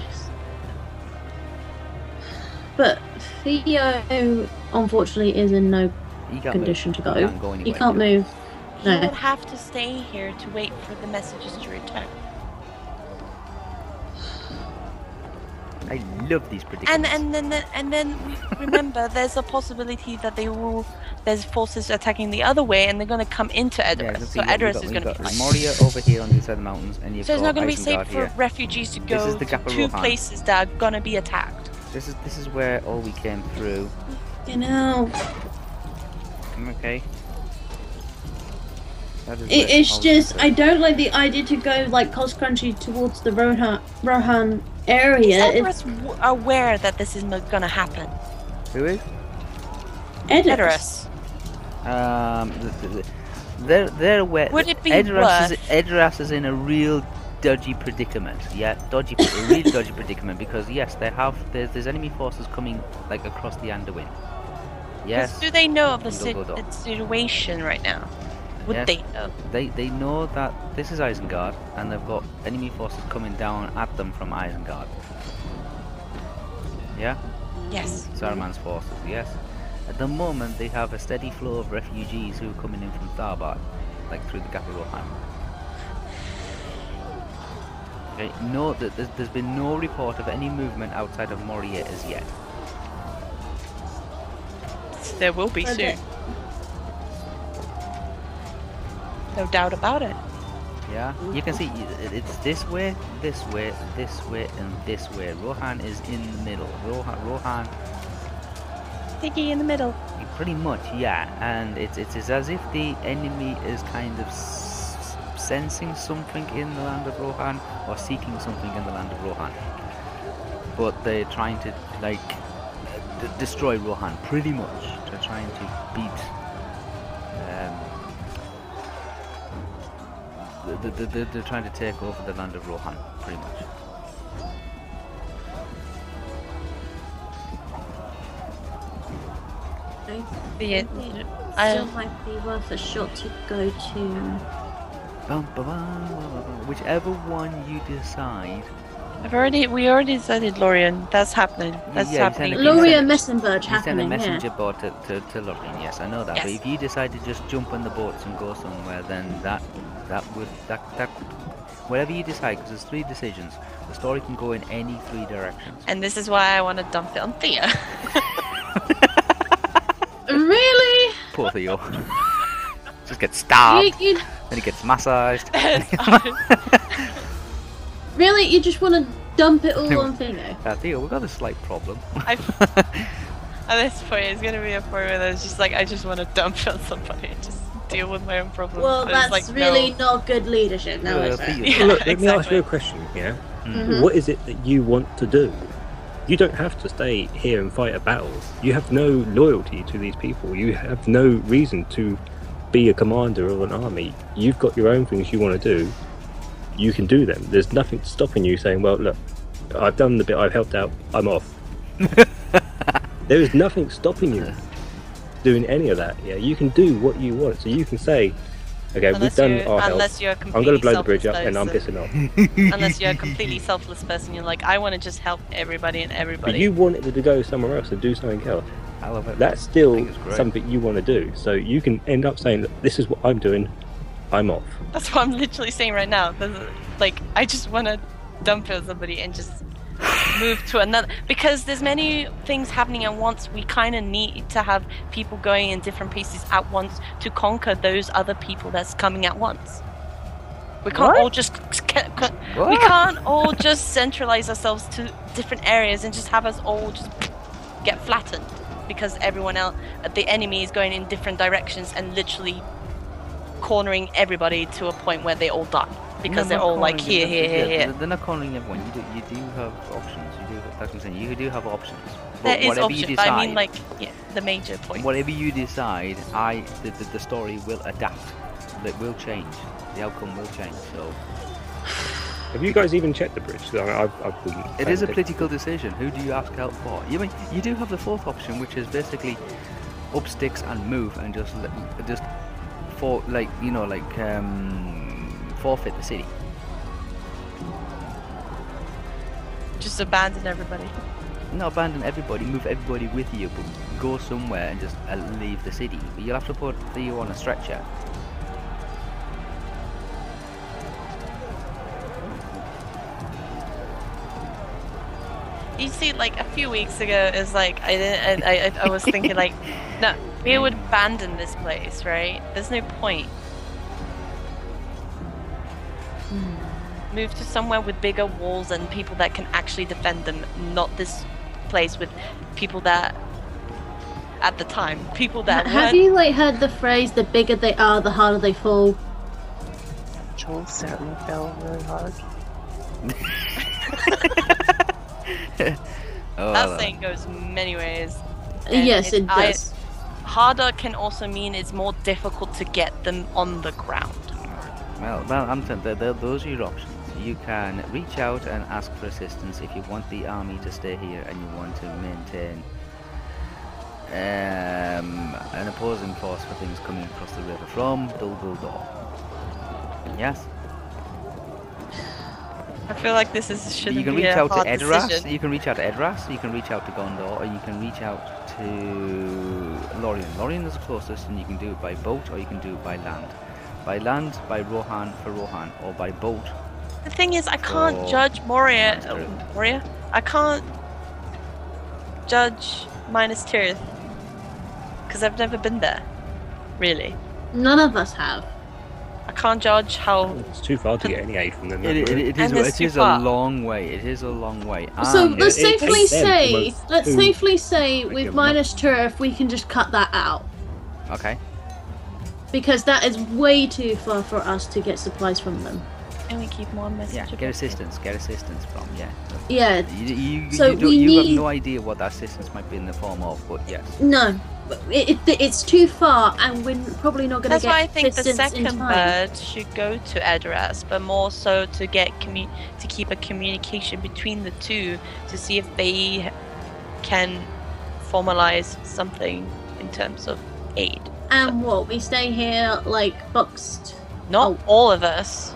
[SPEAKER 4] but Theo unfortunately is in no
[SPEAKER 2] You can't
[SPEAKER 4] condition to
[SPEAKER 2] move.
[SPEAKER 4] go.
[SPEAKER 2] You can't go anywhere.
[SPEAKER 4] He can't move.
[SPEAKER 3] He
[SPEAKER 4] No.
[SPEAKER 3] would have to stay here to wait for the messages to return.
[SPEAKER 2] I love these predictions.
[SPEAKER 3] And and then and then we- remember, there's a possibility that they will. There's forces attacking the other way, and they're going to come into Edoras.
[SPEAKER 2] that's
[SPEAKER 3] so
[SPEAKER 2] what you've
[SPEAKER 3] Edoras
[SPEAKER 2] got.
[SPEAKER 3] is
[SPEAKER 2] You've
[SPEAKER 3] going to
[SPEAKER 2] got
[SPEAKER 3] be. fighting.
[SPEAKER 2] Moria over here on the side of the mountains, and you've
[SPEAKER 3] So it's
[SPEAKER 2] got
[SPEAKER 3] not going to be
[SPEAKER 2] Isengard
[SPEAKER 3] safe for
[SPEAKER 2] here.
[SPEAKER 3] refugees to
[SPEAKER 2] This
[SPEAKER 3] go
[SPEAKER 2] is the
[SPEAKER 3] to
[SPEAKER 2] Gap of
[SPEAKER 3] two
[SPEAKER 2] Rohan.
[SPEAKER 3] places that are going to be attacked.
[SPEAKER 2] This is this is where all we came through.
[SPEAKER 4] You know,
[SPEAKER 2] Okay. That is
[SPEAKER 4] It-
[SPEAKER 2] where
[SPEAKER 4] it's
[SPEAKER 2] all we
[SPEAKER 4] just
[SPEAKER 2] came
[SPEAKER 4] I don't like the idea to go like cost crunchy towards the Rohan Rohan area.
[SPEAKER 3] Is
[SPEAKER 4] It's
[SPEAKER 3] Edoras w- aware that this is not going to happen?
[SPEAKER 2] through. Who is?
[SPEAKER 4] Edoras.
[SPEAKER 3] Edoras.
[SPEAKER 2] Um, th- th- th- they're they're aware.
[SPEAKER 3] Would it be
[SPEAKER 2] Edras Is,
[SPEAKER 3] worth-
[SPEAKER 2] Edras is in a real dodgy predicament. Yeah, dodgy, a real dodgy predicament because yes, they have there's, there's enemy forces coming like across the Anduin. Yes,
[SPEAKER 3] Do they know of the si-
[SPEAKER 2] Dumbledore.
[SPEAKER 3] the situation right now? Would
[SPEAKER 2] Yes.
[SPEAKER 3] they know?
[SPEAKER 2] they they know that this is Isengard and they've got enemy forces coming down at them from Isengard. Yeah.
[SPEAKER 3] Yes.
[SPEAKER 2] Saruman's forces, yes. At the moment, they have a steady flow of refugees who are coming in from Tharbat, like through the Gap of Rohan. Okay, no, th- there's, there's been no report of any movement outside of Moria as yet.
[SPEAKER 3] There will be
[SPEAKER 4] Well,
[SPEAKER 3] soon. No doubt about it.
[SPEAKER 2] Yeah, you can see y- it- it's this way, this way, this way, and this way. Rohan is in the middle. Rohan, Rohan,
[SPEAKER 3] Piggy in the middle.
[SPEAKER 2] pretty much, yeah. And it's it's, it's as if the enemy is kind of s- sensing something in the land of Rohan or seeking something in the land of Rohan. But they're trying to like d- destroy Rohan, pretty much. They're trying to beat. Um, th- th- th- th- they're trying to take over the land of Rohan, pretty much.
[SPEAKER 4] Okay.
[SPEAKER 3] The,
[SPEAKER 4] Still
[SPEAKER 3] I-
[SPEAKER 4] might be worth a shot to go to.
[SPEAKER 2] Bum, bum, bum, bum, bum, bum. Whichever one you decide.
[SPEAKER 3] I've already. We already decided Lorian. That's happening. That's
[SPEAKER 2] Yeah, you said
[SPEAKER 3] happening.
[SPEAKER 2] it. Lor-
[SPEAKER 4] Gloria Messenberg
[SPEAKER 2] You send a
[SPEAKER 4] happening, yeah.
[SPEAKER 2] messenger board to, to, to Lorraine, yes, I know that. But
[SPEAKER 3] Yes.
[SPEAKER 2] if you decide to just jump on the boats and go somewhere, then that that would that that whatever you decide, because there's three decisions. The story can go in any three directions.
[SPEAKER 3] and this is why I want to dump it on Thea.
[SPEAKER 4] Really?
[SPEAKER 2] Poor Theo. just gets stabbed,
[SPEAKER 4] You, you,
[SPEAKER 2] then he gets massaged.
[SPEAKER 4] really? You just want to dump it all on Theo?
[SPEAKER 2] Uh, Theo, we've got a slight problem.
[SPEAKER 3] I, at this point, it's gonna be a point where it's just like I just want to dump it on somebody and just deal with my own problems.
[SPEAKER 4] Well,
[SPEAKER 3] And it's
[SPEAKER 4] that's
[SPEAKER 3] like, no.
[SPEAKER 4] really not good leadership now,
[SPEAKER 2] Uh,
[SPEAKER 4] is it?
[SPEAKER 2] Theo,
[SPEAKER 3] Yeah,
[SPEAKER 5] Look, let me
[SPEAKER 3] exactly.
[SPEAKER 5] ask
[SPEAKER 3] Mm-hmm.
[SPEAKER 5] you a question, yeah?
[SPEAKER 4] Mhm.
[SPEAKER 5] What is it that you want to do? You don't have to stay here and fight a battle. You have no loyalty to these people. You have no reason to be a commander of an army. You've got your own things you want to do. You can do them. There's nothing stopping you saying, well, look, I've done the bit I've helped out, I'm off. there is nothing stopping you doing any of that. Yeah, you can do what you want. So you can say, okay,
[SPEAKER 3] Unless
[SPEAKER 5] we've
[SPEAKER 3] you,
[SPEAKER 5] done our help.
[SPEAKER 3] unless you're
[SPEAKER 5] I'm
[SPEAKER 3] completely
[SPEAKER 5] going to blow the bridge up
[SPEAKER 3] selfless
[SPEAKER 5] and I'm
[SPEAKER 3] person-
[SPEAKER 5] pissing off.
[SPEAKER 3] Unless you're a completely selfless person, you're like, I want to just help everybody and everybody.
[SPEAKER 5] But you wanted to go somewhere else and do something else.
[SPEAKER 2] I love it.
[SPEAKER 5] That's
[SPEAKER 2] I
[SPEAKER 5] still
[SPEAKER 2] think it's great.
[SPEAKER 5] something you want to do. So you can end up saying, Look, this is what I'm doing, I'm off.
[SPEAKER 3] That's what I'm literally saying right now. This is- Like, I just want to dump it on somebody and just move to another. Because there's many things happening at once. We kind of need to have people going in different places at once to conquer those other people that's coming at once. We can't all just we
[SPEAKER 2] What?
[SPEAKER 3] can't all just centralize ourselves to different areas and just have us all just get flattened because everyone else the enemy is going in different directions and literally cornering everybody to a point where they all die because
[SPEAKER 2] No,
[SPEAKER 3] they're
[SPEAKER 2] not
[SPEAKER 3] all like
[SPEAKER 2] cornering
[SPEAKER 3] here
[SPEAKER 2] everyone.
[SPEAKER 3] here here
[SPEAKER 2] Yeah,
[SPEAKER 3] here
[SPEAKER 2] They're not cornering everyone. You do, you do have options. You do. That's what I'm saying. You do have options. But
[SPEAKER 3] there is
[SPEAKER 2] whatever
[SPEAKER 3] options
[SPEAKER 2] you
[SPEAKER 3] but
[SPEAKER 2] decide,
[SPEAKER 3] i mean like yeah the major point
[SPEAKER 2] whatever you decide, I the, the, the story will adapt. It will change. The outcome will change. So
[SPEAKER 5] Have you guys even checked the bridge? 'Cause I I, I wouldn't
[SPEAKER 2] it is a
[SPEAKER 5] plan to.
[SPEAKER 2] political decision. Who do you ask out for? You mean you do have the fourth option, which is basically up sticks and move and just let- just for like you know like um, forfeit the city.
[SPEAKER 3] just abandon everybody
[SPEAKER 2] Not abandon everybody, move everybody with you, but go somewhere and just uh, leave the city. But you'll have to put Theo on a stretcher.
[SPEAKER 3] you see like a few weeks ago it was like i didn't i, I, I was thinking like no we would abandon this place right there's no point
[SPEAKER 4] Hmm.
[SPEAKER 3] move to somewhere with bigger walls and people that can actually defend them not this place with people that at the time people that
[SPEAKER 4] Have
[SPEAKER 3] weren't-
[SPEAKER 4] you like heard the phrase "the bigger they are, the harder they fall"?
[SPEAKER 1] Joel certainly fell really hard.
[SPEAKER 2] Oh,
[SPEAKER 3] that saying goes many ways And
[SPEAKER 4] yes,
[SPEAKER 3] it-
[SPEAKER 4] it
[SPEAKER 3] I-
[SPEAKER 4] does.
[SPEAKER 3] harder can also mean it's more difficult to get them on the ground
[SPEAKER 2] Well, well, I'm saying th- th- those are your options. You can reach out and ask for assistance if you want the army to stay here and you want to maintain um, an opposing force for things coming across the river from Dumbledore. Yes,
[SPEAKER 3] i feel like this is shouldn't
[SPEAKER 2] you can
[SPEAKER 3] be
[SPEAKER 2] reach
[SPEAKER 3] a
[SPEAKER 2] out to
[SPEAKER 3] hard
[SPEAKER 2] Edoras.
[SPEAKER 3] decision.
[SPEAKER 2] You can reach out to Edoras. You can reach out to Gondor, or you can reach out to Lorien. Lorien is the closest, and you can do it by boat, or you can do it by land. By land, by Rohan for Rohan, or by boat
[SPEAKER 3] The thing is, I can't
[SPEAKER 2] Oh,
[SPEAKER 3] judge Moria.
[SPEAKER 2] minus Tirith.
[SPEAKER 3] uh, Moria? I can't judge minus Tirith. Because I've never been there. Really.
[SPEAKER 4] None of us have.
[SPEAKER 3] I can't judge how.
[SPEAKER 2] Oh.
[SPEAKER 5] It's too far to get any aid from them.
[SPEAKER 2] It, it, it is,
[SPEAKER 3] And
[SPEAKER 2] a,
[SPEAKER 3] it's
[SPEAKER 2] it is
[SPEAKER 3] super.
[SPEAKER 2] a long way. It is a long way. Um,
[SPEAKER 4] so
[SPEAKER 2] And
[SPEAKER 4] let's
[SPEAKER 5] Ah, it- it
[SPEAKER 4] safely
[SPEAKER 5] takes them
[SPEAKER 4] say,
[SPEAKER 5] almost
[SPEAKER 4] let's
[SPEAKER 5] two-
[SPEAKER 4] safely say,
[SPEAKER 5] Like a
[SPEAKER 4] with
[SPEAKER 5] month.
[SPEAKER 4] minus turf, we can just cut that out
[SPEAKER 2] okay,
[SPEAKER 4] because that is way too far for us to get supplies from them.
[SPEAKER 3] And we keep more messages.
[SPEAKER 2] yeah, get assistance. Get assistance from yeah.
[SPEAKER 4] Yeah,
[SPEAKER 2] You, you,
[SPEAKER 4] So
[SPEAKER 2] you, don't,
[SPEAKER 4] we
[SPEAKER 2] you have
[SPEAKER 4] need-
[SPEAKER 2] no idea what that assistance might be in the form of, but yes.
[SPEAKER 4] no, it, it, it's too far, and we're probably not going to
[SPEAKER 3] That's
[SPEAKER 4] get
[SPEAKER 3] why I think the
[SPEAKER 4] distance in
[SPEAKER 3] second
[SPEAKER 4] time.
[SPEAKER 3] bird should go to Edoras, but more so to get commu- to keep a communication between the two to see if they can formalize something in terms of aid.
[SPEAKER 4] And what? We stay here like boxed.
[SPEAKER 3] Not
[SPEAKER 4] Oh.
[SPEAKER 3] all of us.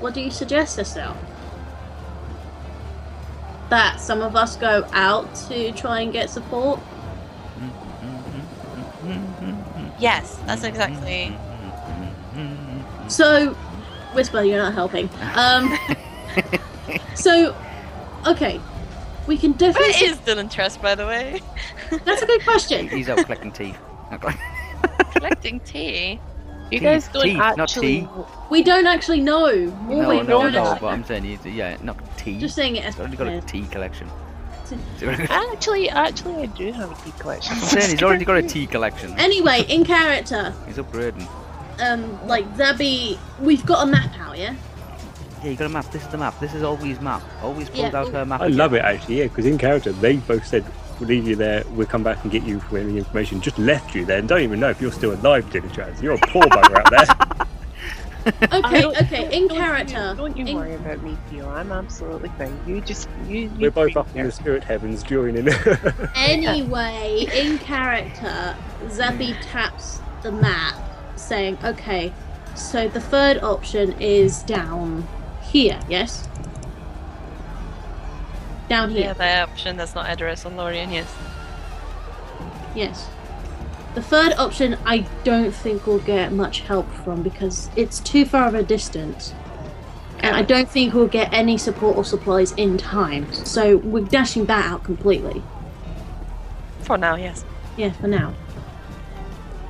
[SPEAKER 4] What do you suggest, Estelle? That some of us go out to try and get support.
[SPEAKER 3] Yes,
[SPEAKER 2] Mm-hmm.
[SPEAKER 3] that's exactly.
[SPEAKER 4] So, Whisper, you're not helping. Um, so, okay, we can definitely.
[SPEAKER 3] Where is Dylan Tress, by the way?
[SPEAKER 4] That's a good
[SPEAKER 2] He-
[SPEAKER 4] question.
[SPEAKER 2] He's out collecting teeth.
[SPEAKER 3] Collecting tea.
[SPEAKER 1] You
[SPEAKER 2] Tea,
[SPEAKER 1] guys don't
[SPEAKER 2] tea, not
[SPEAKER 1] actually.
[SPEAKER 2] tea.
[SPEAKER 4] We don't actually know. Will
[SPEAKER 2] no,
[SPEAKER 4] we?
[SPEAKER 2] no,
[SPEAKER 4] We
[SPEAKER 2] no,
[SPEAKER 4] don't
[SPEAKER 2] but
[SPEAKER 4] actually
[SPEAKER 2] I'm
[SPEAKER 4] know.
[SPEAKER 2] saying, he's, yeah, not tea.
[SPEAKER 4] Just saying it as
[SPEAKER 2] He's only got a
[SPEAKER 4] prepared.
[SPEAKER 2] tea collection.
[SPEAKER 4] Tea.
[SPEAKER 1] Actually, actually, I do have a tea collection.
[SPEAKER 2] I'm saying he's already got a tea collection.
[SPEAKER 4] Anyway, in character,
[SPEAKER 2] He's upgrading.
[SPEAKER 4] um, like Zabby, we've got a map out, yeah.
[SPEAKER 2] Yeah, you got a map. This is the map. This is always map. Always pulled
[SPEAKER 4] Yeah.
[SPEAKER 2] out her map.
[SPEAKER 5] I love it actually, yeah, because in character they both said, "We'll leave you there. We'll come back and get you for any information." Just left you there, and don't even know if you're still alive, Dillitrans. You're a poor bugger out there.
[SPEAKER 1] I
[SPEAKER 4] Okay,
[SPEAKER 1] don't-
[SPEAKER 4] okay, in
[SPEAKER 1] don't you-
[SPEAKER 4] character.
[SPEAKER 1] Don't
[SPEAKER 4] in-
[SPEAKER 1] you worry about me, Theo. I'm absolutely fine. You just you. you
[SPEAKER 5] We're both
[SPEAKER 1] drink
[SPEAKER 5] up in
[SPEAKER 1] there.
[SPEAKER 5] the spirit heavens during in.
[SPEAKER 4] Anyway, in character, Zabby taps the map, saying, "Okay, so the third option is down here. Yes, down
[SPEAKER 3] The
[SPEAKER 4] here.
[SPEAKER 3] other option that's not Edoras and Lorien, yes.
[SPEAKER 4] Yes. The third option, I don't think we'll get much help from because it's too far of a distance. And I don't think we'll get any support or supplies in time. So we're dashing that out completely.
[SPEAKER 3] For now, yes.
[SPEAKER 4] Yeah, for now.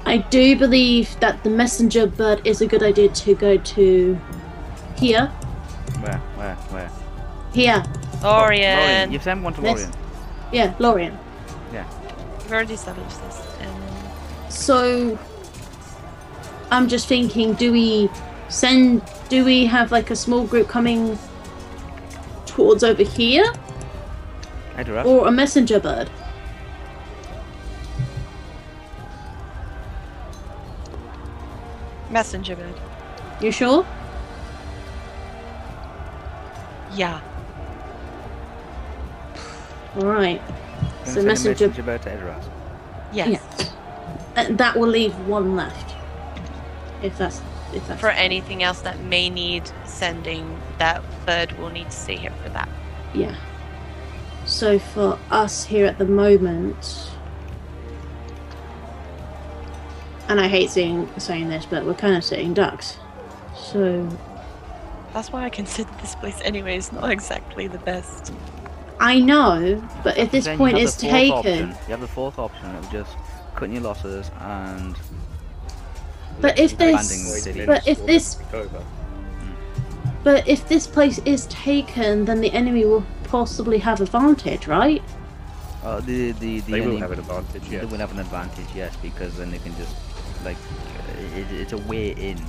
[SPEAKER 4] I do believe that the messenger bird is a good idea to go to here.
[SPEAKER 2] Where, where, where?
[SPEAKER 4] Here.
[SPEAKER 3] Lorien,
[SPEAKER 2] You've
[SPEAKER 3] you've
[SPEAKER 2] sent one to
[SPEAKER 4] Yes.
[SPEAKER 2] Lorien.
[SPEAKER 4] Yeah, Lorien.
[SPEAKER 3] already established this. Um,
[SPEAKER 4] So I'm just thinking, do we send do we have like a small group coming towards over here?
[SPEAKER 2] Edoras.
[SPEAKER 4] Or a messenger bird?
[SPEAKER 3] messenger bird.
[SPEAKER 4] You sure?
[SPEAKER 3] Yeah.
[SPEAKER 4] Alright.
[SPEAKER 2] Gonna
[SPEAKER 4] So
[SPEAKER 2] send a
[SPEAKER 4] messenger-
[SPEAKER 2] messenger bird to Edoras.
[SPEAKER 3] Yes.
[SPEAKER 4] Yes. And Uh, that will leave one left. If that's if that's
[SPEAKER 3] For anything else that may need sending, that bird will need to stay here for that.
[SPEAKER 4] Yeah. So for us here at the moment, and I hate saying saying this, but we're kind of sitting ducks. So
[SPEAKER 3] That's why I consider this place, anyways, not exactly the best.
[SPEAKER 4] I know, but at this
[SPEAKER 2] Then you
[SPEAKER 4] point
[SPEAKER 2] have
[SPEAKER 4] it's
[SPEAKER 2] the fourth option.
[SPEAKER 4] taken.
[SPEAKER 2] You have the fourth option of just cutting your losses and
[SPEAKER 4] But if
[SPEAKER 2] Expanding
[SPEAKER 4] this,
[SPEAKER 2] the city.
[SPEAKER 4] but if this,
[SPEAKER 5] Over.
[SPEAKER 4] but if this place is taken, then the enemy will possibly have advantage, right?
[SPEAKER 2] uh, the the the
[SPEAKER 5] They will
[SPEAKER 2] enemy-
[SPEAKER 5] have an advantage.
[SPEAKER 2] they
[SPEAKER 5] Yes.
[SPEAKER 2] will have an advantage, yes, because then they can just like uh, it, it's a way in.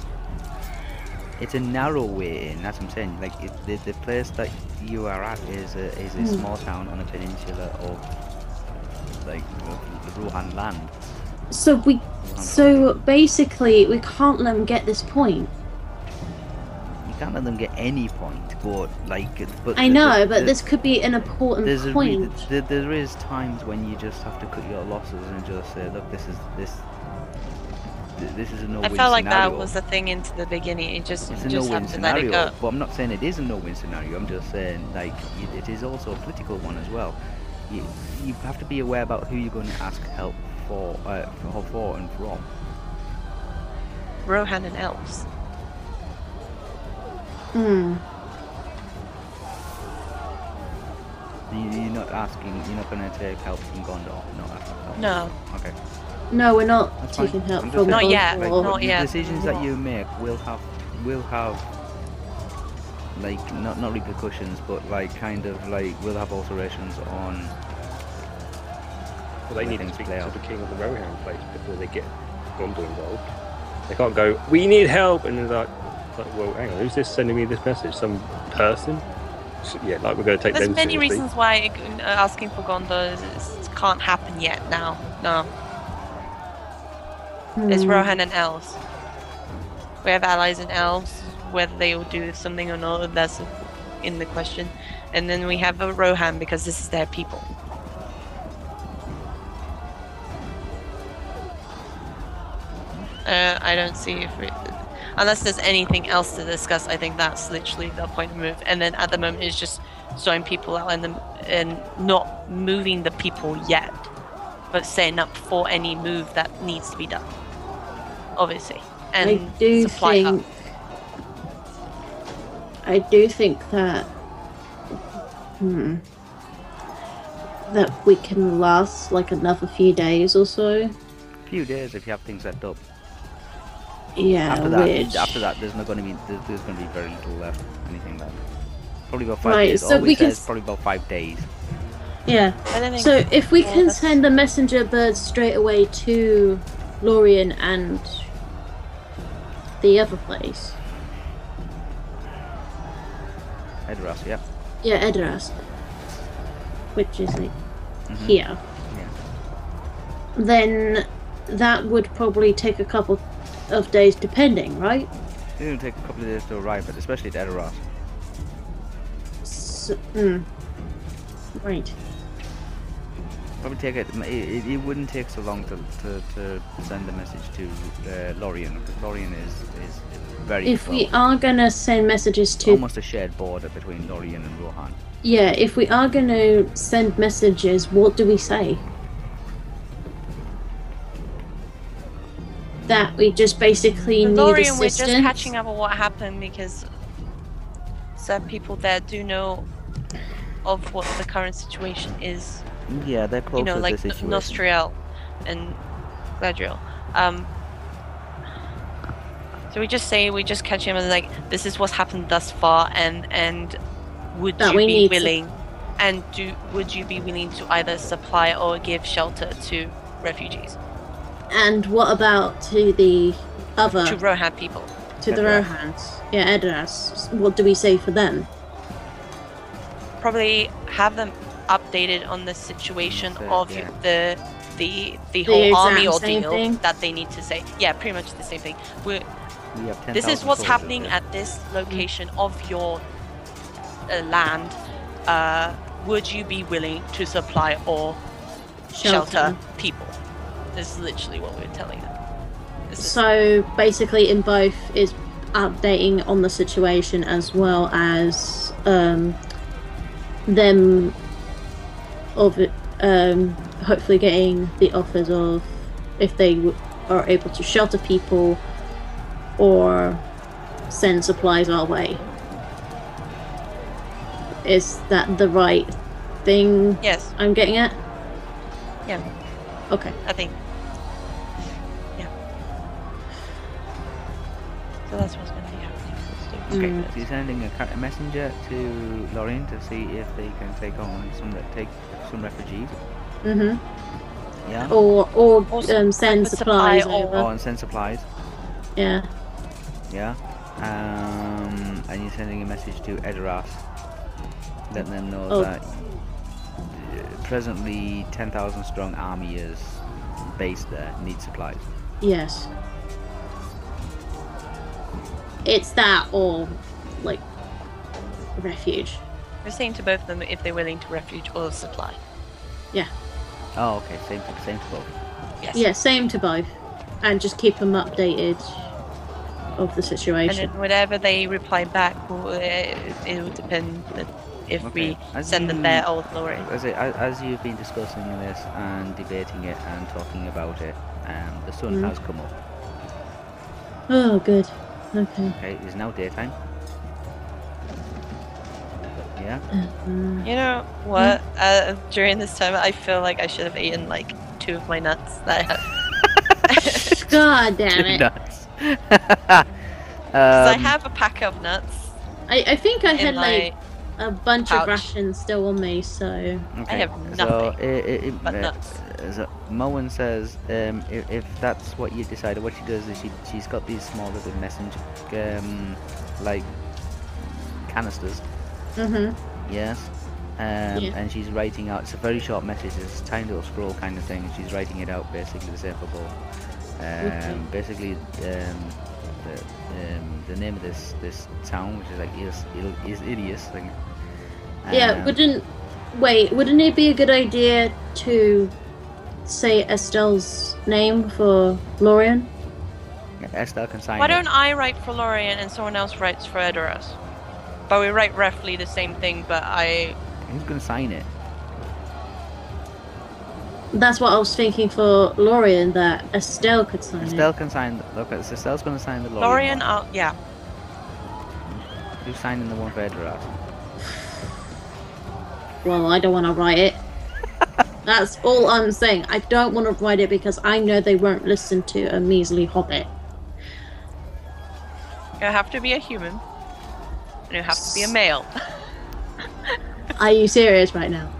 [SPEAKER 2] It's a narrow way in. That's what I'm saying. Like it, the the place that you are at is a, is a
[SPEAKER 4] Hmm.
[SPEAKER 2] small town on a peninsula of like the Ruhan land.
[SPEAKER 4] So we, so basically, we can't let them get this point.
[SPEAKER 2] You can't let them get any point, but like but
[SPEAKER 4] I
[SPEAKER 2] the-
[SPEAKER 4] know,
[SPEAKER 2] the-
[SPEAKER 4] but
[SPEAKER 2] the-
[SPEAKER 4] this could be an important
[SPEAKER 2] there's a re-
[SPEAKER 4] point.
[SPEAKER 2] there, there is times when you just have to cut your losses and just say, look, this is this th- this is a no-win
[SPEAKER 3] I
[SPEAKER 2] scenario.
[SPEAKER 3] felt like that was the thing into the beginning. It just,
[SPEAKER 2] it's
[SPEAKER 3] you
[SPEAKER 2] a
[SPEAKER 3] just
[SPEAKER 2] no-win
[SPEAKER 3] have to let it
[SPEAKER 2] scenario,
[SPEAKER 3] go.
[SPEAKER 2] but I'm not saying it is a no-win scenario. I'm just saying like it, it is also a political one as well. You, you have to be aware about who you're going to ask help for, uh, for, for and from.
[SPEAKER 3] Rohan and elves.
[SPEAKER 4] Hmm.
[SPEAKER 2] You, you're not asking. You're not going to take help from Gondor. You're Not asking help.
[SPEAKER 3] No.
[SPEAKER 2] Okay.
[SPEAKER 4] No, we're not
[SPEAKER 2] That's fine.
[SPEAKER 4] taking
[SPEAKER 2] I'm
[SPEAKER 4] help
[SPEAKER 2] just
[SPEAKER 4] from
[SPEAKER 2] saying,
[SPEAKER 3] Not yet,
[SPEAKER 2] like,
[SPEAKER 4] Gondor.
[SPEAKER 3] not
[SPEAKER 2] the
[SPEAKER 3] yet.
[SPEAKER 2] decisions that you make will have will have like not not repercussions, but like kind of like will have alterations on.
[SPEAKER 5] Well, they need to
[SPEAKER 2] Things
[SPEAKER 5] speak
[SPEAKER 2] play
[SPEAKER 5] to
[SPEAKER 2] out.
[SPEAKER 5] the king of the Rohan place before they get Gondor involved. They can't go, we need help, and they're like, like well, hang on, who's this sending me this message? Some person? So, yeah, like we're going to take
[SPEAKER 3] There's
[SPEAKER 5] them
[SPEAKER 3] many
[SPEAKER 5] seriously.
[SPEAKER 3] reasons why uh, asking for Gondor is, is- can't happen yet now. No. It's
[SPEAKER 4] Hmm.
[SPEAKER 3] Rohan and elves. We have allies and elves. Whether they will do something or not, that's in the question. And then we have a Rohan because this is their people. Uh, I don't see if we, unless there's anything else to discuss. I think that's literally the point of move. And then at the moment, it's just showing people out and and not moving the people yet, but setting up for any move that needs to be done. Obviously, and
[SPEAKER 4] I do
[SPEAKER 3] supply up.
[SPEAKER 4] think. I do think that. Hmm. That we can last like another few days or so.
[SPEAKER 2] few days if you have things left up.
[SPEAKER 4] Yeah,
[SPEAKER 2] after that,
[SPEAKER 4] which-
[SPEAKER 2] after that, there's not going to be there's, there's going to be very little left. Anything left. Probably about five
[SPEAKER 4] Right,
[SPEAKER 2] days.
[SPEAKER 4] so
[SPEAKER 2] All
[SPEAKER 4] we
[SPEAKER 2] we
[SPEAKER 4] can
[SPEAKER 2] says
[SPEAKER 4] s-
[SPEAKER 2] probably about five days.
[SPEAKER 4] Yeah.
[SPEAKER 3] I don't think
[SPEAKER 4] So if we
[SPEAKER 3] Yeah,
[SPEAKER 4] can
[SPEAKER 3] that's-
[SPEAKER 4] send the messenger bird straight away to Lorien and the other place,
[SPEAKER 2] Edras, yeah.
[SPEAKER 4] yeah, Edras, which is like
[SPEAKER 2] Mhm.
[SPEAKER 4] here,
[SPEAKER 2] Yeah.
[SPEAKER 4] then that would probably take a couple of days, depending, right?
[SPEAKER 2] It's going to take a couple of days to arrive, but especially at Edras.
[SPEAKER 4] S mm. Right.
[SPEAKER 2] Probably take it, it. It it wouldn't take so long to to, to send the message to uh, Lorien because Lorien is is very
[SPEAKER 4] If we
[SPEAKER 2] well,
[SPEAKER 4] are gonna send messages to
[SPEAKER 2] almost a shared border between Lorien and Rohan.
[SPEAKER 4] Yeah, if we are going to send messages, what do we say? That we just basically need
[SPEAKER 3] Lorian, we're
[SPEAKER 4] assistance.
[SPEAKER 3] just catching up on what happened because some people there do know of what the current situation is.
[SPEAKER 2] Yeah, they're close
[SPEAKER 3] you know,
[SPEAKER 2] to
[SPEAKER 3] like
[SPEAKER 2] the situation.
[SPEAKER 3] Nostriel and Gladriel. Um, so we just say we just catch him and like this is what's happened thus far, and and would
[SPEAKER 4] That
[SPEAKER 3] you
[SPEAKER 4] we
[SPEAKER 3] be
[SPEAKER 4] need to-
[SPEAKER 3] willing, and do would you be willing to either supply or give shelter to refugees
[SPEAKER 4] And what about to the other,
[SPEAKER 3] to
[SPEAKER 4] to,
[SPEAKER 3] Rohan people?
[SPEAKER 4] the
[SPEAKER 2] Edras.
[SPEAKER 4] Rohans? Yeah, Edras. What do we say for them?
[SPEAKER 3] probably have them updated on the situation
[SPEAKER 2] So,
[SPEAKER 3] of
[SPEAKER 2] yeah.
[SPEAKER 3] the the the
[SPEAKER 4] The
[SPEAKER 3] whole
[SPEAKER 4] exact
[SPEAKER 3] army
[SPEAKER 4] same
[SPEAKER 3] ordeal
[SPEAKER 4] thing?
[SPEAKER 3] that they need to say. Yeah, pretty much the same thing. We're,
[SPEAKER 2] We have 10,000
[SPEAKER 3] this is what's
[SPEAKER 2] soldiers
[SPEAKER 3] happening
[SPEAKER 2] there.
[SPEAKER 3] at this location of your uh, land. Uh, would you be willing to supply or shelter, people? Is literally what we're telling them. This is-
[SPEAKER 4] So basically, in both is updating on the situation as well as um, them of um, hopefully getting the offers of if they w- are able to shelter people or send supplies our way. Is that the right thing
[SPEAKER 3] yes,
[SPEAKER 4] I'm getting at?
[SPEAKER 3] Yeah.
[SPEAKER 4] Okay.
[SPEAKER 3] I think. Yeah. So that's what's going to be happening.
[SPEAKER 2] Okay,
[SPEAKER 4] Mm.
[SPEAKER 2] so you're sending a, ca- a messenger to Lorien to see if they can take on some re- take some refugees.
[SPEAKER 4] Mm-hmm.
[SPEAKER 2] Yeah.
[SPEAKER 4] or or
[SPEAKER 3] Or s-
[SPEAKER 4] um, send
[SPEAKER 3] like a supply
[SPEAKER 4] supplies
[SPEAKER 3] or-
[SPEAKER 4] over.
[SPEAKER 2] Oh, and send supplies.
[SPEAKER 4] Yeah,
[SPEAKER 2] Yeah. Um, and you're sending a message to Edoras, letting them know
[SPEAKER 4] Oh.
[SPEAKER 2] that uh, presently 10,000 strong army is based there, need supplies.
[SPEAKER 4] yes. It's that or like refuge.
[SPEAKER 3] We're saying to both of them if they're willing to refuge or supply.
[SPEAKER 2] Oh, okay, same same to both.
[SPEAKER 3] Yes.
[SPEAKER 4] Yeah, same to both, and just keep them updated of the
[SPEAKER 3] And
[SPEAKER 4] situation.
[SPEAKER 3] then whatever they reply back, will, uh, it will depend that if
[SPEAKER 2] Okay,
[SPEAKER 3] we
[SPEAKER 2] as
[SPEAKER 3] send them
[SPEAKER 2] you-
[SPEAKER 3] their old lorry.
[SPEAKER 2] As, it, as, as you've been discussing this and debating it and talking about it, um, the sun
[SPEAKER 3] Mm-hmm.
[SPEAKER 4] Mm.
[SPEAKER 2] has come up.
[SPEAKER 4] Oh, good. Okay.
[SPEAKER 2] Okay, it is now daytime. Yeah.
[SPEAKER 4] Uh,
[SPEAKER 3] You know what? Uh, during this time, I feel like I should have eaten like two of my nuts that I have.
[SPEAKER 4] God damn it!
[SPEAKER 2] Nuts.
[SPEAKER 3] 'Cause I
[SPEAKER 2] Um,
[SPEAKER 3] have a pack of nuts.
[SPEAKER 4] I, I think I
[SPEAKER 3] in
[SPEAKER 4] had
[SPEAKER 3] my...
[SPEAKER 4] like a bunch
[SPEAKER 3] pouch.
[SPEAKER 4] of rations still on me, so
[SPEAKER 2] Okay.
[SPEAKER 3] have
[SPEAKER 2] So,
[SPEAKER 3] nothing
[SPEAKER 2] i i i-
[SPEAKER 3] but
[SPEAKER 2] uh,
[SPEAKER 3] nuts.
[SPEAKER 2] So Moen says, um, if, if that's what you decided, what she does is she she's got these small little messenger um, like canisters.
[SPEAKER 4] mhm.
[SPEAKER 2] Yes. Um,
[SPEAKER 4] Yeah.
[SPEAKER 2] And she's writing out. It's a very short message. It's a tiny little scroll kind of thing. She's writing it out basically the same for both. Um,
[SPEAKER 4] Okay.
[SPEAKER 2] Basically, um, the um, the name of this this town, which is like is is Ilias thing. Um,
[SPEAKER 4] yeah. Wouldn't wait? Wouldn't it be a good idea to say Estelle's name for Lorian?
[SPEAKER 2] Estelle can sign
[SPEAKER 3] Why
[SPEAKER 2] it.
[SPEAKER 3] don't I write for Lorien and someone else writes for Edoras? But we write roughly the same thing, but I.
[SPEAKER 2] Who's going to sign it?
[SPEAKER 4] That's what I was thinking for Lorien that Estelle could sign
[SPEAKER 2] Estelle can sign. Look, it's Estelle's going to sign the Lorien.
[SPEAKER 3] Lorien, I'll, yeah.
[SPEAKER 2] Who's signing the one for Edoras?
[SPEAKER 4] it. Well, I don't want to write it. That's all I'm saying. I don't want to write it because I know they won't listen to a measly hobbit.
[SPEAKER 3] You have to be a human. And you have to be a male.
[SPEAKER 4] Are you serious right now?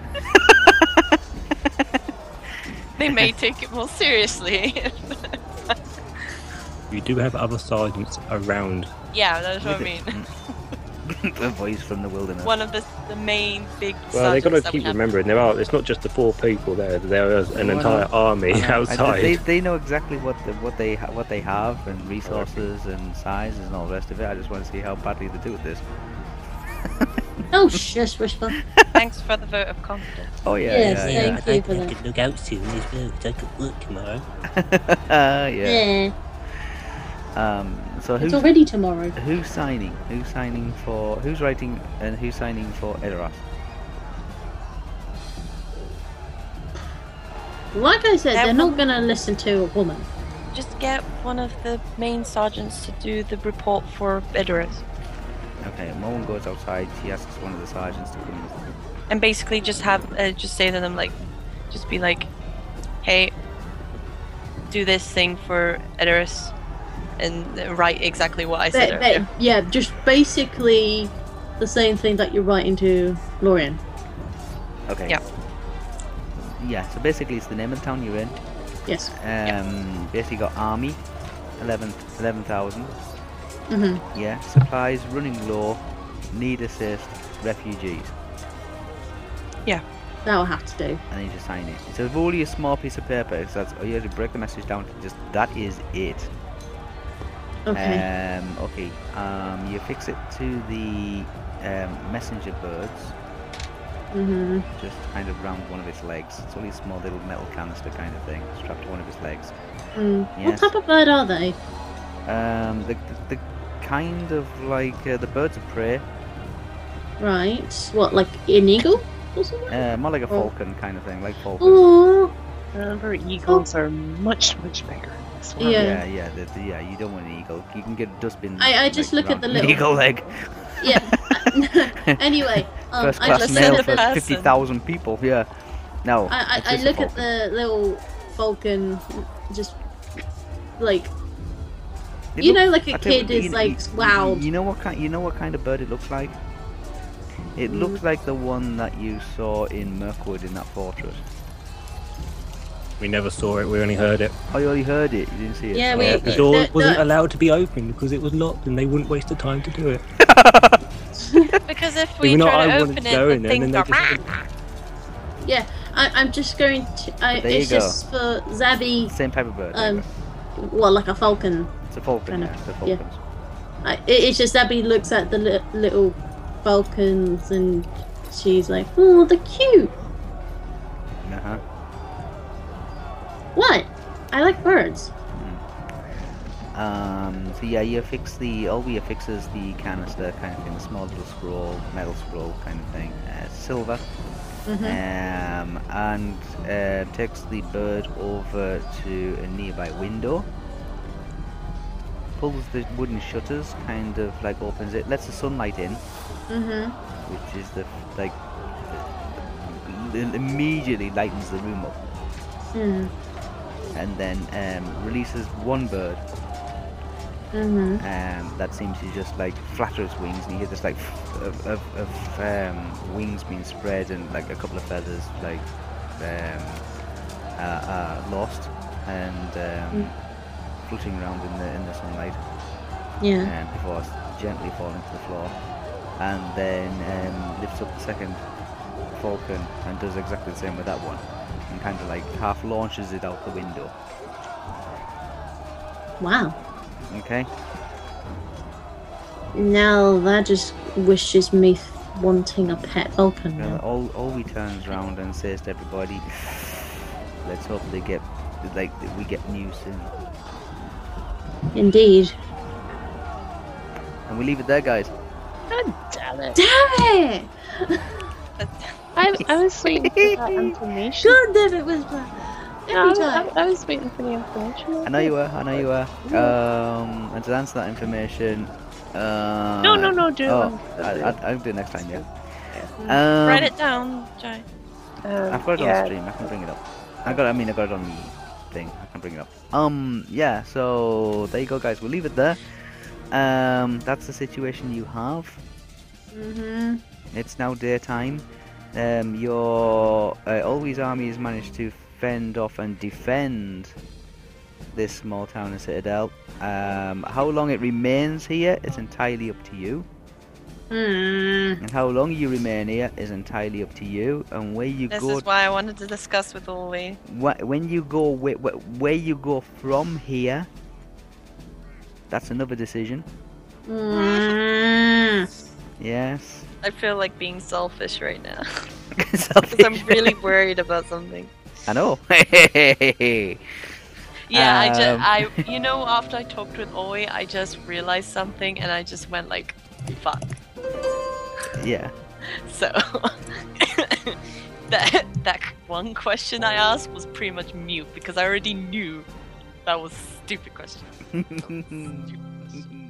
[SPEAKER 3] they may take it more seriously.
[SPEAKER 5] You do have other sergeants around.
[SPEAKER 3] yeah, that's what I mean.
[SPEAKER 2] the voice from the wilderness.
[SPEAKER 3] One of the, the main big.
[SPEAKER 5] Well, they've got
[SPEAKER 3] sergeants
[SPEAKER 5] to
[SPEAKER 3] that
[SPEAKER 5] keep
[SPEAKER 3] we have.
[SPEAKER 5] remembering there are. It's not just the four people there. There is an
[SPEAKER 2] Well,
[SPEAKER 5] entire army
[SPEAKER 2] I know, I-
[SPEAKER 5] outside.
[SPEAKER 2] they, they know exactly what the, what they ha- what they have and resources and sizes and all the rest of it. I just want to see how badly they do with this.
[SPEAKER 4] Oh, shush, Whisper.
[SPEAKER 3] Thanks for the vote of confidence.
[SPEAKER 2] Oh yeah,
[SPEAKER 4] Yes,
[SPEAKER 2] yeah,
[SPEAKER 4] thank
[SPEAKER 2] yeah.
[SPEAKER 4] you for that.
[SPEAKER 5] look out soon as well. Take a look tomorrow.
[SPEAKER 2] Uh, yeah.
[SPEAKER 4] Yeah.
[SPEAKER 2] Um, so
[SPEAKER 4] It's
[SPEAKER 2] who's
[SPEAKER 4] already tomorrow.
[SPEAKER 2] who's signing? Who's signing for? Who's writing and who's signing for Edoras?
[SPEAKER 4] Like I said,
[SPEAKER 3] That
[SPEAKER 4] they're
[SPEAKER 3] one-
[SPEAKER 4] not going to listen to a woman.
[SPEAKER 3] Just get one of the main sergeants to do the report for Edoras.
[SPEAKER 2] Okay, Moen goes outside. She asks one of the sergeants to come. with-
[SPEAKER 3] and basically just have uh, just say to them like just be like hey do this thing for Edoras and write exactly what I said
[SPEAKER 4] But-
[SPEAKER 3] earlier.
[SPEAKER 4] but, yeah, just basically the same thing that you write into Lorien.
[SPEAKER 2] Okay.
[SPEAKER 3] Yeah.
[SPEAKER 2] Yeah. So basically, it's the name of the town you're in.
[SPEAKER 4] Yes.
[SPEAKER 2] Um, Basically, got army, 11 11,000.
[SPEAKER 4] hmm
[SPEAKER 2] Yeah, supplies, running low, need assist, refugees.
[SPEAKER 4] That'll have to do.
[SPEAKER 2] I need to sign it. So it's only a small piece of paper. So that's, oh, you have to break the message down to just that is it.
[SPEAKER 4] Okay.
[SPEAKER 2] Um, okay. Um, you affix it to the um, messenger birds.
[SPEAKER 4] hmm
[SPEAKER 2] Just kind of round one of its legs. It's only a small little metal canister kind of thing strapped to one of its legs.
[SPEAKER 4] Mm.
[SPEAKER 2] Yes.
[SPEAKER 4] What type of bird are they?
[SPEAKER 2] Um, the, the kind of like uh, the birds of prey,
[SPEAKER 4] Right. What, like an eagle or something?
[SPEAKER 2] uh, more like a
[SPEAKER 4] Oh.
[SPEAKER 2] falcon kind of thing, like falcon.
[SPEAKER 4] Oh,
[SPEAKER 1] Remember, eagles are much, much bigger. than this one.
[SPEAKER 4] Yeah.
[SPEAKER 2] yeah, yeah, the, the- yeah. You don't want an eagle. You can get a dustbin.
[SPEAKER 4] I- I just
[SPEAKER 2] like,
[SPEAKER 4] look at the
[SPEAKER 2] round-
[SPEAKER 4] little-
[SPEAKER 2] eagle leg.
[SPEAKER 4] yeah. anyway, um,
[SPEAKER 2] First
[SPEAKER 4] I
[SPEAKER 2] class
[SPEAKER 4] just
[SPEAKER 3] Listen
[SPEAKER 2] mail
[SPEAKER 3] to
[SPEAKER 4] look at
[SPEAKER 2] for
[SPEAKER 4] the,
[SPEAKER 3] person.
[SPEAKER 2] fifty thousand people. Yeah. No.
[SPEAKER 4] I,
[SPEAKER 2] it's
[SPEAKER 4] I, I
[SPEAKER 2] just a
[SPEAKER 4] look at
[SPEAKER 2] falcon.
[SPEAKER 4] the little falcon, just like
[SPEAKER 2] They
[SPEAKER 4] you
[SPEAKER 2] look-
[SPEAKER 4] know, like a
[SPEAKER 2] I tell you
[SPEAKER 4] kid
[SPEAKER 2] what,
[SPEAKER 4] is
[SPEAKER 2] you-
[SPEAKER 4] like
[SPEAKER 2] you-
[SPEAKER 4] wow.
[SPEAKER 2] You know what kind? You know what kind of bird it looks like? It
[SPEAKER 4] Mm.
[SPEAKER 2] looks like the one that you saw in Mirkwood in that fortress.
[SPEAKER 5] We never saw it. We only heard it.
[SPEAKER 2] Oh, you already heard it. You didn't see it.
[SPEAKER 4] Yeah,
[SPEAKER 2] Oh,
[SPEAKER 4] we-
[SPEAKER 2] okay.
[SPEAKER 5] The door
[SPEAKER 4] The- the-
[SPEAKER 5] wasn't allowed to be opened because it was locked, and they wouldn't waste the time to do it.
[SPEAKER 3] because if we
[SPEAKER 5] Even though
[SPEAKER 3] try
[SPEAKER 5] I
[SPEAKER 3] to
[SPEAKER 5] wanted
[SPEAKER 3] open
[SPEAKER 5] to
[SPEAKER 3] it,
[SPEAKER 5] go
[SPEAKER 3] the
[SPEAKER 5] in there,
[SPEAKER 3] thing
[SPEAKER 5] and then
[SPEAKER 3] got
[SPEAKER 5] they just
[SPEAKER 4] Yeah, I, I'm just going to. I,
[SPEAKER 2] There you
[SPEAKER 4] it's just for Zabby.
[SPEAKER 2] Same type of bird. there you
[SPEAKER 4] Um,
[SPEAKER 2] go.
[SPEAKER 4] well, like a falcon.
[SPEAKER 2] it's a falcon.
[SPEAKER 4] kind of-
[SPEAKER 2] Yeah, it's a
[SPEAKER 4] yeah.
[SPEAKER 2] falcon.
[SPEAKER 4] I, it- it's just Zabby looks at the li- little falcons and she's like, "Oh, they're cute.
[SPEAKER 2] Uh huh.
[SPEAKER 4] What? I like birds."
[SPEAKER 2] Um, so yeah, you affix the Olby affixes the canister kind of thing, the small little scroll, metal scroll kind of thing, uh, silver,
[SPEAKER 4] hmm
[SPEAKER 2] um, and uh, takes the bird over to a nearby window, pulls the wooden shutters, kind of like opens it, lets the sunlight in,
[SPEAKER 4] hmm
[SPEAKER 2] which is the f- like it immediately lightens the room up,
[SPEAKER 4] Mm-hmm.
[SPEAKER 2] and then um, releases one bird.
[SPEAKER 4] Mm-hmm.
[SPEAKER 2] um, that seems to just like flatter its wings, and you hear this like f- of, of, of um, wings being spread and like a couple of feathers like um, uh, uh, lost and um, floating around in the in the sunlight,
[SPEAKER 4] Yeah.
[SPEAKER 2] and before s- gently falling to the floor, and then um, lifts up the second falcon and does exactly the same with that one, and kind of like half launches it out the window.
[SPEAKER 4] Wow.
[SPEAKER 2] Okay.
[SPEAKER 4] Now that just wishes me f- wanting a pet falcon.
[SPEAKER 2] And
[SPEAKER 4] Now.
[SPEAKER 2] all, all he turns round and says to everybody, let's hope they get, like, that we get news soon.
[SPEAKER 4] Indeed.
[SPEAKER 2] And we leave it there, guys.
[SPEAKER 1] God damn it.
[SPEAKER 4] Damn it!
[SPEAKER 1] I, I was waiting for that information.
[SPEAKER 4] God damn it, Whisper!
[SPEAKER 1] No, I,
[SPEAKER 4] Every
[SPEAKER 1] was-
[SPEAKER 4] time.
[SPEAKER 1] I- I was waiting for the information.
[SPEAKER 2] I know you were. I know you were. Um, and to answer that information, uh,
[SPEAKER 1] No, no, no, do it.
[SPEAKER 2] Oh, I, I, I'll do it next time. Yeah. Um,
[SPEAKER 3] Write it down, Jai.
[SPEAKER 1] Um,
[SPEAKER 2] I've got it on
[SPEAKER 1] yeah.
[SPEAKER 2] the stream. I can bring it up. I got. I mean, I got it on the thing. I can bring it up. Um. Yeah. So there you go, guys. We'll leave it there. Um. That's the situation you have.
[SPEAKER 4] Mm-hmm.
[SPEAKER 2] It's now daytime. Um. Your uh, Always army has managed to fend off and defend this small town in Citadel. Um. How long it remains here is entirely up to you.
[SPEAKER 4] Mm.
[SPEAKER 2] And how long you remain here is entirely up to you. And where you
[SPEAKER 3] This
[SPEAKER 2] go
[SPEAKER 3] is why I wanted to discuss with Ollie.
[SPEAKER 2] Wh- when you go where, where you go from here that's another decision
[SPEAKER 4] Mm.
[SPEAKER 2] yes
[SPEAKER 3] I feel like being selfish right now because I'm really worried about something.
[SPEAKER 2] i know
[SPEAKER 3] Yeah,
[SPEAKER 2] Um.
[SPEAKER 3] I just, I, you know, after I talked with Oi, I just realized something, and I just went like, "Fuck."
[SPEAKER 2] yeah
[SPEAKER 3] So that that one question I asked was pretty much
[SPEAKER 2] Mm-hmm.
[SPEAKER 3] mute because I already knew that was a stupid question. Stupid question.